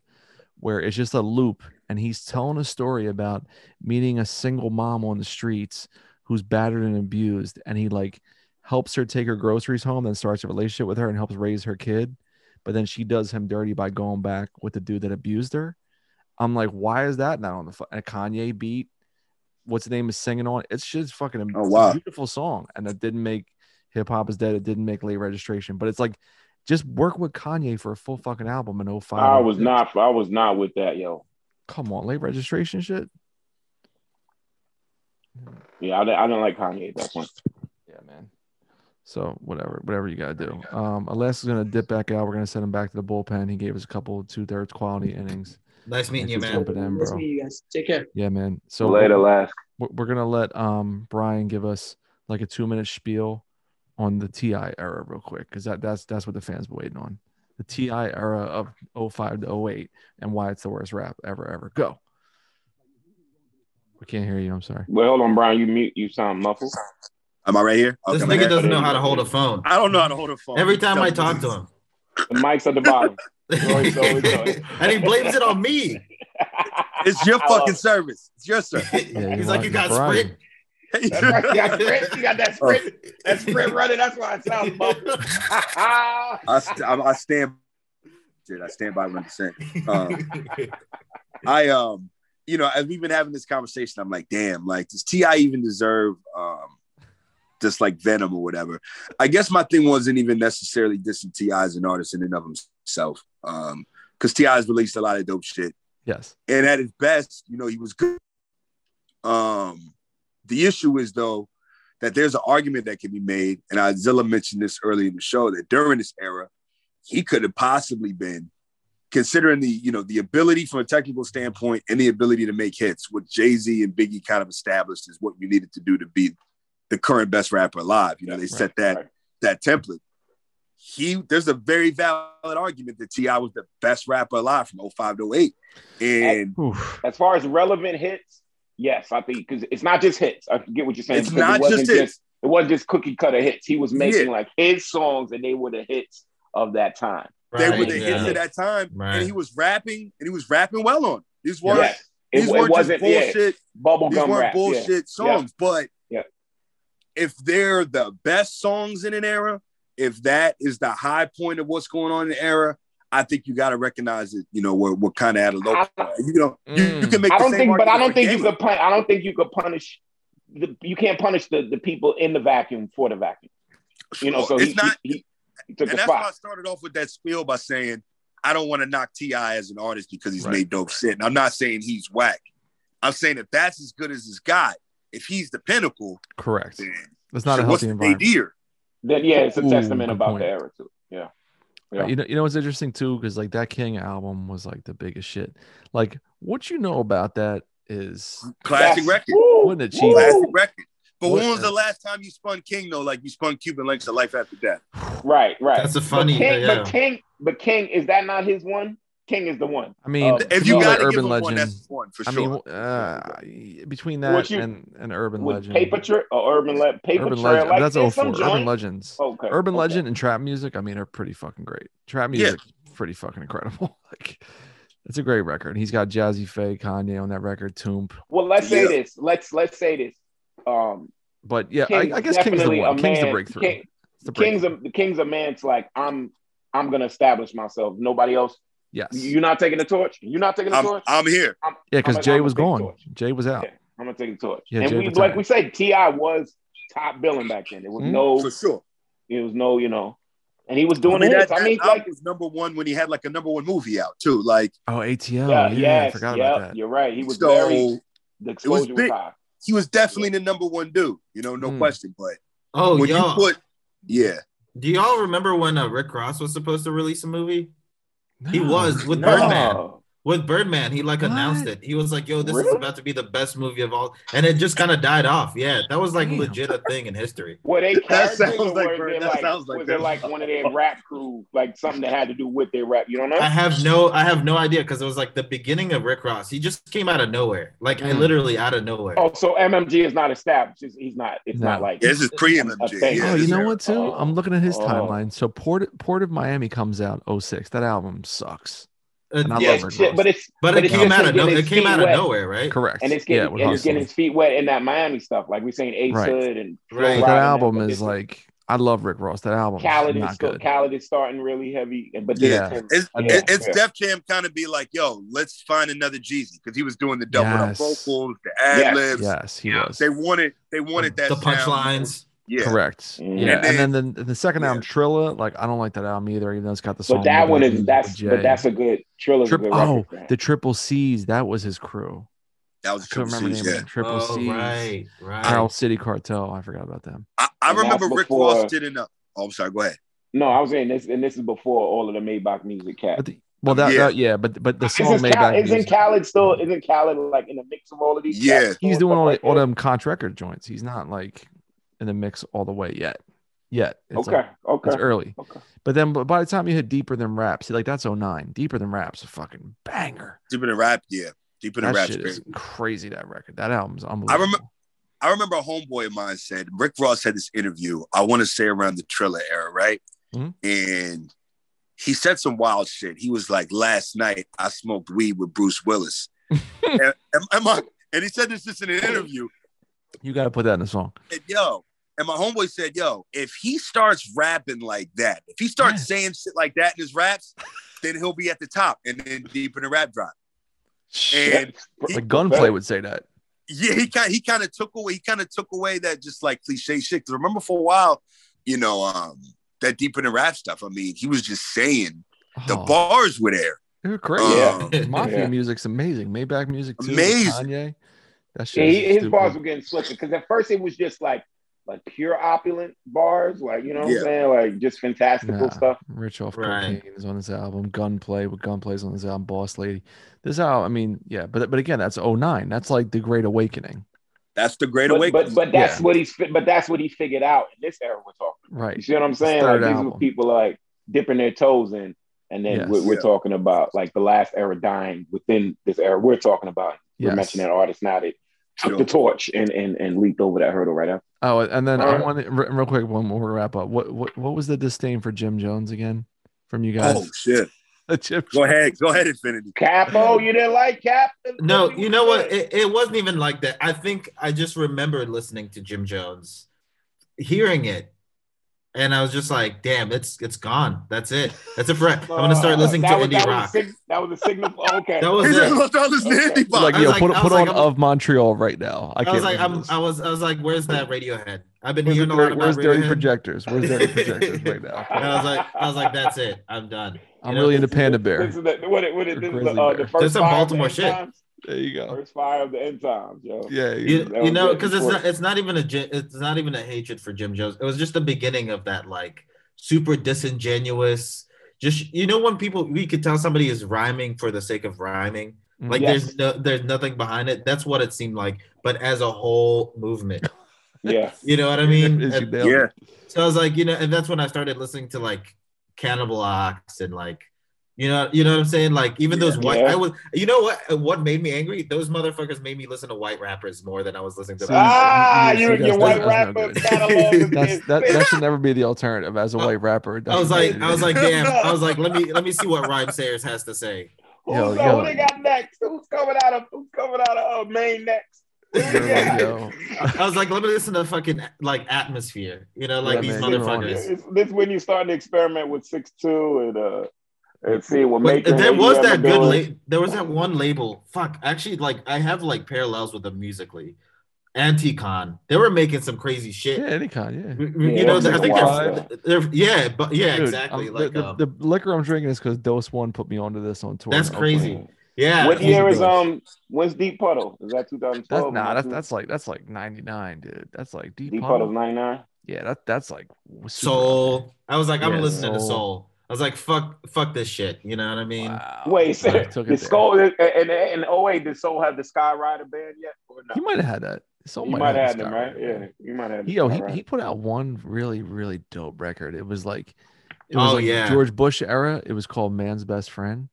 S2: where it's just a loop, and he's telling a story about meeting a single mom on the streets who's battered and abused, and he like helps her take her groceries home, then starts a relationship with her and helps raise her kid. But then she does him dirty by going back with the dude that abused her. I'm like, why is that not on the fu- a Kanye beat? What's the name is singing on? It's just fucking am-
S4: Oh,
S2: it's a
S4: wow.
S2: beautiful song, and it didn't make hip hop is dead. It didn't make late registration, but it's like just work with Kanye for a full fucking album in 05.
S5: I was not. I was not with that, yo.
S2: Come on, late registration shit.
S5: Yeah, I, didn't- I didn't like Kanye at that point.
S2: Yeah, man. So whatever, whatever you gotta do. Um, Alaska's gonna dip back out. We're gonna send him back to the bullpen. He gave us a couple two thirds quality innings.
S3: nice meeting you,
S2: It's
S3: man.
S2: open end,
S7: Nice
S2: bro.
S7: meeting you guys. Take care.
S2: Yeah, man. So
S5: Later, last.
S2: we're, we're gonna let um Brian give us like a two minute spiel on the TI era real quick because that that's that's what the fans been waiting on the TI era oh of 05 to 08 and why it's the worst rap ever ever go. We can't hear you. I'm sorry.
S5: Well, hold on, Brian. You mute. You sound muffled.
S4: Am I right here? Okay,
S3: This
S4: am I here?
S3: nigga doesn't know how to hold a phone.
S4: I don't know how to hold a phone.
S3: Every time I talk to him,
S5: The mic's at the bottom. Always, always, always.
S3: and he blames it on me.
S4: it's your
S5: I love
S4: fucking
S5: it.
S4: service. It's your service.
S2: Yeah, you're
S3: He's like, you
S2: right.
S3: got
S2: Brian.
S3: sprint.
S5: That's right. You got, sprint. You got that
S4: Oh.
S5: sprint. That sprint running. That's why it sounds muffled.
S4: I, st- I, I stand. Dude, I stand by what I'm saying.
S2: Uh,
S4: Um, I um, you know, as we've been having this conversation, I'm like, damn, like does Ti even deserve um, just like Venom or whatever? I guess my thing wasn't even necessarily dissing Ti as an artist in and of himself, um, because Ti has released a lot of dope shit,
S2: Yes.
S4: and at his best, you know, he was good. Um, the issue is though that there's an argument that can be made, and Zilla mentioned this early in the show that during this era, he could have possibly been considering the you know the ability from a technical standpoint and the ability to make hits, what Jay Z and Biggie kind of established is what you needed to do to be the current best rapper alive. You know, they set that
S5: right.
S4: that template. He there's a very valid argument that Ti was the best rapper alive from 05 to 08. and
S2: Oof.
S5: As far as relevant hits, yes, I think because it's not just hits. I get what you're saying.
S4: It's
S5: because
S4: not
S5: wasn't
S4: just hits.
S5: It wasn't just cookie cutter hits. He was making
S4: Yeah.
S5: like his songs, and they were the hits of that time.
S4: they
S3: Right,
S4: were the
S3: yeah.
S4: hits of that time,
S3: Right.
S4: and he was rapping, and he was rapping well on. it. These weren't
S5: Yes. It,
S4: these
S5: it
S4: weren't just
S5: wasn't
S4: bullshit.
S5: yeah,
S4: these
S5: bubblegum
S4: weren't
S5: rap.
S4: bullshit
S5: Yeah.
S4: songs, but
S5: Yeah.
S4: if they're the best songs in an era, if that is the high point of what's going on in the era, I think you got to recognize it. You know, we're, we're kind of at a low.
S5: I-
S4: point. You know, you, you
S2: Mm.
S4: can make.
S5: I
S4: the
S5: don't
S4: same
S5: think, but I don't
S4: argument
S5: think
S4: for
S5: you
S4: Gamer.
S5: could pun- I don't think you could punish. The, you can't punish the, the people in the vacuum for the vacuum. You know, so
S4: it's
S5: he,
S4: not.
S5: he, he, he took
S4: and
S5: the
S4: that's why I
S5: spot.
S4: started off with that spiel by saying I don't want to knock Ti as an artist because he's
S2: Right.
S4: made dope shit, and I'm not saying he's whack. I'm saying if that's as good as it's got, if he's the pinnacle,
S2: Correct.
S4: then
S2: That's not a
S4: shit, what's
S2: healthy
S4: the
S2: environment.
S4: nadir?
S5: Then yeah, it's a
S2: Ooh,
S5: testament
S2: good
S5: about
S2: point.
S5: the era too. Yeah, Yeah.
S2: Uh, You know, you know what's interesting too, because like that King album was like the biggest shit. Like what you know about that is
S4: Classic
S5: That's-
S4: record,
S5: Woo,
S2: What an achievement.
S4: classic
S5: woo.
S4: record. But
S2: What
S4: when was
S2: a-
S4: the last time you spun King though? Like you spun Cuban Links to Life After Death.
S5: Right, right.
S3: That's a funny.
S5: But King,
S3: yeah.
S5: but King, but King, is that not his one? King is the one.
S2: I mean
S5: Uh,
S4: If
S2: to
S4: you
S2: me,
S4: got
S2: like
S4: to give
S2: urban
S4: him one,
S2: legend.
S4: that's one for
S2: I
S4: sure.
S2: mean uh, between
S5: What
S2: that
S5: you-
S2: and, and urban
S5: With
S2: legend.
S5: paper trail, or urban le- paper
S2: urban
S5: trail.
S2: legend.
S5: Like,
S2: that's
S5: there's
S2: all for
S5: some
S2: urban
S5: joint-
S2: legends.
S5: Okay,
S2: urban
S5: okay.
S2: legend and trap music i mean are pretty fucking great trap
S4: Yeah.
S2: music pretty fucking incredible like it's a great record he's got jazzy faye kanye on that record tomb
S5: Well, let's say
S4: Yeah.
S5: this. Let's let's say this. Um,
S2: but yeah
S5: King
S2: I, I guess king's the
S5: definitely
S2: one
S5: a
S2: king's the
S5: man.
S2: breakthrough
S5: King-
S2: It's the
S5: King's
S2: breakthrough.
S5: a King's a man. It's like I'm I'm gonna establish myself. Nobody else.
S2: yes
S5: You're not taking the torch. You're not taking the
S4: I'm,
S5: torch.
S4: I'm here.
S2: yeah because
S5: I'm a-
S2: jay
S5: I'm a
S2: was
S5: big
S2: gone
S5: torch.
S2: jay was out
S5: Yeah, I'm gonna take the torch.
S2: Yeah,
S5: and
S2: Jay
S5: we
S2: Batan.
S5: like we said, Ti was top billing back then. There was
S2: Mhm.
S5: no,
S4: For sure.
S5: it was no, you know, and he was doing it.
S4: that,
S5: I mean,
S4: that
S5: like
S4: album was number one when he had like a number one movie out too. Like
S2: oh atl
S5: yeah,
S2: yeah, i
S5: yes,
S2: forgot
S5: yeah,
S2: about that
S5: you're right. He was
S4: so
S5: very the exposure was,
S4: big.
S5: high.
S4: he was definitely the number one dude. You know, no
S2: Mm.
S4: question. But
S3: Oh,
S4: when you
S3: y'all.
S4: put yeah,
S3: do y'all remember when uh, Rick Ross was supposed to release a movie? He
S2: No.
S3: was with
S5: No.
S3: Birdman. With Birdman, he like
S2: What?
S3: announced it. He was like, "Yo, this is
S5: Really?
S3: about to be the best movie of all," and it just kind of died off. Yeah, that was like
S2: Damn.
S3: legit a thing in history.
S5: Were they
S4: That
S5: characters
S4: sounds
S5: or
S4: like
S5: were
S4: Bird-
S5: they
S4: that
S5: like,
S4: sounds like
S5: was it
S4: Bird.
S5: like one of their rap crew, like something that had to do with their rap? You don't know?
S3: I have no, I have no idea because it was like the beginning of Rick Ross. He just came out of nowhere, like I
S2: Mm.
S3: literally out of nowhere.
S5: oh, so MMG is not established. It's- He's not. It's
S2: No.
S5: not like
S4: this is pre MMG.
S5: Okay.
S4: Yeah,
S2: oh, you
S4: this
S2: know
S4: era.
S2: what too? I'm looking at his
S5: Oh.
S2: timeline. So Port Port of Miami comes out 06. That album sucks.
S3: Uh,
S2: And I
S3: yeah,
S2: love
S5: yeah,
S2: Rick
S5: shit,
S2: Ross.
S5: but it's
S3: but,
S5: but
S3: it
S5: it's
S3: came
S5: just
S3: out of
S5: him
S3: no,
S5: getting
S3: it
S5: his
S3: came
S5: feet
S3: out of
S5: wet.
S3: nowhere, right?
S2: Correct.
S5: and it's getting
S2: yeah, with
S5: and it's getting
S2: Hustler.
S5: his feet wet in that Miami stuff, like we're saying Ace
S2: Right.
S5: Hood and Flo
S3: Right.
S5: Rida
S2: that
S5: and
S2: album
S5: but
S2: is
S5: this
S2: like I love Rick Ross. That album
S5: Khaled
S2: is
S5: is
S2: not
S5: still,
S2: good.
S5: Khaled is starting really heavy, and but
S2: Yeah.
S5: yeah, him,
S4: It's,
S5: Yeah,
S4: it- it's
S5: yeah.
S4: Def Jam kind of be like, yo, let's find another Jeezy because he was doing the double
S2: Yes.
S4: the vocals, the ad libs.
S2: Yes, he was
S4: They wanted, they wanted that
S3: The
S4: sound.
S3: punchlines.
S4: Yeah,
S2: correct.
S5: Mm.
S2: Yeah,
S4: And
S2: and then, the, the second album Trilla, like I don't like that album either, even though it's got the song.
S5: but that
S2: Nobody
S5: one
S2: Knew
S5: is
S2: with
S5: that's
S2: Jay.
S5: but that's a good Trilla's a
S2: Trip-
S5: good
S2: oh,
S5: record. man.
S2: the Triple C's. That was his crew.
S4: that
S2: I
S4: was a
S2: couldn't
S4: couple
S2: remember the
S4: C's,
S2: name. of
S4: yeah.
S2: it. Triple
S3: oh,
S2: C's.
S3: right, right.
S2: Owl City Cartel. I forgot about them.
S4: I, I
S5: And that's
S4: remember Rick
S5: before-
S4: Ross did enough. Oh, I'm sorry. Go ahead.
S5: no, I was saying this, and this is before all of the Maybach music
S2: But
S5: cat.
S2: the, well, that
S4: Yeah.
S2: yeah. yeah, but but the song
S5: Isn't,
S2: made
S5: Cal-
S2: back.
S5: isn't
S2: music.
S5: Khaled still? Isn't Khaled like in the mix of all of these?
S4: Yeah.
S5: cats
S2: He's
S5: and
S2: doing
S5: stuff
S2: all
S5: like
S2: the, all
S5: that?
S2: them contract joints. He's not like in the mix all the way yet. Yet it's
S5: Okay,
S2: like,
S5: okay.
S2: it's early.
S5: Okay.
S2: But then but by oh the time you hit deeper than rap, see like that's 09. Deeper than rap's a fucking banger.
S4: Deep in the rap, yeah. Deep in the
S2: That
S4: Rat's
S2: shit
S4: Grave.
S2: is crazy. That record. That album's unbelievable.
S4: I remember- I remember a homeboy of mine said Rick Ross had this interview. I want to say around the Triller era, right?
S2: Mhm.
S4: And he said some wild shit. He was like, "Last night I smoked weed with Bruce Willis," and, and, and my- and he said this just in an interview.
S2: You got to put that in a song.
S4: said, yo, and my homeboy said, yo, if he starts rapping like that, if he starts saying shit like that in his raps, then he'll be at the top and then deep in the rap drop. And he-
S2: Like Gunplay would say that.
S4: yeah, he kind he kind of took away he kind of took away that just like cliche shit. Because remember for a while, you know, um, that deep in the rap stuff. I mean, he was just saying the
S2: Oh,
S4: bars were there.
S2: They're crazy.
S5: Yeah.
S4: Um,
S2: Mafia
S5: Oh. Yeah.
S2: music's amazing. Maybach music too. with
S4: Amazing.
S2: Kanye. That shit.
S5: Yeah,
S2: is
S5: he, his
S2: stupid.
S5: bars were getting switched because at first it was just like like pure opulent bars, like you know what
S4: Yeah.
S5: I'm saying, like just fantastical
S2: Nah.
S5: stuff.
S2: Rich off
S3: Right.
S2: cocaine is on this album. Gunplay with Gunplay's on this album. Boss Lady. This album. I mean, yeah, but but again, that's 09. That's like the Great Awakening,
S4: That's the great
S5: But, but
S4: awakening.
S5: but that's what he's fi- but that's what he figured out in this era we're talking. You
S2: right?
S5: see what I'm saying?
S2: third
S5: Like these
S2: album.
S5: were people like dipping their toes in, and then
S2: Yes.
S5: we're, we're
S4: Yeah.
S5: talking about like the last era dying within this era we're talking about. We're
S2: Yes.
S5: mentioning artists now that took
S4: Sure.
S5: the torch and and and leaped over that hurdle right after.
S2: Oh, and then I
S5: Alright.
S2: want real quick one more wrap up. What what what was the disdain for Jim Jones again from you
S4: Oh
S2: guys?
S4: shit!
S2: Jim-
S4: Go ahead, go ahead, Infinity.
S5: Capo, you didn't like Cap?
S3: No, you know what? It, it wasn't even like that. I think I just remember listening to Jim Jones, hearing it, and I was just like, "Damn, it's it's gone. That's it. That's it for. I'm gonna start listening to
S5: Uh, That was-
S3: indie
S5: that was a
S3: rock.
S5: sig- that was a signal. oh, Okay.
S3: That was
S4: He's
S3: it.
S4: gonna start listening to
S5: Okay.
S4: indie pop.
S2: like
S3: I was
S2: yo,
S3: like-
S2: put
S3: I was
S2: put
S3: like,
S2: on
S3: I'm-
S2: of Montreal right now. I
S3: I
S2: can't.
S3: was like,
S2: listen to
S3: I'm,
S2: this.
S3: I was, I was like, where's that Radiohead? I've been
S2: Where's,
S3: hearing
S2: the
S3: a lot
S2: dirty,
S3: about
S2: where's dirty
S3: Radiohead.
S2: projectors? Where's dirty projectors right now?
S3: And I was like, I was like, that's it. I'm done.
S2: I'm
S3: know,
S2: really into Panda Bear.
S5: This is the, what it, what it,
S2: Or
S5: this is
S2: Grizzly
S5: the, uh,
S2: Bear.
S5: the first
S3: There's some
S5: fire of the
S3: Baltimore
S5: end
S3: shit.
S5: times.
S2: There you go.
S5: First fire of the end times, yo.
S2: Yeah. you-
S3: You,
S5: That
S3: you
S5: was
S3: know,
S5: it.
S3: because it's not, it's not even a, gen- it's not even a hatred for Jim Jones. It was just the beginning of that, like super disingenuous. Just you know, when people we could tell somebody is rhyming for the sake of rhyming.
S2: Mm.
S3: Like
S5: Yes.
S3: there's no, there's nothing behind it. That's what it seemed like. But as a whole movement,
S5: Yeah.
S3: you know what I mean? uh,
S2: Is you
S3: And-
S2: nailed it.
S4: yeah,
S3: So I was like, you know, and that's when I started listening to like Cannibal Ox and like, you know, you know what I'm saying? Like even those white,
S5: Yeah.
S3: I was, you know what? uh, What made me angry? Those motherfuckers made me listen to white rappers more than I was listening to.
S2: See,
S5: Ah,
S2: you- you-
S5: you,
S2: see,
S5: your
S2: that's-
S5: white
S2: that's no
S5: rapper
S2: good.
S5: catalog is
S2: That's, that, that should never be the alternative as a
S3: I-
S2: white rapper. it
S3: I was like,
S2: doesn't
S3: I was like,
S4: That's
S3: damn.
S5: amazing.
S3: I was like, let me let me see what Rhyme Sayers has to say.
S5: Who's,
S2: Yo,
S5: uh,
S2: yo.
S5: Who they got next? Who's coming out of who's coming out of uh, Maine next? Who
S2: need to
S5: they
S2: be-
S5: got?
S2: Yo,
S3: I was like, let me listen to fucking like atmosphere. You know, like
S2: Yeah,
S3: these
S2: man, you're on
S5: It's,
S3: motherfuckers.
S5: this when you start to experiment with six two and uh and see what
S3: But
S5: Maker
S3: there
S5: and
S3: was
S5: ADM are
S3: that good.
S5: doing.
S3: La- there was that one label. Fuck, actually, like I have like parallels with them musically. Anticon, they were making some crazy shit.
S2: yeah, any kind, yeah.
S3: You- you
S5: Yeah,
S3: know,
S5: it was
S3: I
S5: like
S3: think
S5: a
S3: they're,
S5: wild stuff.
S3: they're- yeah, but yeah,
S2: Dude,
S3: exactly.
S2: I'm- the-
S3: like,
S2: the,
S3: um,
S2: the liquor I'm drinking is because Dose One put me onto this on tour.
S3: that's
S2: in Oakland.
S3: crazy. Yeah,
S5: What
S2: he's
S5: year
S2: the
S5: is
S2: best.
S5: um? When's Deep Puddle? Is that
S2: That's
S5: 2012?
S2: nah, that's that's like that's like 99, dude. That's like deep.
S5: Deep
S2: Puddle.
S5: Puddle's 99.
S2: Yeah, that that's like super-
S3: soul. I was like, I'm
S2: Yeah,
S3: listening to
S2: Soul.
S3: soul. I was like, fuck, fuck this shit. You know what I mean?
S2: Wow.
S5: Wait, so
S2: Took it
S5: the
S2: there.
S5: Skull and, and, and oh wait, did Soul have the Sky Rider band yet? Or
S2: He
S5: no?
S2: might have had that. Soul
S5: You might have had
S2: this
S5: them,
S2: guy
S5: right?
S2: there.
S5: Yeah, you might have.
S2: He, yo, he, he put out one really really dope record. It was like it was
S3: Oh,
S2: like
S3: yeah.
S2: George Bush era. It was called Man's Best Friend.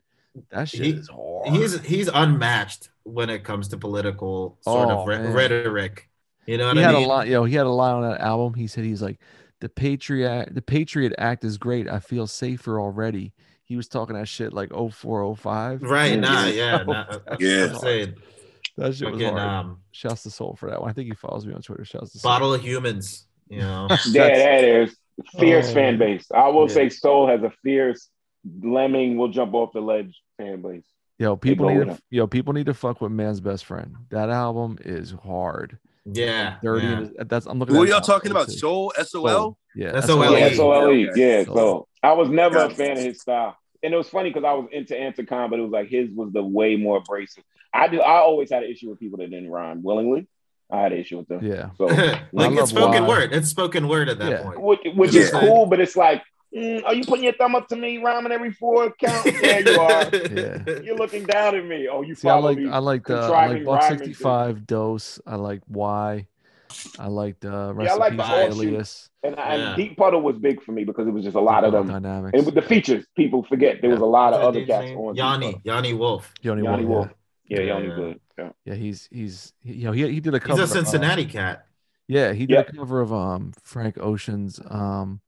S2: That shit
S3: He-
S2: is hard.
S3: He's he's unmatched when it comes to political sort
S2: Oh,
S3: of re-
S2: man.
S3: rhetoric. You know what
S2: he
S3: I
S2: had
S3: mean?
S2: a line, yo. He had a line on that album. He said he's like, the Patriot, the Patriot Act is great. I feel safer already. He was talking that shit like 0405.
S3: Right? Nah,
S2: So-
S3: yeah, nah,
S4: Yeah.
S3: I'm saying,
S2: that shit was
S3: fucking,
S2: hard.
S3: um,
S2: Shouts to Soul for that one. I think he follows me on Twitter. Shouts to Soul.
S3: bottle of humans. You know,
S5: Yeah, that is fierce
S2: Oh.
S5: fan base. I will
S3: Yeah.
S5: say Soul has a fierce lemming will jump off the ledge fan base.
S2: Yo, people
S5: go
S2: need
S5: with
S2: to,
S5: him.
S2: yo, people need to fuck with man's best friend. That album is hard.
S3: yeah,
S2: Dirty.
S3: yeah.
S2: and- that's I'm looking.
S4: Who
S2: at
S4: are
S2: it
S4: y'all
S2: now.
S4: talking about?
S2: It's a-
S4: Soul, S O
S2: Soul.
S4: L.
S2: Yeah,
S3: That's
S2: SOL.
S3: OLE.
S5: Yeah, SOLE. E, Yeah,
S2: Soul.
S5: so I was never a
S4: Yeah.
S5: fan of his style. And it was funny because I was into Anticon, but it was like his was the way more abrasive. I do. I always had an issue with people that didn't rhyme willingly. I had an issue with them.
S2: Yeah.
S5: So
S3: like
S2: love
S3: it's spoken
S2: why-
S3: word. It's spoken word at that
S2: Yeah.
S3: point.
S5: which, which
S4: Yeah.
S5: is cool, but it's like, mm, are you putting your thumb up to me, rhyming every four count? Yeah, you are. You're looking down at me. Oh, you
S2: See, I
S5: follow
S2: like uh,
S5: me.
S2: I like the I like
S5: contriving
S2: Buck
S5: rhyming
S2: sixty five dose. I like why. I like the rest
S5: I like
S2: in
S5: the
S2: peace,
S5: whole shoot.
S2: alias.
S5: and,
S3: Yeah.
S5: and Deep Puddle was big for me because it was just a lot of them.
S2: dynamics.
S5: And with the features, people forget there was a lot of other cats on. Deep
S3: Yanni,
S5: Puddle.
S3: Yanni Wolf.
S2: Yoni
S5: Yanni
S2: Wolf.
S5: Wolf. Yeah,
S3: Yeah,
S5: y'all
S3: yeah.
S5: do good. Yeah.
S2: Yeah, he's he's he, you know he, he did a
S3: He's
S2: cover.
S3: a
S2: of, uh,
S3: Cincinnati cat.
S2: yeah, he did
S5: Yeah.
S2: a cover of um Frank Ocean's um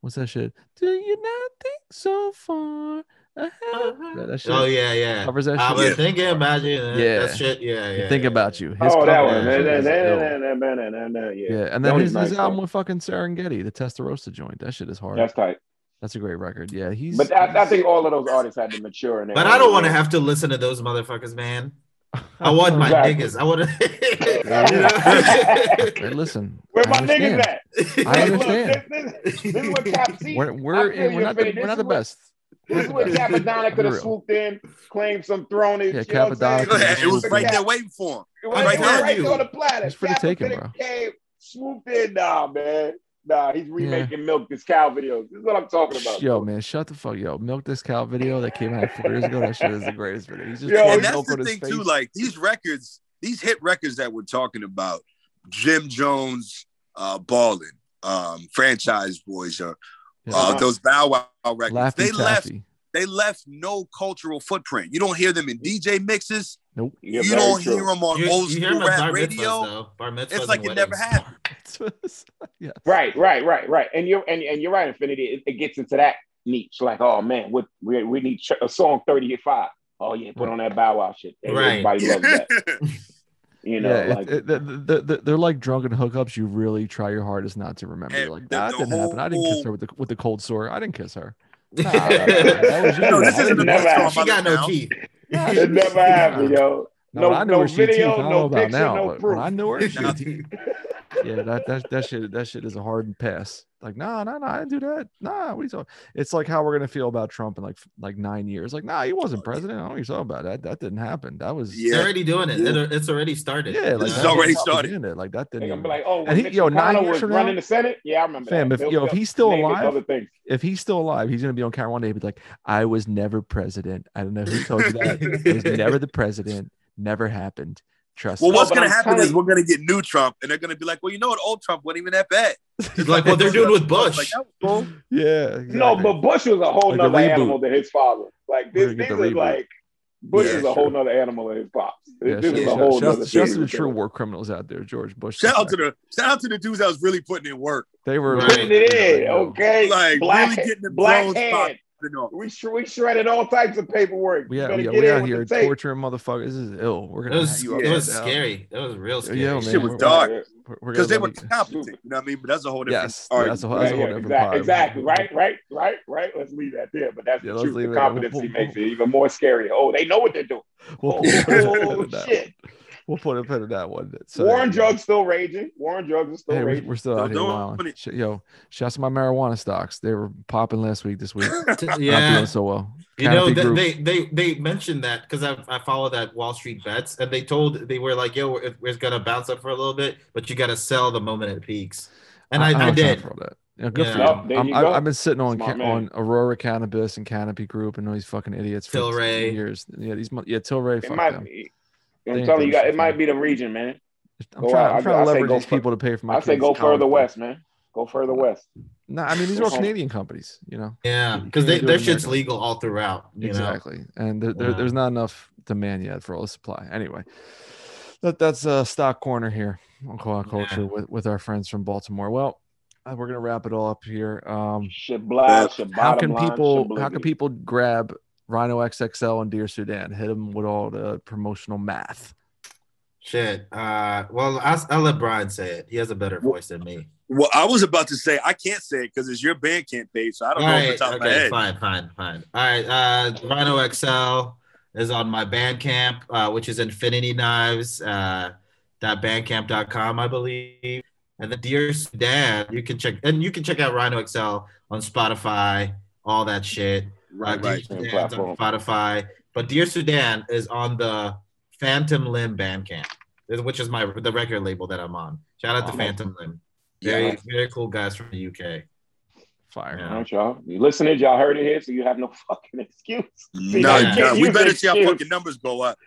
S2: what's that shit? Do you not think so far? ahead?"
S5: Mm-hmm.
S2: That, that shit.
S3: Oh yeah, yeah.
S2: Covers that
S3: I
S2: shit.
S3: was
S2: Yeah.
S3: thinking about you. uh,
S2: Yeah.
S3: That shit. Yeah, yeah.
S2: think
S3: yeah.
S2: about you. His
S5: Oh, that
S2: cover
S5: one.
S2: of shit is ill.
S5: Yeah,
S2: Yeah, and
S5: That
S2: then
S5: one
S2: his,
S5: is
S2: his
S5: nice,
S2: album
S5: though.
S2: with fucking Serengeti, the Testarossa joint. That shit is hard.
S5: that's
S2: That's,
S5: tight.
S2: a great record. Yeah, he's.
S5: But I, I think all of those artists had to mature in their
S3: But
S5: own
S3: I don't want to
S5: way.
S3: have to listen to those motherfuckers, man. I want my
S5: Oh, Exactly.
S3: niggas. I want
S2: Hey, listen.
S5: Where
S2: I
S5: my
S2: understand.
S5: niggas at?
S2: I
S5: Hey, look,
S2: understand.
S5: This, this, this is what
S3: to.
S5: Cap see.
S2: We're we're,
S5: I feel
S2: we're
S5: you,
S2: not the,
S5: man.
S2: we're
S5: This
S2: not
S5: is
S2: the
S5: what-
S2: best.
S5: This is what
S2: Yeah.
S5: Capadonna could have
S2: Real.
S5: swooped in, claimed some throne and
S2: Yeah,
S5: shit. you know what I'm saying?
S2: Capadonna
S4: it was
S2: Fucking
S4: right
S2: cat.
S4: there waiting for him.
S5: It was
S4: Right
S5: right,
S4: there.
S5: right there on the planet.
S2: He's pretty
S5: Cap
S2: taken,
S5: could've
S2: bro.
S5: Came, swooped in. Nah, man. Nah, he's remaking Milk this cow videos. This is what I'm talking about.
S2: Yo, man, shut the fuck. Yo, milk this cow video that came out four years ago. That shit is the greatest video. He's just
S5: Yo,
S2: pouring
S4: and
S5: he
S4: that's
S2: milk on
S4: the
S2: his
S4: thing too.
S2: face.
S4: Like these records, these hit records that we're talking about, Jim Jones, uh, Ballin, um, Franchise Boys, uh,
S2: Yeah.
S4: uh, those Bow Wow records.
S2: Laffy
S4: they left.
S2: Taffy.
S4: They left no cultural footprint. You don't hear them in DJ mixes.
S5: Yeah,
S4: you
S5: very
S4: don't
S5: true.
S4: hear them on
S3: You,
S4: old
S3: you hear
S4: school
S3: them
S4: rap
S3: at bar mitzvahs,
S4: radio.
S3: though. Bar mitzvahs
S4: It's like
S3: and
S4: it never
S3: weddings.
S4: happened.
S2: yes.
S5: Right, right, right, right. And you're and, and you're right, Infinity. It, it gets into that niche. Like, oh man, what we we need ch- a song 35. Oh yeah, put on that bow wow shit. And
S3: Right.
S5: Everybody loves that. You know,
S2: yeah, it-
S5: like
S2: it- the- the- the- they're like drunken hookups. You really try your hardest not to remember.
S4: And
S2: You're like
S4: the-
S2: that
S4: the
S2: didn't happen. I didn't kiss
S4: whole-
S2: her with the with the cold sore. I didn't kiss her.
S3: Yeah.
S2: was you.
S4: No, this
S2: I
S4: isn't the
S2: didn't-
S4: best
S5: Never
S4: song
S5: happened.
S4: by
S3: she got
S4: the
S3: no
S4: Bow.
S3: teeth.
S5: it never happened, yo.
S2: No,
S5: No-
S2: I knew
S5: no
S2: her shit teeth. I
S5: video,
S2: don't
S5: no
S2: know about
S5: picture,
S2: now,
S5: no
S2: but
S5: proof.
S2: when I knew her shit teeth. Yeah, that, that that shit that shit is a hard pass. Like, nah, nah, nah, I didn't do that. Nah, what are you talking? It's like how we're gonna feel about Trump in like f- like nine years. Like, nah, he
S5: Oh,
S2: wasn't president. I don't know what you're talking about. That that didn't happen. That was
S4: Yeah.
S3: They're already doing it.
S4: Yeah.
S3: It- It's already started.
S2: yeah, like
S4: is
S2: that was
S4: already started.
S2: propaganda. Like that
S5: They're
S2: didn't. Even,
S5: gonna be like, oh, when
S2: And he-
S5: Mitch
S2: yo, nine
S5: McConnell
S2: years
S5: was
S2: from now-
S5: running the Senate. Yeah, I remember.
S2: Fam,
S5: that.
S2: if-
S5: They'll-
S2: yo, if
S5: they'll
S2: he's still
S5: name it
S2: alive-
S5: other things.
S2: if he's still alive, he's gonna be on camera one day. He'd be like, I was never president. I don't know who told you that. I was never the president. Never happened. Trust
S4: Well,
S2: me.
S4: what's
S5: but
S4: gonna
S5: I'm
S4: happen
S5: telling
S4: is
S5: you-
S4: we're gonna get new Trump, and they're gonna be like, "Well, you know what? Old Trump wasn't even that bad."
S3: It's like what they're doing with Bush.
S4: Like, that was cool.
S2: Yeah.
S5: No,
S2: exactly.
S5: but Bush was a whole
S2: Like a
S5: nother
S2: reboot.
S5: animal than his father. Like this,
S2: We're gonna get
S5: these
S2: the
S5: are
S2: reboot.
S5: like Bush
S4: Yeah,
S5: is a whole
S2: sure.
S5: nother animal than his pops. This,
S2: Yeah,
S5: this is
S2: shout-
S5: a whole
S2: shout,
S5: nother
S2: shout out to
S5: thing.
S2: the true war criminals out there, George Bush.
S4: Shout out to the shout out to the dudes that was really putting in work.
S2: they were
S3: Right.
S5: Putting it in, okay?
S4: Like,
S5: black,
S4: really getting the
S5: black
S4: bronze
S5: hand.
S4: spot. You know,
S5: We, sh- we shredded all types of paperwork.
S2: We, out-
S5: Better
S2: we,
S5: get
S2: we
S5: in
S2: out
S5: with
S2: here
S5: the tape.
S2: torturing motherfuckers. This is ill. We're
S3: It
S2: gonna
S3: was,
S2: hang
S3: it
S2: you
S4: yeah,
S2: upside
S3: was
S2: down.
S3: scary. It was real scary.
S2: Yeah,
S4: shit
S2: man,
S4: was
S2: we're-
S4: dark
S2: We're- we're
S4: because they
S2: gonna
S4: were
S2: be-
S4: competent. You know what I mean? But that's a whole different.
S2: Yes,
S4: All right.
S2: that's a whole,
S5: Yeah,
S2: that's a whole
S5: yeah,
S2: different
S5: exact-
S2: part.
S5: exactly. Right, right, right, right. Let's leave that there. But that's
S2: Yeah,
S5: the
S2: let's
S5: truth.
S2: leave
S5: The
S2: it there.
S5: competency makes it even more scary. Oh, they know what they're doing.
S2: We'll,
S5: Oh,
S2: we'll put a pin in that
S5: shit.
S2: one. We'll put a pin in that one. So,
S5: Warren drugs still raging. Warren drugs is still
S2: Hey, we're,
S5: raging.
S2: we're still
S4: Still
S2: out here
S4: doing
S2: wilding.
S4: it.
S2: Shit, Yo, shouts to my marijuana stocks. They were popping last week. This week, not
S3: yeah.
S2: doing so well.
S3: You know,
S2: Canopy
S3: they,
S2: Group.
S3: they they they mentioned that because I, I follow that Wall Street bets, and they told they were like, "Yo, we're, we're gonna bounce up for a little bit, but you gotta sell the moment it peaks." And
S2: don't
S3: I, I,
S2: have time
S3: did.
S2: for all that. Yeah, good
S3: Yeah.
S2: for
S5: Yup,
S2: you.
S5: there
S2: I'm,
S5: you
S2: I,
S5: go.
S2: I've been sitting on
S5: Smart
S2: ca-
S5: man.
S2: on Aurora Cannabis and Canopy Group and all these fucking idiots for
S3: Tilray.
S2: 16 years. Yeah, these mo- yeah Tilray.
S5: It
S2: Fuck
S5: might
S2: them.
S5: be.
S2: They
S5: I'm
S2: ain't
S5: telling
S2: doing
S5: you, guys,
S2: shit.
S5: it might be the region, man.
S2: I'm
S5: Go
S2: trying,
S5: out.
S2: I'm
S5: I-
S2: trying
S5: I
S2: to
S5: say
S2: leverage
S5: go
S2: these
S5: for-
S2: people to pay for my.
S5: I say
S2: kids'
S5: go
S2: college
S5: further
S2: fund.
S5: west, man. Go further west.
S2: No, I mean these are
S5: Go
S2: all
S5: home.
S2: Canadian companies, you know.
S3: Yeah,
S2: You
S3: because
S2: can't
S3: they
S2: do
S3: their
S2: it in
S3: shit's
S2: America.
S3: legal all throughout. You
S2: exactly, and there, there,
S3: Yeah.
S2: there's not enough demand yet for all the supply. Anyway, that that's a stock corner here on co
S3: Yeah.
S2: culture with with our friends from Baltimore. Well, uh, we're gonna wrap it all up here. Um,
S5: Shabla,
S2: how can people how can people grab Rhino XXL and Dear Sudan? Hit them with all the promotional math.
S3: know, shit. Uh, well, I, I'll let Brian say it. He has a better voice than me.
S4: Well, I was about to say I can't say it because it's your Bandcamp page, so I don't know off the top of my head.
S3: Fine, fine, fine. All right. Uh, Rhino XL is on my Bandcamp, uh, which is Infinity Knives. Uh, dot bandcamp.com, I believe. And the Dear Sudan, you can check and you can check out Rhino XL on Spotify, all that shit. Uh,
S4: Right,
S3: Dear
S4: right.
S3: Sudan's
S5: Platform.
S3: on Spotify, but Dear Sudan is on the Phantom Limb Bandcamp, which is my the record label that I'm on. Shout out to
S5: Wow.
S3: Phantom Limb. Very, very cool guys from the UK.
S2: Fire.
S3: Yeah.
S5: Don't y'all? You listeners, y'all heard it here, so you have no fucking excuse. See,
S4: No,
S5: you can't
S4: no, we
S5: use
S4: better
S5: the
S4: see our
S5: excuse.
S4: fucking numbers go up.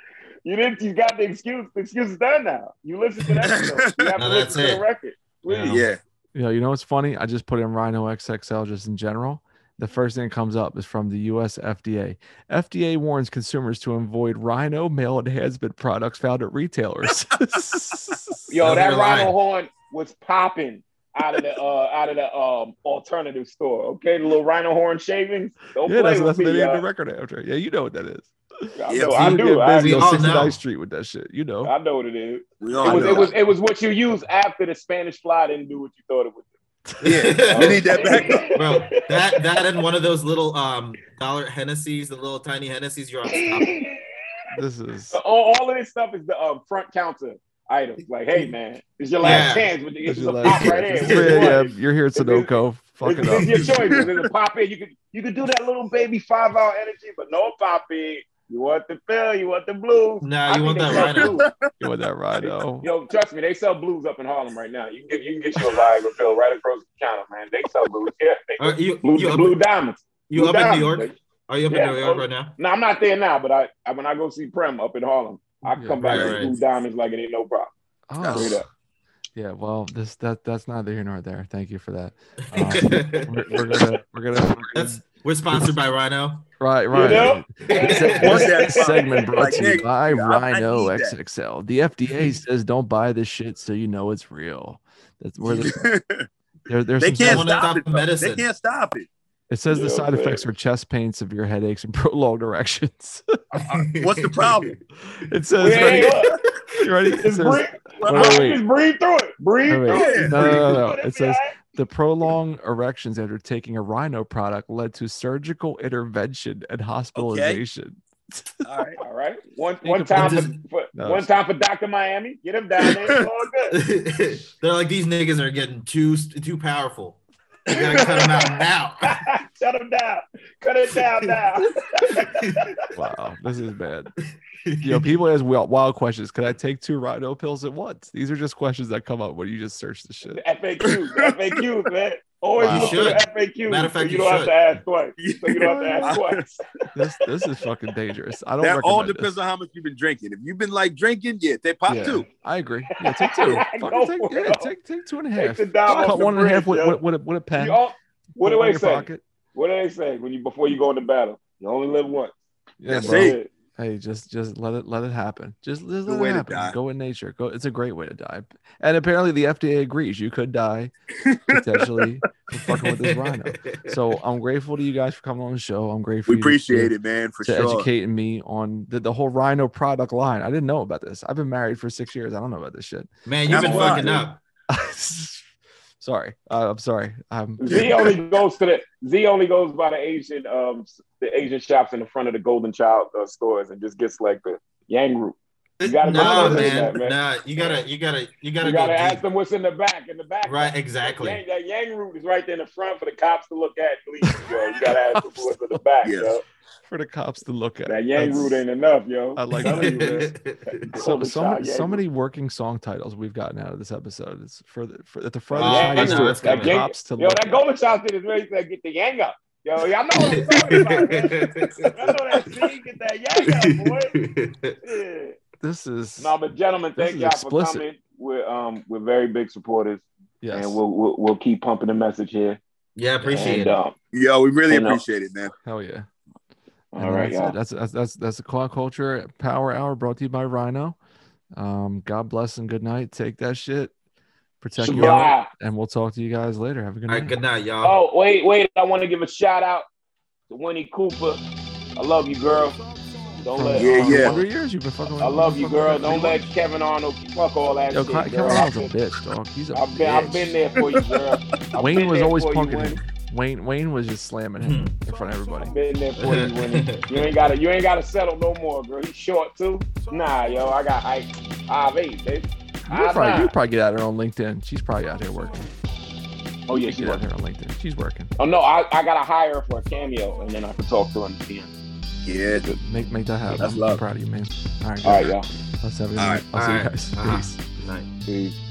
S5: You didn't. You got the excuse. The excuse is done now. You listen to that. show. You have
S3: No,
S5: to
S3: that's
S5: listen to
S3: it.
S5: the record. Please.
S3: Yeah.
S4: Yeah,
S2: You know, you know what's funny? I just put in Rhino XXL just in general, The first thing that comes up is from the US FDA. FDA warns consumers to avoid rhino male enhancement products found at retailers.
S5: Yo,
S3: No,
S5: that
S3: you're
S5: rhino
S3: lying.
S5: horn was popping out of the uh, out of the um, alternative store. Okay, the little rhino horn shavings. Don't
S2: yeah,
S5: play
S2: that's, that's
S5: with
S2: the
S5: me.
S2: name of
S5: Uh,
S2: the record after. Yeah, you know what that is.
S5: I
S4: Yeah,
S5: know, I
S2: You
S5: do.
S2: get
S5: I,
S2: busy
S3: We
S2: on
S3: all
S2: 69th
S3: know.
S2: Street with that shit. You know.
S5: I know what it is.
S4: We
S5: It
S4: all
S5: was,
S4: Oh, know.
S5: it was it was what you used after the Spanish fly didn't do what you thought it would.
S4: yeah,
S2: Oh.
S4: we need that back up.
S5: do.
S3: Bro, that that and one of those little um dollar Hennessy's, the little tiny Hennessy's you're on top. of.
S2: This is
S5: all, all of this stuff is the um, front counter items. Like, hey man, it's your last
S3: Yeah.
S5: chance. With the,
S2: this
S5: it's
S2: is
S5: a
S2: like-
S5: pop right here.
S2: yeah,
S5: Which one?
S2: yeah, you're here at
S5: It's-
S2: Sunoco. Fuck it
S5: It's,
S2: up.
S5: it's your choice. It's a pop in. You could you could do that little baby five hour energy, but no pop in. You want the pill, you want the blues.
S3: Nah,
S5: I
S3: you
S5: think
S3: want
S5: they
S3: that
S5: sell
S3: rhino.
S5: blues.
S2: You want that rhino?
S5: Yo, trust me, they sell blues up in Harlem right now. You can get you can get your Viagra pill right across the counter, man. They sell blues. Yeah, they,
S3: Are you
S5: blue,
S3: you up,
S5: blue diamonds.
S3: you
S5: Blue
S3: up in New
S5: diamonds,
S3: York?
S5: baby.
S3: Are you up
S5: Yeah,
S3: in New York
S5: oh.
S3: right now?
S5: No, I'm not there now, but I, I when I go see Prem up in Harlem, I
S2: Yeah,
S5: come back
S3: right,
S5: with
S3: right.
S5: blue diamonds like it ain't no problem. Straight
S2: Oh,
S5: up.
S2: yeah. Well, this that that's neither here nor there. Thank you for that. Um, we're, we're gonna we're gonna
S3: That's we're sponsored by Rhino.
S2: right
S5: You
S2: right.
S5: know?
S2: What's that segment brought to you
S4: Nick,
S2: by
S4: I- I
S2: Rhino
S4: need that.
S2: XXL? The FDA says don't buy this shit so you know it's real. That's where the, there, there's
S4: they
S2: some
S4: can't
S3: someone
S4: stop
S3: stop
S4: it.
S3: the
S4: though.
S3: medicine.
S4: They can't stop it.
S2: It says the
S5: Yeah,
S2: side
S5: man.
S2: effects are chest pain, severe headaches, and prolonged erections.
S5: Uh,
S4: What's the problem?
S2: it says,
S5: Yeah,
S2: ready?
S5: yeah, look,
S2: You ready? It says,
S5: just breathe, uh,
S2: wait, wait.
S5: just breathe through it. Breathe
S2: Wait,
S5: through
S2: wait.
S5: it.
S4: Yeah.
S2: No, no, no, no.
S5: It'll
S2: It
S5: be all
S2: says
S5: right.
S2: the prolonged erections after taking a rhino product led to surgical intervention and hospitalization.
S4: All right.
S5: All right. One
S2: Think
S5: one
S2: of-
S5: time
S3: I'm
S5: for,
S3: just-
S5: for-
S2: No.
S5: one time for Dr. Miami. Get him down there. It's all good.
S3: They're like these niggas are getting too too powerful. You gotta cut them out now.
S5: Shut him down. Cut it down now.
S2: Wow, this is bad. You know, people ask wild, wild questions. Can I take two rhino pills at once? These are just questions that come up when you just search the shit.
S5: FAQs. FAQs, man. Always
S2: Wow.
S5: look
S3: You
S5: for the
S3: should.
S5: FAQs.
S3: Matter of
S5: so
S3: fact,
S5: you
S3: you
S5: don't have
S3: should.
S5: to ask twice. So you don't have to ask twice.
S2: This this is fucking dangerous. I don't.
S4: That all
S2: recommend
S4: depends
S2: this.
S4: on how much you've been drinking. If you've been like drinking, yeah, they pop
S2: yeah,
S4: too.
S2: I agree. Yeah, take two.
S5: I
S2: Fucking
S5: know,
S2: take,
S5: bro.
S2: yeah, take take two and a
S5: Take
S2: half.
S5: the dime off
S2: Cut
S5: the
S2: one and a half
S5: bridge,
S2: with,
S5: yo.
S2: with, with, a, with a pen.
S5: You all,
S2: Put
S5: what do
S2: one in
S5: they
S2: your
S5: say?
S2: pocket.
S5: What do they say when you before you go into battle? You only live once.
S2: Yeah,
S4: That's
S2: bro.
S4: it.
S2: Hey, just just let it let it happen. Just, just
S4: The
S2: let
S4: way
S2: it
S4: to
S2: happen.
S4: die.
S2: Go in nature. Go. It's a great way to die. And apparently, the FDA agrees you could die potentially for fucking with this rhino. So I'm grateful to you guys for coming on the show. I'm grateful.
S4: We
S2: you to-
S4: appreciate it, man, for
S2: to
S4: sure.
S2: educating me on the, the whole rhino product line. I didn't know about this. I've been married for six years. I don't know about this shit.
S3: Man, you've been
S4: That's why,
S3: fucking
S4: dude.
S3: up.
S2: sorry. Uh, I'm sorry. Um,
S5: Z only goes to the Z only goes by the Asian um s- the Asian shops in the front of the Golden Child uh, stores and just gets like the Yang group. You gotta go
S3: Nah,
S5: further than
S3: man.
S5: that, man.
S3: Nah, you gotta you gotta you gotta
S5: You
S3: go
S5: gotta ask
S3: deep.
S5: them what's in the back. In the back,
S3: Right,
S5: That Yang,
S3: exactly.
S5: that Yang root is right there in the front for the cops to look at. And leave, yo. You gotta ask them what's in the back,
S4: Yes.
S5: yo.
S2: for the cops to look at.
S5: That Yang
S2: That's-
S5: root ain't enough, yo.
S2: I like
S5: Telling
S2: that.
S5: you, man.
S2: So,
S5: Golden
S2: so,
S5: Child
S2: many-
S5: Yang
S2: so
S5: Root.
S2: many working song titles we've gotten out of this episode. It's for the for at the front
S3: Oh,
S2: of the
S5: yeah,
S2: Chinese
S5: no,
S2: store,
S3: it's
S2: got
S3: good.
S2: cops to
S5: Yo,
S2: look
S5: that
S2: at.
S5: Golden Child shit is ready to get the Yang up. Yo, y'all know what I'm talking about. man. Y'all know that Z, get that Yang up, boy. Yeah.
S2: This is
S5: No, but gentlemen,
S2: This
S5: thank
S2: is
S5: y'all
S2: explicit.
S5: for coming. We're um we're very big supporters,
S2: yes.
S5: and we'll, we'll we'll keep pumping the message here.
S3: Yeah, appreciate it.
S5: and, Um,
S4: Yo, we really
S5: You know.
S4: appreciate it, man.
S2: Hell yeah.
S5: all right,
S2: that's, it.
S5: y'all.
S2: that's that's that's that's the Claw Culture Power Hour brought to you by Rhino. Um, God bless and good night. Take that shit. Protect your heart,
S5: Shabbat.
S2: and we'll talk to you guys later. Have a good
S3: All
S2: night.
S3: right, good night, y'all.
S5: Oh wait, wait! I want to give a shout out to Winnie Cooper. I love you, girl. Don't let
S4: Yeah,
S5: um,
S4: yeah.
S2: Hundred years you've been fucking.
S5: I love you,
S2: fucking
S5: girl.
S2: with
S5: Don't
S2: that
S5: let Kevin Arnold fuck all that
S2: Yo,
S5: shit.
S2: Ka-
S5: girl.
S2: Kevin Arnold's a bitch, dog. He's a
S5: I've been, I've been there for you, girl. I've
S2: Wayne
S5: been
S2: was
S5: there
S2: always
S5: for you,
S2: punking
S5: Winnie.
S2: him. Wayne Wayne was just slamming
S3: Hmm.
S2: him in front of everybody.
S5: Been there for you, Winnie. You ain't gotta, you ain't gotta settle no more, girl. You short too? Nah, yo, I got I, I've eight, baby.
S2: You could
S5: I'm
S2: probably,
S5: not.
S2: you could probably get at her on LinkedIn. She's probably out here working.
S5: Oh yeah,
S2: You
S5: she
S2: get at
S5: working.
S2: her on LinkedIn. She's working.
S5: Oh no, I, I gotta hire her for a cameo, and then I can talk to her in the end.
S4: Yeah.
S2: Make make that happen.
S4: That's
S2: I'm
S4: love.
S2: proud of you, man. All right,
S5: All right, y'all.
S2: Let's have a good
S4: All
S2: night.
S4: right.
S2: I'll see
S3: All
S2: you
S3: right.
S2: guys.
S3: Uh-huh.
S2: Peace.
S3: Night.
S5: Peace.